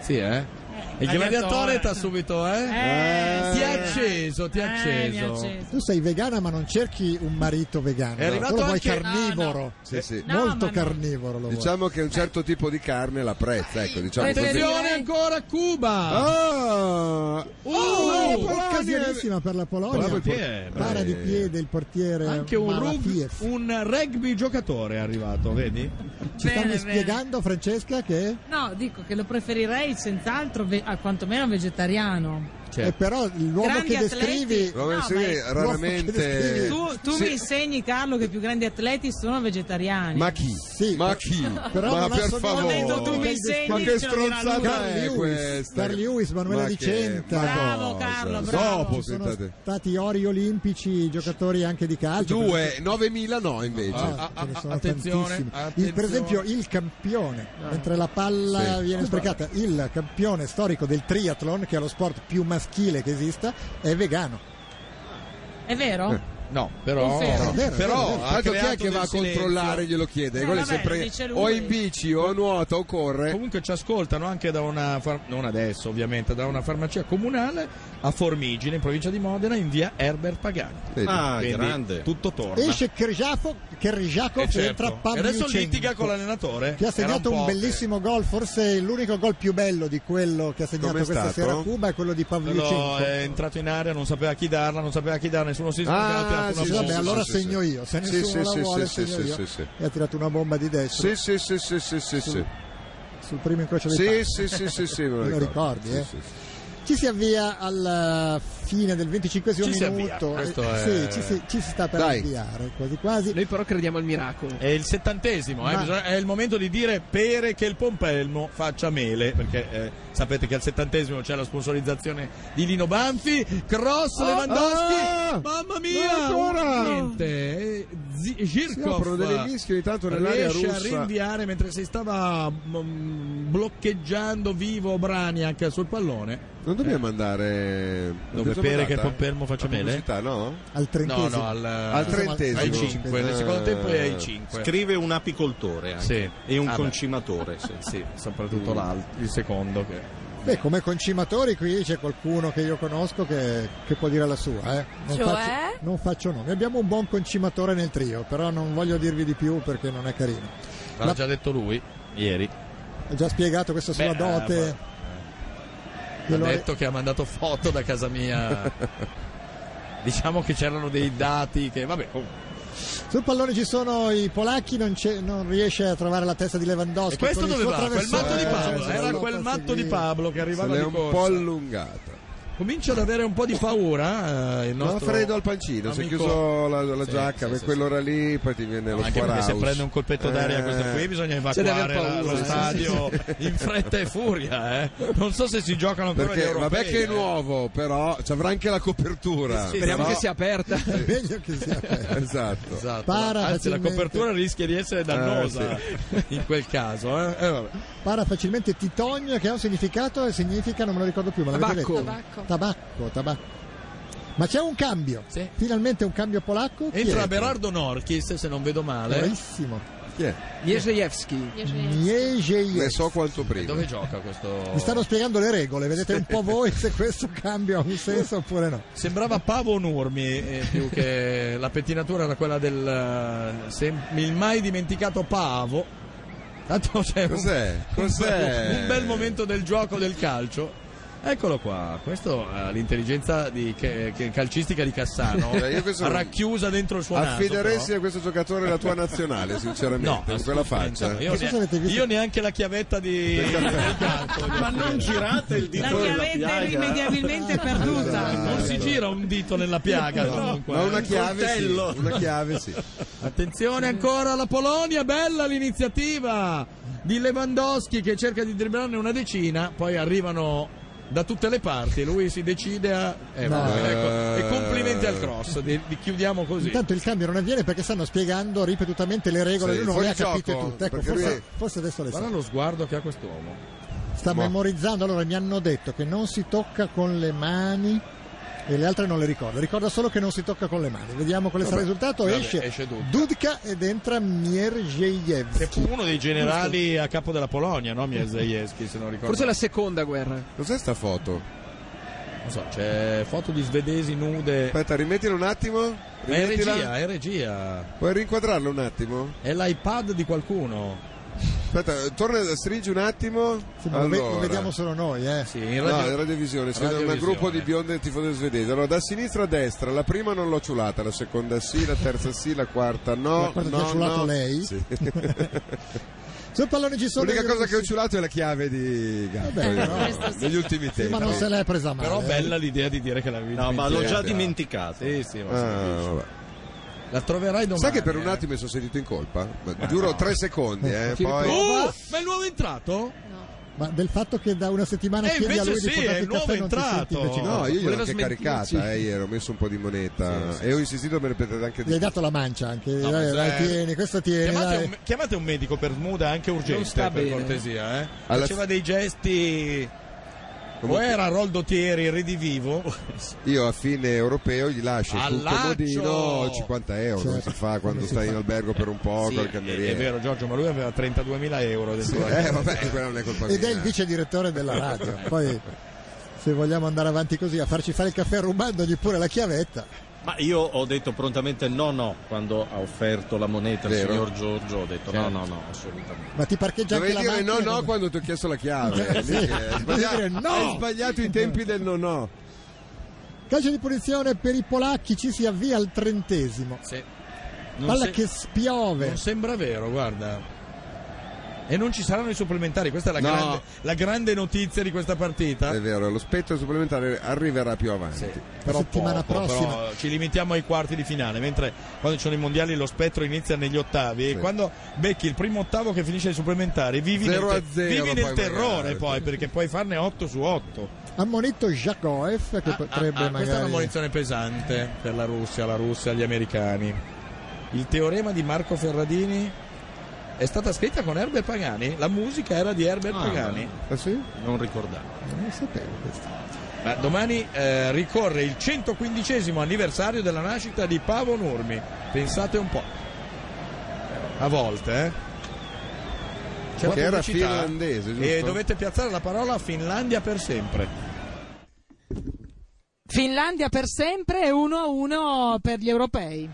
sì eh il gladiatore t'ha subito eh, Eh, ti sì. ha acceso ti ha Eh, mi ha acceso acceso. Tu sei vegana ma non cerchi un marito vegano. È arrivato tu lo vuoi anche- Ah, carnivoro. Eh, Sì, sì. No, ma Molto no. carnivoro lo vuoi. Diciamo che un certo tipo di carne la prezza, ecco, diciamo così. attenzione ancora Cuba Ah! Oh, la Polonia! Occasionissima per la Polonia. Bravo il portiere. Para di piede il portiere Anche un, rug- Malafiev. un rugby giocatore è arrivato, vedi? Ci Bene, stavi bene. spiegando Francesca che No, dico che lo preferirei senz'altro ve- a quantomeno vegetariano. Certo. E Eh, però l'uomo Grandi che atleti. descrivi, No, ma- l'uomo che descrivi- Tu, tu mi insegni, Carlo, che i più grandi atleti sono vegetariani. Ma chi? Ma chi? Però ma non per assomigliano- favore, Ho detto tu mi insegni, ma che ce lo dirà lui. stronzata Carl è Lewis, questa? Carl Lewis, Manuela Ma Di che- Centa. ma Bravo, cosa? Carlo, bravo. Dopo, Ci sono sentate. stati ori olimpici, giocatori anche di calcio. Due, 9000 no invece. Ah, ce ne sono tantissimi. attenzione. Il- per esempio il campione, Ah. mentre la palla Sì. viene sprecata, il campione storico del triathlon, che è lo sport più maschile che esista, è vegano. È vero? No, però, Confermo. È vero, è vero, è però vero. tanto chi è creato che va a del silenzio. controllare glielo chiede? Eh, Quello è vabbè, lo sempre dice lui. o in bici o a nuota o corre. Comunque ci ascoltano anche da una, far- non adesso ovviamente, da una farmacia comunale a Formigine, in provincia di Modena, in via Herbert Pagani. Vedi. Ah, Quindi grande. Tutto torna. Esce Kerjafo- Kerjakov Eh, certo. entra E adesso Pavlyuchenko, litiga con l'allenatore. Che ha segnato Era un, po' bellissimo gol, forse l'unico gol più bello di quello che ha segnato Com'è questa stato? sera a Cuba è quello di Quello Pavlyuchenko. eh, è entrato in area, non sapeva chi darla, non sapeva chi darla, nessuno si è sbagliato. ha tirato una Ah, sì, bomba. vabbè, allora segno io. Se Sì, nessuno sì, la sì, vuole, sì, segno sì, io. sì, sì. E ha tirato una bomba di destra Sì, sì, sì, sì, sì, sì, sì. sul primo incrocio dei Sì, pali. sì, sì, sì, sì, me Te lo ricordi, Sì, eh? sì, sì. Ci si avvia alla fine del 25 Ci si minuto. avvia, questo Eh, è- sì, ci, si, ci si sta per Dai. avviare quasi quasi. Noi però crediamo al miracolo. È il settantesimo, eh, Ma- bisogna- è il momento di dire pere che il pompelmo faccia mele, perché eh, sapete che al settantesimo c'è la sponsorizzazione di Lino Banfi, cross Oh, Lewandowski, ah, mamma mia, ancora! niente, eh, Zi- Zirkov aprono delle mischie ogni tanto nell'area riesce a russa. rinviare mentre si stava mm, bloccheggiando vivo Braniac sul pallone. Non dobbiamo andare Dove Abbiamo pere andata? che Pompermo faccia La mele? pubblicità, no? Al trentesimo. No, no, al, eh, Al trentesimo. Eh, Ai 5, nel secondo tempo è ai 5. Scrive un apicoltore anche. Sì. e un Ah, beh. concimatore. Sì, soprattutto l'altro, il secondo che... Beh, come concimatori qui c'è qualcuno che io conosco che, che può dire la sua. eh. Non, Cioè? faccio, non faccio nomi. Abbiamo un buon concimatore nel trio, però non voglio dirvi di più perché non è carino. L'ha già detto lui ieri. Ho già spiegato questo sulla Beh, dote. eh, Glielo Ha ha- detto che ha mandato foto da casa *laughs* mia. diciamo che c'erano dei dati che, vabbè, comunque. Sul pallone ci sono i polacchi, non, c'è- non riesce a trovare la testa di Lewandowski. E questo con il dove suo va? Quel traversone. matto di Pablo, Eh, era quel matto di Pablo che arrivava Se l'è di un corsa. po' allungata. Comincia ad avere un po' *laughs* di paura eh, il Non nostro freddo al pancino, si è amico- chiuso la, la Sì, giacca, sì, per sì, quell'ora lì poi ti viene lo Anche perché se squaraus. prende un colpetto d'aria Eh. questa qui bisogna C'è da aver evacuare la- paura, lo eh, sì, stadio sì, sì. in fretta e furia. eh. Non so se si giocano ancora gli Perché europei. vabbè che è eh. nuovo, però ci avrà anche la copertura. Sì, Speriamo Però- che sia aperta. *laughs* Meglio che sia aperta. Esatto. Esatto. Para Anzi, la facilmente. copertura rischia di essere dannosa Eh, *laughs* in quel caso. eh. Eh, vabbè. Para facilmente Titogno che ha un significato e significa, non me lo ricordo più, ma l'avete Tabacco. detto? Tabacco. Tabacco, tabacco. Ma c'è un cambio, finalmente un cambio polacco. Chi Entra eh. è? Berardo Norchis, se non vedo male. Bravissimo. Chi è? Jezejewski. Ne Niejeje. so quanto prima. Dove gioca questo? Vi stanno spiegando le regole, *laughs* vedete un po' voi se questo cambio ha un senso oppure no. Sembrava Pavo Nurmi eh, più che la pettinatura era quella del eh, sem- il mai dimenticato Pavo. Tanto c'è un- Cos'è? Un, Cos'è? bel momento del gioco del calcio. Eccolo qua, questo eh, l'intelligenza di- che- che- calcistica di *laughs* Cassano, Cioè, io questo- racchiusa dentro il suo naso. Affideresti però. a questo giocatore la *laughs* tua nazionale, sinceramente, No, con quella faccia. eh? Io, Che cosa ne- avete visto? io neanche la chiavetta di del gatto. Ma non girate il La dito nella chiavetta è piaga. irrimediabilmente perduta. Non si gira un dito nella piaga. No, comunque. ma una chiave sì, coltello. una chiave sì. Attenzione ancora alla Polonia, bella l'iniziativa di Lewandowski che cerca di dribblarne una decina, poi arrivano da tutte le parti, lui si decide a... eh, No. vabbè, ecco, e Eh. complimenti al cross, di- di- chiudiamo così. Intanto il cambio non avviene perché stanno spiegando ripetutamente le regole, Sì, lui non fuori le ha gioco, capite tutte. Ecco, perché forse, lui- forse adesso le sa. Guarda lo sguardo che ha quest'uomo. Sta Ma- memorizzando, allora mi hanno detto che non si tocca con le mani e le altre non le ricordo, ricorda solo che non si tocca con le mani. Vediamo quale sarà il risultato. Vabbè, esce, esce Dudka. Dudka ed entra Che fu Mierjejevski. uno dei generali a capo della Polonia, no? Mierzejewski, se non ricordo. Forse la seconda guerra. Cos'è sta foto? Non so, c'è foto di svedesi nude. Aspetta, rimettila un attimo. Ma è rimettila. regia, è regia. Puoi rinquadrarlo un attimo? È l'iPad di qualcuno. Aspetta, torna, stringi un attimo. Sì, ma lo ve- allora. lo vediamo solo noi, eh. Sì, in No, radio- in radiovisione, si vede un Radiovisione. gruppo di bionde tifose svedesi. Allora, da sinistra a destra, la prima non l'ho ciulata, la seconda sì, la terza sì, la quarta no. La quarta ti no, ha ciulato no. lei? Sì. *laughs* Sul pallone ci sono. L'unica gli cosa russi. che ho ciulato è la chiave di Vabbè, però- Gatto negli ultimi tempi. ma non se l'è presa male. eh. Però bella l'idea di dire che la No, ma l'ho già dimenticato. Sì, sì, ma Ah, sì. vabbè. La troverai domani. Esatto. Sai che per un eh. attimo mi sono sentito in colpa? Ma giuro no. tre secondi, eh. Filippo- Poi... Oh, ma è il nuovo entrato? Ma del fatto che da una settimana Eh, chiedi a invece lui sì, di portarti è il caffè non ti senti invece di- No, io gliel'ho Voleva anche smentirci. caricata, eh, ieri ho messo un po' di moneta e ho insistito per ripetere anche Gli di hai dato la mancia anche. No, ma dai, se- dai, tieni, questo Eh, tieni. Chiamate Dai. un, chiamate un medico per smuda anche Non urgente, sta per bene. cortesia. Eh? Alla- Faceva dei gesti. O Comunque- era Roldo Thieri redivivo. Io a fine europeo gli lascio sul Allaccio! comodino 50 euro, come si fa quando stai in albergo per un po' Sì, col è, è cameriere. vero, Giorgio, ma lui aveva 32.000 euro dentro eh. Sì, la eh, vabbè, quella non è colpa mia. Ed è il vice direttore *laughs* della radio. Poi, se vogliamo andare avanti così, a farci fare il caffè rubandogli pure la chiavetta. Ma io ho detto prontamente no, no, quando ha offerto la moneta al Vero. signor Giorgio, ho detto no, Certo. no, no, assolutamente. Ma ti parcheggia Dovevi anche la dire macchina. Eh, Cioè, no no quando ti ho chiesto la chiave. Eh, Sì. Lì che hai Dovevi sbagliato- dire no! Hai sbagliato i tempi del no no. Calcio di punizione per i polacchi, ci si avvia al trentesimo. Sì. Non Palla se- che eh. spiove. Non sembra vero, guarda. E non ci saranno i supplementari, questa è la, No. Eh, grande, la grande notizia di questa partita. È vero, lo spettro supplementare arriverà più avanti. Però settimana poco, prossima. però ci limitiamo ai quarti di finale, mentre quando ci sono i mondiali lo spettro inizia negli ottavi e quando becchi il primo ottavo che finisce ai supplementari vivi Zero nel, a zero, vivi nel poi terrore magari. poi perché puoi farne 8 su 8. Ammonito Jakoev che Eh potrebbe Ah, Questa è una magari. munizione pesante per la Russia, la Russia, gli americani. Il teorema di Marco Ferradini è stata scritta con Herbert Pagani, la musica era di Herbert Pagani. Ah sì? Non ricordavo. Eh, Non lo sapevo questo. Ma domani eh, ricorre il 115 anniversario della nascita di Pavo Nurmi. Pensate un po'. A volte, eh. C'è la Che era pubblicità. finlandese, E giusto? dovete piazzare la parola Finlandia per sempre. Finlandia per sempre e 1-1 per gli europei.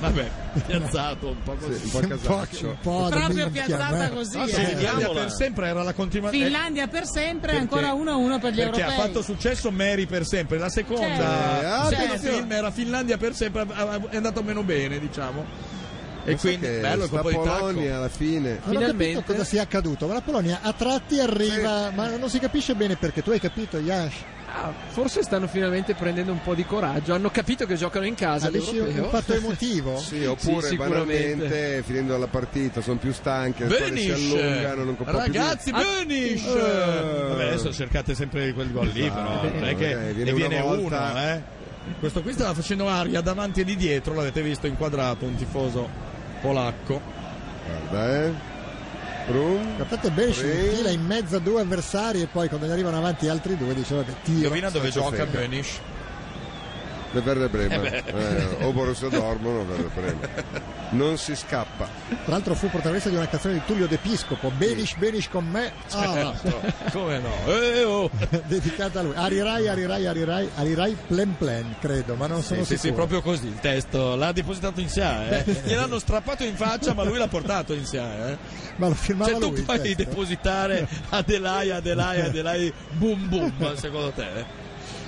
Vabbè, piazzato un po' così. un po' casaccio. Un po' da Proprio minchia, piazzata eh. così. Ah, sì, eh. Finlandia per sempre era la continuazione. Finlandia per sempre, Perché- ancora 1-1 per gli perché europei. ha fatto successo Mary per sempre la seconda Certo. il Eh, secondo Certo. film era Finlandia per sempre ha- ha- è andato meno bene diciamo e Pensa quindi che bello il sta colpo di Polonia tacco alla fine. Non ho Finalmente. capito cosa sia accaduto, ma la Polonia a tratti arriva, ma non si capisce bene perché. Tu hai capito, Yash? Ah, forse stanno finalmente prendendo un po' di coraggio. Hanno capito che giocano in Ah, casa. Avessi l'europeo. Ah, un fatto *laughs* emotivo? Sì, oppure Sì, sicuramente. banalmente finendo la partita sono più stanche, le squadre si Benish allungano, non compro più niente. ragazzi Benish Eh. vabbè adesso cercate sempre quel gol lì però non è che eh, ne viene una viene volta. uno eh. questo qui stava facendo aria davanti e di dietro l'avete visto inquadrato un tifoso polacco Guarda, eh. Brum. Guardate bene, si Tre. fila in mezzo a due avversari e poi quando ne arrivano avanti altri due diceva che tiro. indovina dove senza gioca frega. Benish Le perde Bremen. Eh Eh, o Borussia Dortmund o Werder Bremen. Non si scappa. Tra l'altro fu protagonista di una canzone di Tullio De Piscopo, Benish Benish con me, Ah, *laughs* come no eh, oh. dedicata a lui. Arirai, Arirai, Arirai, Arirai Plen Plen, credo, ma non sono Sì, sì, sì, sicuro. proprio così il testo. L'ha depositato in SIA, eh. gliel'hanno strappato in faccia, ma lui l'ha portato in SIA. Eh. Ma lo firmava Cioè, tu lui. certo. il puoi certo. testo. depositare Adelai, Adelai, *laughs* Adelai, boom boom, secondo te? eh?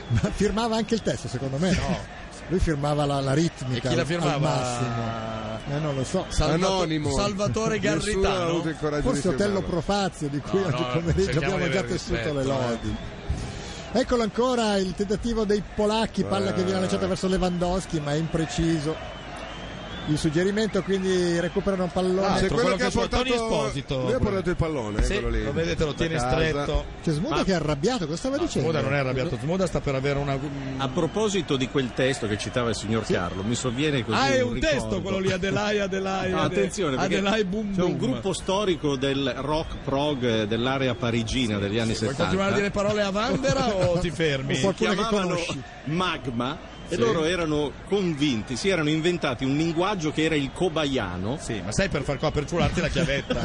Ma firmava anche il testo, secondo me. *laughs* Lui firmava la, la E ritmica chi la al- al massimo. firmava? Eh, non lo so. Salvato- Anonimo. Salvatore Nessuno ha avuto il Garritano. coraggio Forse di firmarlo. Otello Profazio di cui No, oggi no, pomeriggio cerchiamo abbiamo di già avere tessuto rispetto, eh. le lodi. Eccolo ancora il tentativo dei polacchi, palla che Eh. viene lanciata verso Lewandowski ma è impreciso. Il suggerimento quindi recuperano un Ah, pallone. c'è Altro, quello quello che ha che suona portato Tony Esposito. Lui ha portato il pallone, eh, Sì, quello lì. lo vedete, lo Da tiene casa. stretto. C'è Smuda che è arrabbiato, cosa stava dicendo? Ah, Smuda non è arrabbiato, Smuda sta per avere una. A proposito di quel testo che citava il signor Carlo, mi sovviene così. Ah, è un ricordo. testo quello lì, Adelai, Adelai. Ah, No, Ade- attenzione, perché Adelai, boom c'è boom. un gruppo storico del rock prog eh, dell'area parigina degli anni Vuoi 70. continuare a dire parole a Vandera *laughs* o ti O fermi? si qualcuno che chiamavano conosci. Magma e Sì. loro erano convinti, si erano inventati un linguaggio che era il cobayano. Sì, ma sai per far qua per ciularti la *laughs* chiavetta.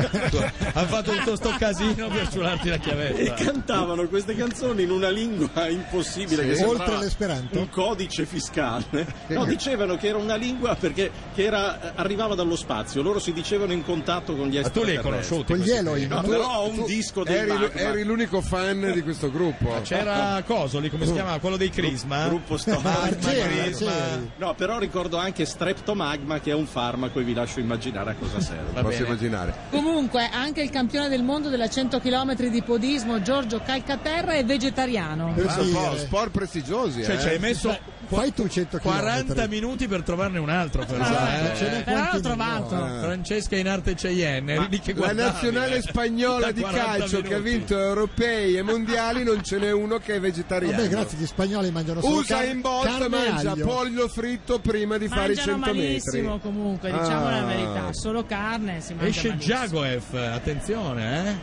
Hanno fatto tutto sto casino per ciularti la E chiavetta. cantavano queste canzoni in una lingua impossibile Sì. che sembrava Oltre Mm, l'esperanto? un codice fiscale. No, dicevano che era una lingua perché che era- eh, arrivava dallo spazio. Loro si dicevano in contatto con gli Ma Ah, tu li hai extraterrestri. conosciuti? Con gli questi? Elohim. No, tu- però ho un disco dei Eri, Magma. eri l'unico fan di questo gruppo. Ah, cioè, C'era Cosoli, come si chiamava? Quello dei Ah, Crisma. Gruppo Ma Ah, storico. Magrisma. No, però ricordo anche streptomagma che è un farmaco e vi lascio immaginare a cosa serve. Posso immaginare. Comunque, anche il campione del mondo della 100 km di podismo, Giorgio Calcaterra, è vegetariano. Ah, Pensa un po', sport prestigiosi. Cioè, eh. ci hai messo Fai tu 100 40 minuti per trovarne un altro. Però, Ah, eh. ce n'è Però l'ho trovato. Eh. Francesca in arte Cheyenne. Ma lì che la guardavi, eh. nazionale spagnola Da di 40 calcio che ha minuti. vinto europei e mondiali non ce n'è uno che è vegetariano. Vabbè, grazie, gli spagnoli mangiano solo Usa car- in botta, carne e mangia aglio. pollo fritto prima di fare i Mangiano 100 metri. malissimo comunque, diciamo Ah. la verità, solo carne si mangia Esce malissimo. Jagoev, attenzione, eh.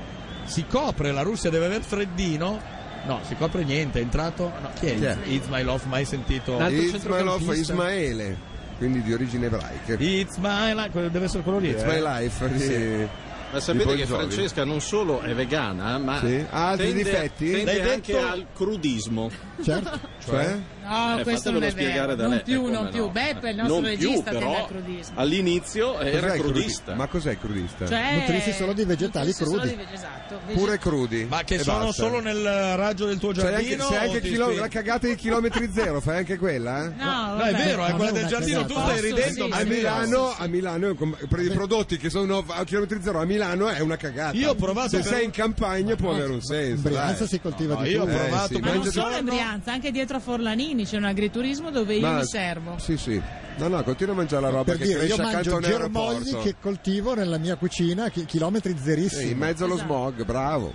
Si copre, la Russia deve aver freddino. No, si copre niente, è entrato. No, chi è? Chi è? Ismailov, mai sentito. Ismailov Ismaele, quindi di origine ebraica. Ismailov, quello- deve essere quello lì. It's eh. my life. Di, Sì. Ma di sapete Bon che Jovi. Francesca non solo è vegana, ma Sì. Ah, Ha altri tende, difetti? tende L'hai anche detto? al crudismo. Certo. Cioè? No, Eh, questo fatemelo non è spiegare vero. da Non lei, più, eh, non come più. no. Beppe, il nostro Non più, regista, però, tende al crudismo. All'inizio era Cos'è il crudi- crudista. Ma cos'è il crudista? Cioè, Nutrirsi solo di vegetali nutrirsi solo crudi. di vege- esatto, Pure vegetali. crudi. Ma che e sono basta. solo nel raggio del tuo Cioè, giardino. anche, se hai o anche ti chilo- spingi? la cagata di chilometri zero, fai anche quella? eh? No, No, è vabbè. vero, è No, quella no, del ma giardino, cagata. tu stai Posso, ridendo. sì, ma A è sì. vero. Milano, a Milano com- per i prodotti che sono a chilometri zero a Milano è una cagata. Io ho provato Se per- sei in campagna può avere un In senso. Brianza dai. si coltiva No, di io ho più. Eh, provato sì, Ma non mangia- solo in Brianza, anche dietro a Forlanini c'è un agriturismo dove io Ma- mi servo. Sì, sì. No, no, continua a mangiare la roba per che dire, io cresce accanto a mangio un germogli aeroporto. che coltivo nella mia cucina, chi- chilometri Sì, zerissimi. in mezzo Esatto. allo smog, bravo.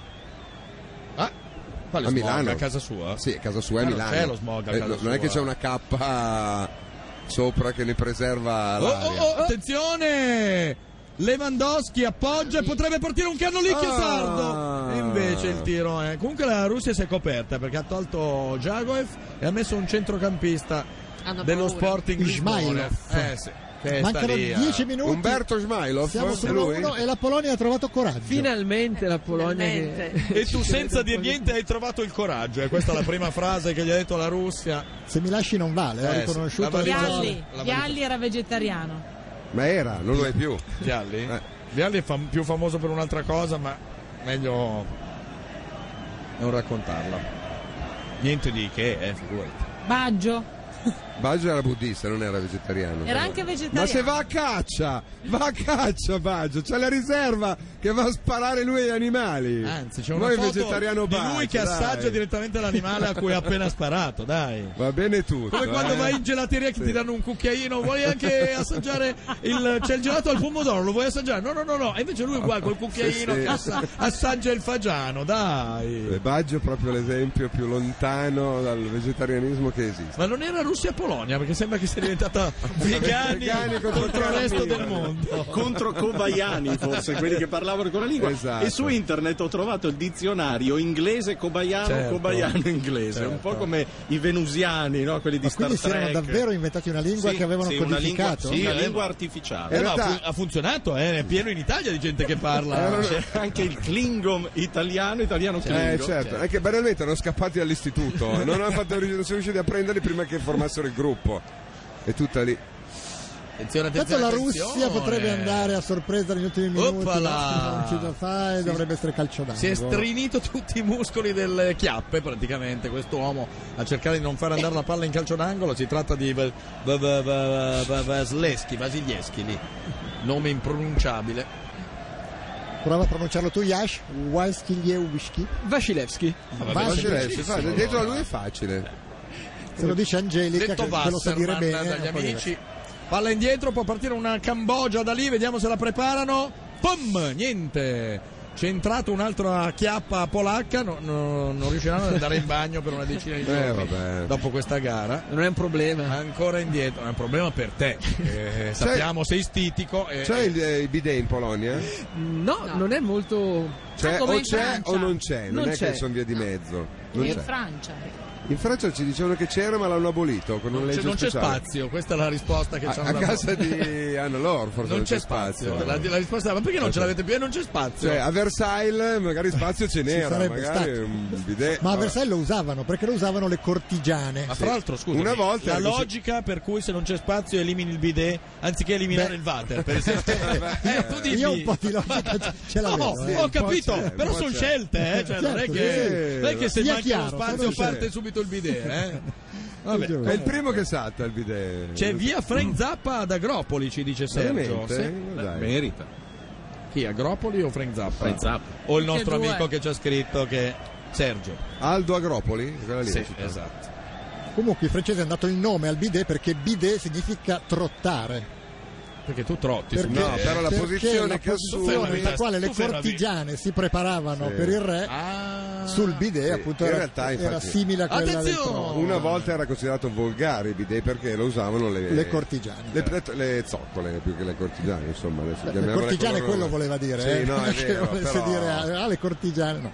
Ah, quale A smog? Milano. A casa sua? Sì, casa sua è Ah, a non Milano. c'è lo smog a Eh, casa no- Non è sua. che c'è una cappa sopra che ne preserva Oh, l'aria. oh, oh, attenzione! Lewandowski appoggia e potrebbe partire un cannolicchio Ah. sardo. E invece il tiro è. Comunque la Russia si è coperta perché ha tolto Jagoev e ha messo un centrocampista Hanno dello paura. Sporting Lisbona. Ismailov. Eh sì. Che sta Mancano lì eh. a- 10 minuti. Umberto Smailov, Siamo forse solo lui? uno e la Polonia ha trovato coraggio. Finalmente la Polonia finalmente. che... E tu *laughs* senza dir niente hai trovato il coraggio. E questa è la prima frase che gli ha detto la Russia. Se mi lasci non vale, ho Eh, sì. riconosciuto. La valigia- il- Vialli, la Vialli era vegetariano. Ma era, non lo è più. Vialli? Eh. Vialli è fam- più famoso per un'altra cosa, ma meglio non raccontarla. Niente di che, eh, figurati. Baggio Baggio era buddista, non era vegetariano. era anche Eh, Ma se vegetariano. va a caccia, va a caccia Baggio, c'è la riserva che va a sparare lui agli animali. Anzi, c'è una Noi foto vegetariano di Baggio, lui che dai. assaggia direttamente l'animale a cui ha appena sparato, dai. Va bene tutto. Come quando eh. vai in gelateria che Sì. ti danno un cucchiaino, vuoi anche assaggiare il c'è il gelato al pomodoro, lo vuoi assaggiare? No, no, no, no. E invece lui qua col cucchiaino Sì, sì. assa- assaggia il fagiano, dai. Eh, Baggio è proprio l'esempio più lontano dal vegetarianismo che esiste. Ma non era Russia-Polonia, perché sembra che sia diventata vegani Vegani contro contro il il resto Dio. del mondo. *laughs* contro Kobayani forse quelli che parlavano con la lingua Esatto. e su internet ho trovato il dizionario inglese Kobayano Certo. Kobayano inglese un po' come i venusiani no? quelli di Ma Star quindi si erano Trek davvero inventati una lingua Sì, che avevano sì, una lingua, codificato? sì, una avevano. lingua Eh, artificiale ma realtà- fu- ha funzionato, eh, è pieno in Italia di gente che parla. Eh, Ah, c'è anche il Klingon italiano italiano Eh Klingon certo, cioè. è che banalmente erano scappati *laughs* dall'istituto, eh. non, hanno fatto, non sono riusciti a prenderli prima che formassero il gruppo. È tutta lì. Attenzione, Tanto attenzione, la Russia attenzione. potrebbe andare a sorpresa negli ultimi minuti, Oppala! ma non c'è da fare, Si- dovrebbe essere calciato. Si è strinito tutti i muscoli delle chiappe praticamente questo uomo a cercare di non far andare la palla in calcio d'angolo. Si tratta di Va- Va- Va- Va- Va- Vasilevski, Vasilieschi lì, nome impronunciabile. Prova a pronunciarlo tu, Yash. Wajskiliewiczki. Vasilevski. Vabbè, Facile, facilissimo, facile. Dentro a lui è no? facile. Se lo dice Angelica, Detto che che lo sa dire Wasserman bene. dagli eh, poi- amici. Palla indietro, può partire una Cambogia da lì, vediamo se la preparano. Pum! Niente. Centrato un'altra chiappa polacca, no- no- non riusciranno ad andare in bagno per una decina di Eh, giorni vabbè. dopo questa gara. Non è un problema. Ancora indietro, è un problema per *laughs* te. eh, sappiamo, sei stitico. eh, C'è il, il bidet in Polonia? No, No. non è molto... C'è, Ma come Cioè, o in c'è Francia? o non c'è, non, Non è c'è. che sono via di mezzo. Non Eh. in c'è. Francia. In Francia ci dicevano che c'era ma l'hanno abolito con una non, c'è, legge non c'è speciale. spazio, questa è la risposta che ci A, hanno a dato. casa di Anna Lor *laughs* forse Non c'è spazio. La, la risposta è ma perché non ce l'avete più e non c'è spazio? Cioè, a Versailles magari spazio *laughs* ce n'era, Esatto. sarebbe magari stato. un bidet. Ma a Vabbè. Versailles lo usavano, perché lo usavano le cortigiane. Ma fra l'altro, scusa, Una volta la era così- logica per cui se non c'è spazio elimini il bidet anziché eliminare Beh. il water, per *laughs* esempio. eh, tu dimmi. Io un po' di logica ce- ce l'avevo. *laughs* No, ho eh. un po' capito, c'è, un però po' sono c'è. scelte, eh, cioè, non, è Certo, che, sì. non è che se Sia manca chiaro, lo spazio quello c'è. parte subito il bidet. Eh? Vabbè, è il primo che salta il bidet. C'è via Frank Zappa ad Agropoli, ci dice Sergio. Veramente? Ma dai. Merita. Chi, Agropoli o Frank Zappa? Frank Zappa. O il nostro Tutti e due. amico che ci ha scritto che... Sergio. Aldo Agropoli? Quella lì Sì, la città. esatto. Comunque il francese ha dato il nome al bidet perché bidet significa trottare. Perché tu trotti. Perché, No, però la perché posizione la che posizione assume- nella quale le Tu fermavi. cortigiane si preparavano Sì. per il re Ah, sul bidet Sì, appunto in era, realtà, era infatti- simile a quella del trono. Una volta era considerato volgare il bidet perché lo usavano le, Le cortigiane. Le, le zoccole più che le cortigiane, insomma. Adesso Le chiamiamole cortigiane color- quello voleva dire, Sì, eh, *laughs* no, è che vero, volesse però- dire ah, le cortigiane, no.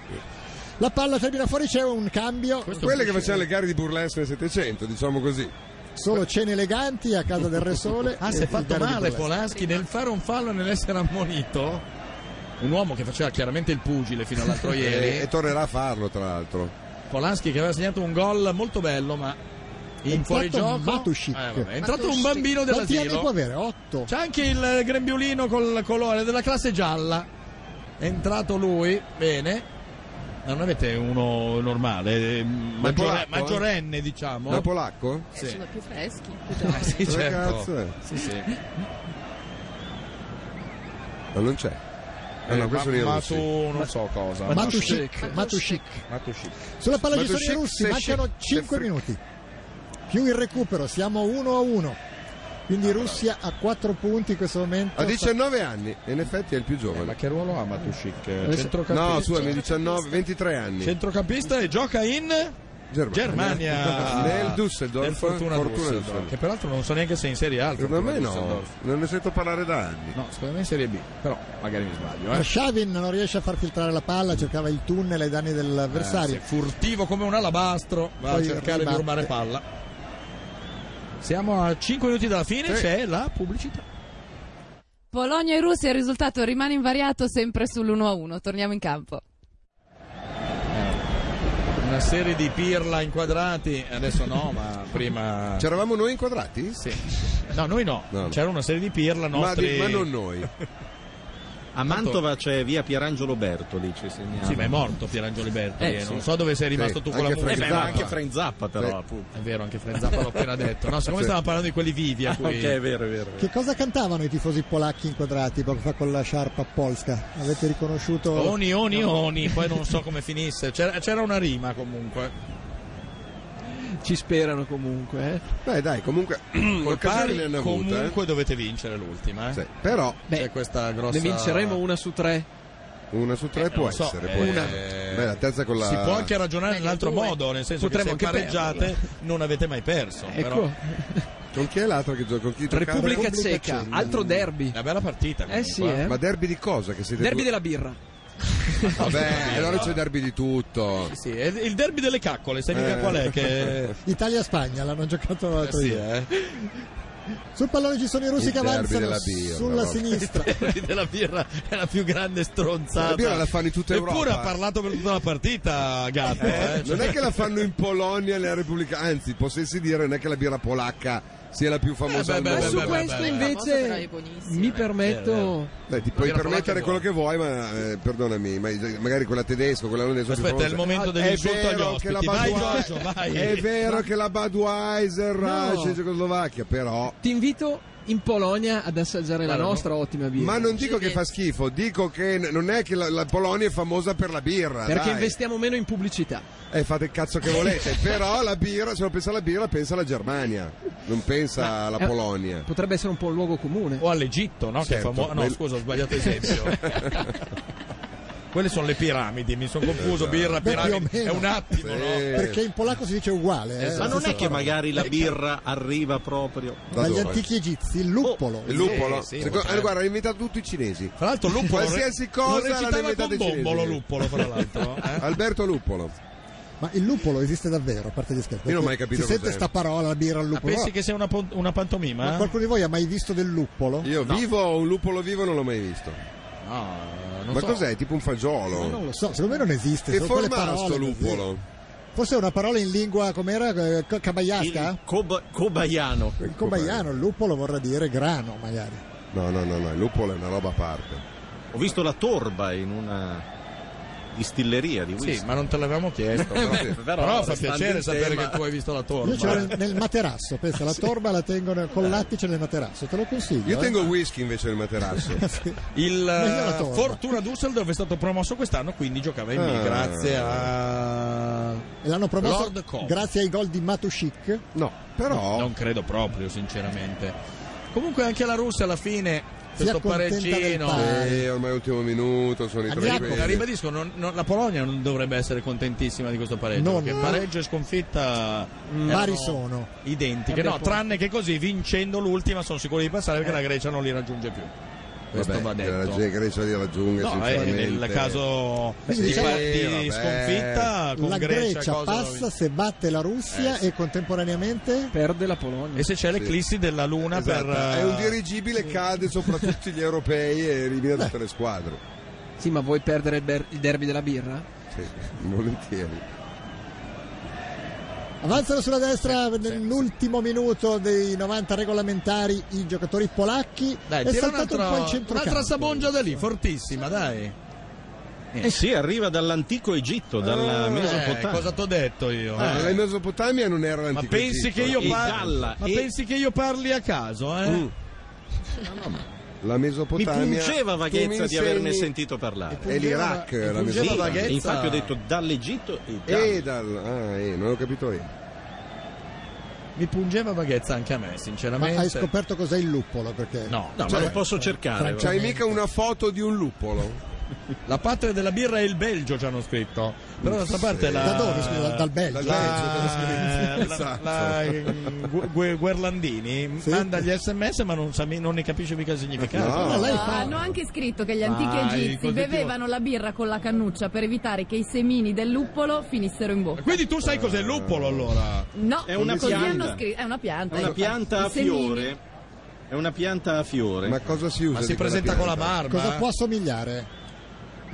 La palla termina fuori, c'è un cambio. Quelle che facevano le gare di burlesque del 700, diciamo così. Solo cene eleganti a casa del Re Sole. Ah, e si è il fatto gare di male burlesque. Polaschi nel fare un fallo e nell'essere ammonito. Un uomo che faceva chiaramente il pugile fino all'altro e, e ieri. tornerà a farlo, tra l'altro. Polaschi che aveva segnato un gol molto bello, ma in entrato fuorigioco. Matušić. Eh, vabbè, è entrato un Matušić. bambino Quanti anni può dell'asilo. avere? 8. C'è anche il grembiulino col colore della classe gialla. È entrato lui, bene. Ma Non avete uno normale, eh, maggiore- polacco, eh? maggiorenne diciamo. Da polacco? Eh, Sono più freschi. Eh, *laughs* sì, Dove certo. cazzo eh. è? Sì, sì. Ma non c'è. Ah, no, Eh, questo lì è ma, ma russi. tu non so cosa. Matušić. Matušić. Matušić. Sulla palla ci sono i Matušić, russi, Sešek, mancano 5 minuti. Più il recupero, siamo 1 a 1. Ah, Quindi Russia a 4 punti in questo momento. Ha 19 anni, e in effetti è il più giovane. ma che ruolo ha Matusic? Adesso- Centrocampista. No, scusami, 19, 23 anni. Centrocampista e gioca in Germania. Germania. Nel Düsseldorf. Nel Fortuna, Fortuna Düsseldorf. Düsseldorf. Che peraltro non so neanche se è in Serie A. il Secondo me Fortuna no, Düsseldorf. non ne sento parlare da anni. No, secondo me è in Serie B, però magari mi sbaglio. Eh. Shavin non riesce a far filtrare la palla, cercava il tunnel ai danni dell'avversario. Eh, Anzi, furtivo come un alabastro, va Poi a cercare ribatte. di urmare palla. Siamo a 5 minuti dalla fine, Sì. c'è la pubblicità. Polonia e Russia, il risultato rimane invariato sempre sull'1-1. Torniamo in campo. Una serie di pirla inquadrati, adesso no, ma prima... Cioè, C'eravamo noi inquadrati? Sì. No, noi no. no. C'era una serie di pirla Ma di- nostri... ma *laughs* non noi. A Mantova c'è via Pierangelo Bertoli, ci segnala. Sì, ma è morto Pierangelo Berti, Eh, eh, sì. non so dove sei rimasto Sì, tu con la anche musica. Frank Eh, ma Zappa. anche Frank Zappa, però, Sì. appunto. È vero, anche Frank Zappa l'ho appena detto. No, siccome Sì. stavamo parlando di quelli vivi a Ah, cui... *laughs* ok, è vero, è vero. Che cosa cantavano i tifosi polacchi inquadrati poco fa con la sciarpa polska? Avete riconosciuto? Oni, oni, oni, poi non so come finisse. C'era, c'era una rima comunque. Ci sperano comunque. Eh. Beh, dai, comunque *clears throat* Col l'occasione pari le hanno avute. eh. comunque dovete vincere l'ultima, eh. Sì, Però cioè, c'è questa grossa... Ne vinceremo una su tre. una su tre Eh, può non so, essere. eh, può una. essere. Beh, la terza con la... Si può anche ragionare in un altro due. modo, nel senso Potremmo che se anche Ecco. pareggiate non avete mai perso. però- Con chi è l'altro che gioca? Con chi giocava? Repubblica Repubblica Ceca, altro derby. Una bella partita. Eh sì, eh. Ma derby di cosa? Che siete Derby due- della birra. Vabbè, allora c'è derby di tutto. Sì, è il derby delle caccole, sai mica Eh. qual *laughs* è che... Italia-Spagna l'hanno giocato Eh l'altro sì, ieri. eh. Sul pallone ci sono i russi Il che derby avanzano della birra, sulla vabbè. *laughs* sinistra. Eh. Il derby della birra è la più grande stronzata. La birra la fanno in tutta Eppure Europa. ha parlato per tutta la partita, Gatto. eh. Non è che la fanno in Polonia e nella Repubblica, anzi, possessi dire, non è che la birra polacca sia la più famosa Eh, beh, al beh, Ma mondo. su beh, beh, questo Eh, però è invece buonissima, mi permetto. Dai, ti puoi birra permettere quello polacca che vuoi, ma eh, perdonami, ma, magari quella tedesca, quella olandese. più Aspetta, è il famosa. momento È dell'insulto agli vero che la ospiti. Vai, Budweiser- Giorgio, vai. È vero che la Budweiser No. nasce in Cecoslovacchia, però. Ti invito in Polonia ad assaggiare la Guarda, nostra ottima birra. Ma non dico che fa schifo, dico che n- non è che la, la Polonia è famosa per la birra. perché dai. investiamo meno in pubblicità. Eh, fate il cazzo che volete, *laughs* però la birra, se non pensa alla birra, pensa alla Germania, non pensa alla eh, Polonia. Potrebbe essere un po' un luogo comune. O all'Egitto, no? Che è Certo, famo- no, nel- scusa, ho sbagliato esempio. Quelle sono le piramidi, mi sono confuso. Birra, Beh, più o piramidi. È meno. un attimo, no? Eh, Perché in polacco si dice uguale. eh, Esatto. Ma la non stessa è che parola. magari la birra arriva proprio. da Dagli dove? Oh, antichi egizi, il luppolo. Il luppolo? Sì, sì, Secondo- potrebbe. eh, guarda, ha inventato tutti i cinesi. Tra l'altro, Luppolo. Qualsiasi re- cosa lo l'hanno recitava inventata con i cinesi. Bombolo, Luppolo, fra l'altro. eh. Alberto Luppolo. Ma il luppolo esiste davvero, a parte gli scherzi. Io non ho mai capito Si sente cos'è. Eh? sta parola, la birra al Ma luppolo. pensi che sia una, pon- una Ma pantomima? qualcuno di voi ha mai visto del luppolo? Io vivo, un lupolo vivo non l'ho mai visto. No, non Ma so. cos'è? Tipo un fagiolo. Ma non lo so, secondo me non esiste. che sono quelle forma ha parole sto così. lupolo? Forse è una parola in lingua com'era? eh, co- Il Cabaiasca? Coba- Cobaiano. Il cobaiano, il luppolo vorrà dire grano, magari. No, no, no, no, il lupolo è una roba a parte. Ho visto la torba in una distilleria di whisky. Sì, ma non te l'avevamo chiesto. Eh Però, beh, però, però fa restando piacere in sapere tema- che tu hai visto la torba. Io ce l'ho nel materasso, pensa, la torba la tengo nel- col lattice nel materasso, te lo consiglio. Io eh. tengo il whisky invece nel materasso. Il Meglio la eh, torba. Fortuna Dusseldorf è stato promosso quest'anno, quindi giocava in B Ah. grazie a E l'hanno promosso Lord Cobb. grazie ai gol di Matushik. *laughs* No, No, Non credo proprio, sinceramente. Comunque anche la Russia alla fine Si questo accontenta del pareggino. Sì, eh, ormai è l'ultimo minuto, sono i tre Jacopo, impegni. ribadisco, non- non- la Polonia non dovrebbe essere contentissima di questo pareggio. Non. Perché pareggio e sconfitta Pari erano Mm. sono. identiche. Vabbè, No, poi- tranne che così, vincendo l'ultima, sono sicuri di passare perché Eh. la Grecia non li raggiunge più. Questo Vabbè, va detto. La Grecia li raggiunge No, eh, sinceramente. nel caso Beh, di, diciamo- di Sì, vabbè. sconfitta con La Grecia, Grecia cosa Eh, passa se batte la Russia e contemporaneamente perde la Polonia. E se c'è l'eclissi della Luna Esatto, per... È un eh, dirigibile, cade sopra tutti gli europei e elimina tutte le squadre. Sì, ma vuoi perdere il, ber- il derby della birra? Sì, volentieri. Avanzano sulla destra Eh, nell'ultimo minuto dei 90 regolamentari i giocatori polacchi. Dai, è tira saltato un po' il un'altra, un'altra centrocampo. sabongia da lì, fortissima, dai. Eh sì, arriva dall'antico Egitto, dalla Eh, Mesopotamia. cosa t'ho detto io? Ah, eh? La Mesopotamia non era Ma l'antico pensi Egitto. che io E parli? Dalla, Ma e- pensi che io parli a caso, eh? Mm. La Mi Mesopotamia. pungeva tu mi vaghezza di insegni- averne sentito parlare. È l'Iraq, Mi la pungeva Mesopotamia. vaghezza. Eh, E infatti ho detto dall'Egitto e dalla- E dal... Ah, eh, non ho capito io. Mi pungeva vaghezza anche a me, Ma sinceramente. hai scoperto cos'è il luppolo? Perché No, No, cioè, ma lo posso cercare. Francia- C'hai mica una foto di un luppolo? la patria della birra è il Belgio, ci hanno scritto. Però d'altra parte la... da dove? scusa? Dal, dal Belgio. Esatto. Dal La, *laughs* Belgio, te l'ho scritto. la- la- Gu- Gu- Guerlandini Sì. manda gli sms ma non, sa- non ne capisce mica il significato. No. No, lei No, fa- Ah, hanno anche scritto che gli antichi Ah, il egizi cosiddetto- bevevano la birra con la cannuccia per evitare che i semini del luppolo finissero in bocca. Quindi tu sai cos'è il luppolo allora? No, È una così pianta. hanno scritto. È una pianta. È una eh. pianta I a semini. fiore. È una pianta a fiore. Ma cosa si usa? Ma di si quella presenta con la pianta? barba? Cosa può assomigliare?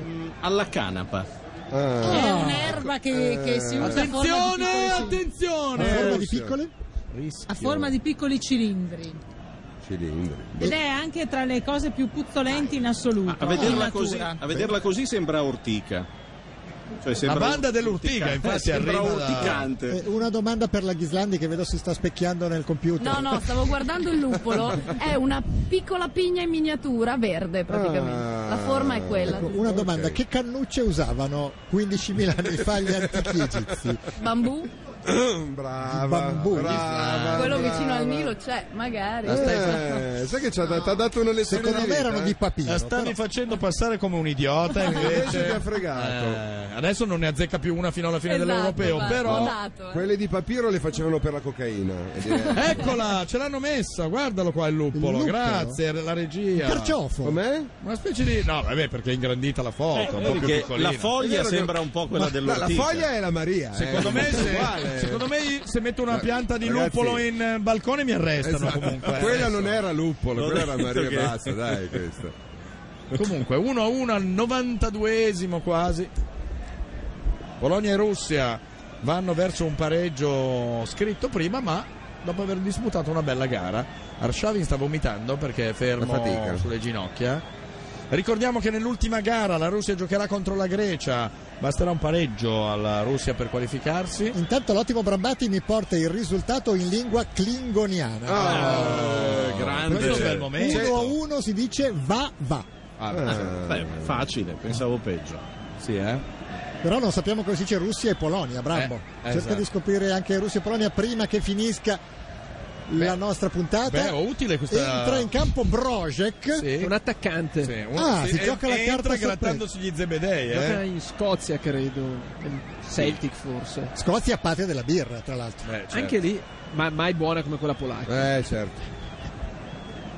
Mm, Alla canapa. Ah. È un'erba che, che si usa a forma di Attenzione, piccoli- Una attenzione! forma di Russia. piccole? a forma di piccoli cilindri. Cilindri. Ed è anche tra le cose più puzzolenti in assoluto. Ma a in vederla, natura. così, a vederla così sembra ortica. Cioè, La sembra banda dell'Urtiga, infatti, sembra arriva da- urticante. Eh, una domanda per la Ghislandi che vedo si sta specchiando nel computer. No, no, stavo guardando il *laughs* luppolo. È una piccola pigna in miniatura verde, Ah. praticamente. La forma è quella. Ecco, una domanda, Ok. che cannucce usavano 15.000 anni *laughs* fa gli antichi egizi? Bambù, brava, Bambù. brava, Ah. quello brava. vicino al Nilo c'è, magari. Esatto, Eh, sai che ci ha da- t'ha dato una lezione Secondo di me vita, erano eh? di papiro. La stavi però- facendo passare come un idiota *laughs* invece Invece ti ha fregato. Eh, adesso non ne azzecca più una fino alla fine Esatto, dell'Europeo, va, però notato, eh. Quelle di papiro le facevano per la cocaina. ed *laughs* era- Eccola, ce l'hanno messa, guardalo qua il luppolo, Il luppolo? grazie la regia. Carciofo. Com'è? Una specie di No, vabbè, perché è ingrandita Eh, la foto, un po' più Perché piccolina. la foglia sembra un po' quella Ma- no, la dell'ortica. foglia è la Maria. eh. Secondo me, se, Uguale. secondo me se metto una Ma- pianta di ragazzi- luppolo in eh, balcone mi arrestano Esatto. comunque. eh. Quella adesso. non era luppolo, L'ho quella era detto Maria che- e basta, dai questa. Comunque 1 a 1 al 92esimo quasi. Polonia e Russia vanno verso un pareggio scritto prima, ma dopo aver disputato una bella gara. Arshavin sta vomitando perché è La fermo fatica. sulle ginocchia. Ricordiamo che nell'ultima gara la Russia giocherà contro la Grecia. Basterà un pareggio alla Russia per qualificarsi. Intanto l'ottimo Brambati mi porta il risultato in lingua klingoniana. Ah, Questo è un bel momento. 1 a certo. 1 si dice va va. Ah, Ah. Eh. Beh, facile, pensavo peggio. sì, eh. Però non sappiamo come si dice Russia e Polonia, Brambo. Eh, Cerca esatto. di scoprire anche Russia e Polonia prima che finisca la nostra puntata. Beh, è utile questa- Entra in campo Brojek. Sì. È un attaccante. Sì, un- Ah, si e- gioca la e carta entra sorpresa. grattandosi gli zebedei, Gioca eh. in Scozia, credo. Celtic, forse. Scozia patria della birra, tra l'altro. Beh, certo. Anche lì, ma mai buona come quella polacca. Eh, certo.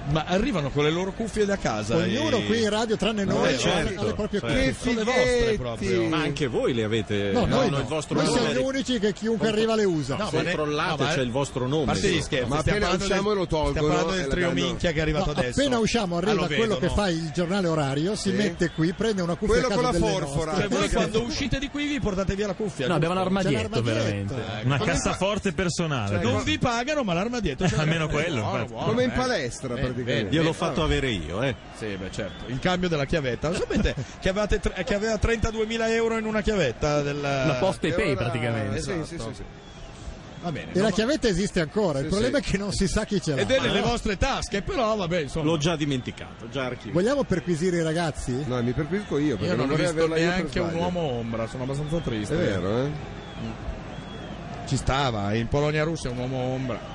Ma arrivano con le loro cuffie da casa. Ognuno i- qui in radio, tranne No, noi, eh, certo, ha le proprie certo. cuffie. Che Sono le vostre proprio. fighetti! Ma anche voi le avete. No, noi il no. vostro Noi siamo nome. gli unici che chiunque arriva le usa. No, Se ma ne- crollate no, ma- c'è il vostro nome. A parte gli sì. scherzi, stiamo Ma appena parlando usciamo del- lo tolgono Stiamo parlando e del la trio danno. minchia che è No, arrivato adesso. appena usciamo Ah, arriva lo quello vedono. che fa il giornale orario, si Sì. mette qui, prende una cuffia Quello a casa con la delle forfora. nostre. Cioè, voi quando uscite di qui vi portate via la cuffia. No, giusto? abbiamo un armadietto l'armadietto. veramente. Una Come fa- cassaforte personale. Non Cioè, vi pagano, ma l'armadietto. c'è. Almeno quello, Eh, Buono, infatti. buono, Come in eh. palestra Eh, praticamente. Gliel'ho fatto avere io, eh. Sì, beh, certo. In cambio della chiavetta. Lo sapete che, avevate tre- che aveva 32.000 euro in una chiavetta? Della... La Poste Pay, praticamente. Esatto. Sì, sì, sì, sì. Va bene. E la chiavetta esiste ancora, il Sì, problema sì. è che non si sa chi ce l'ha. Ed è nelle vostre tasche, però vabbè, insomma. L'ho già dimenticato, già archiviato. Vogliamo perquisire i ragazzi? No, mi perquisco io perché Io non ho vorrei visto averla io per neanche un sbaglio. uomo ombra, sono abbastanza triste. È vero, eh? Ci stava, in Polonia-Russia un uomo ombra.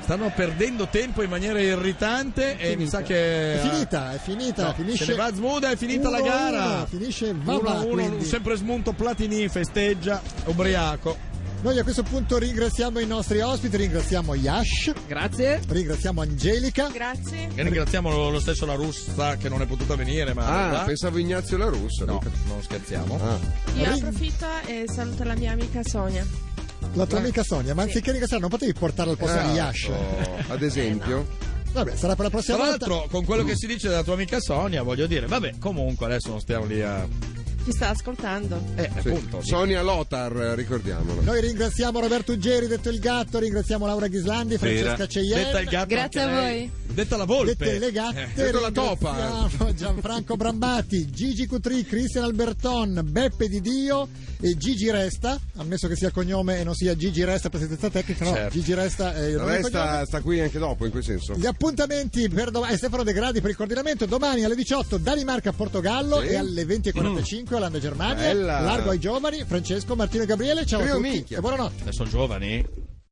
Stanno perdendo tempo in maniera irritante e mi sa che... È finita, è finita, Eh, No, finisce. se ne va Zmuda, è finita la 1-1, gara. Finisce Vava, 1-1, quindi. sempre smunto Platini, festeggia, ubriaco. Noi a questo punto ringraziamo i nostri ospiti, ringraziamo Yash. Grazie. Ringraziamo Angelica. Grazie. E ringraziamo lo lo stesso la russa che non è potuta venire, ma... Ah, Ah, pensavo Ignazio la russa. Ah. No, Ah. non scherziamo. Io approfitto e saluto la mia amica Sonia. La tua amica Sonia, ma anziché ringraziare, non potevi portarla al Certo. posto di Yash. Esatto, Ad Eh, esempio. Vabbè, sarà per la prossima Tra volta. l'altro, con quello che si dice della tua amica Sonia, voglio dire, vabbè, comunque adesso non stiamo lì a. Ci sta ascoltando. Eh, Sì. appunto. Sonia Lothar, ricordiamolo. Noi ringraziamo Roberto Uggeri, detto il gatto, ringraziamo Laura Ghislandi, Vera. Francesca Ceglieri. Detta il gatto Grazie anche a lei. Detta la volpe. Dette le gatte. Eh, detto la topa. ringraziamo Gianfranco Brambati, Gigi Cutri, Cristian Alberton, Beppe Di Dio e Gigi Resta, ammesso che sia cognome e non sia Gigi Resta per sentenza tecnica, no, Certo. Gigi Resta è il nome e cognome. Resta sta qui anche dopo, in quel senso. Gli appuntamenti per domani, Stefano De Gradi per il coordinamento, domani alle 18 Danimarca-Portogallo Sì. e alle 20.45 Olanda-Germania, Bella. largo ai giovani, Francesco, Martino e Gabriele, ciao a Trio tutti minchia. e buonanotte. Sono giovani?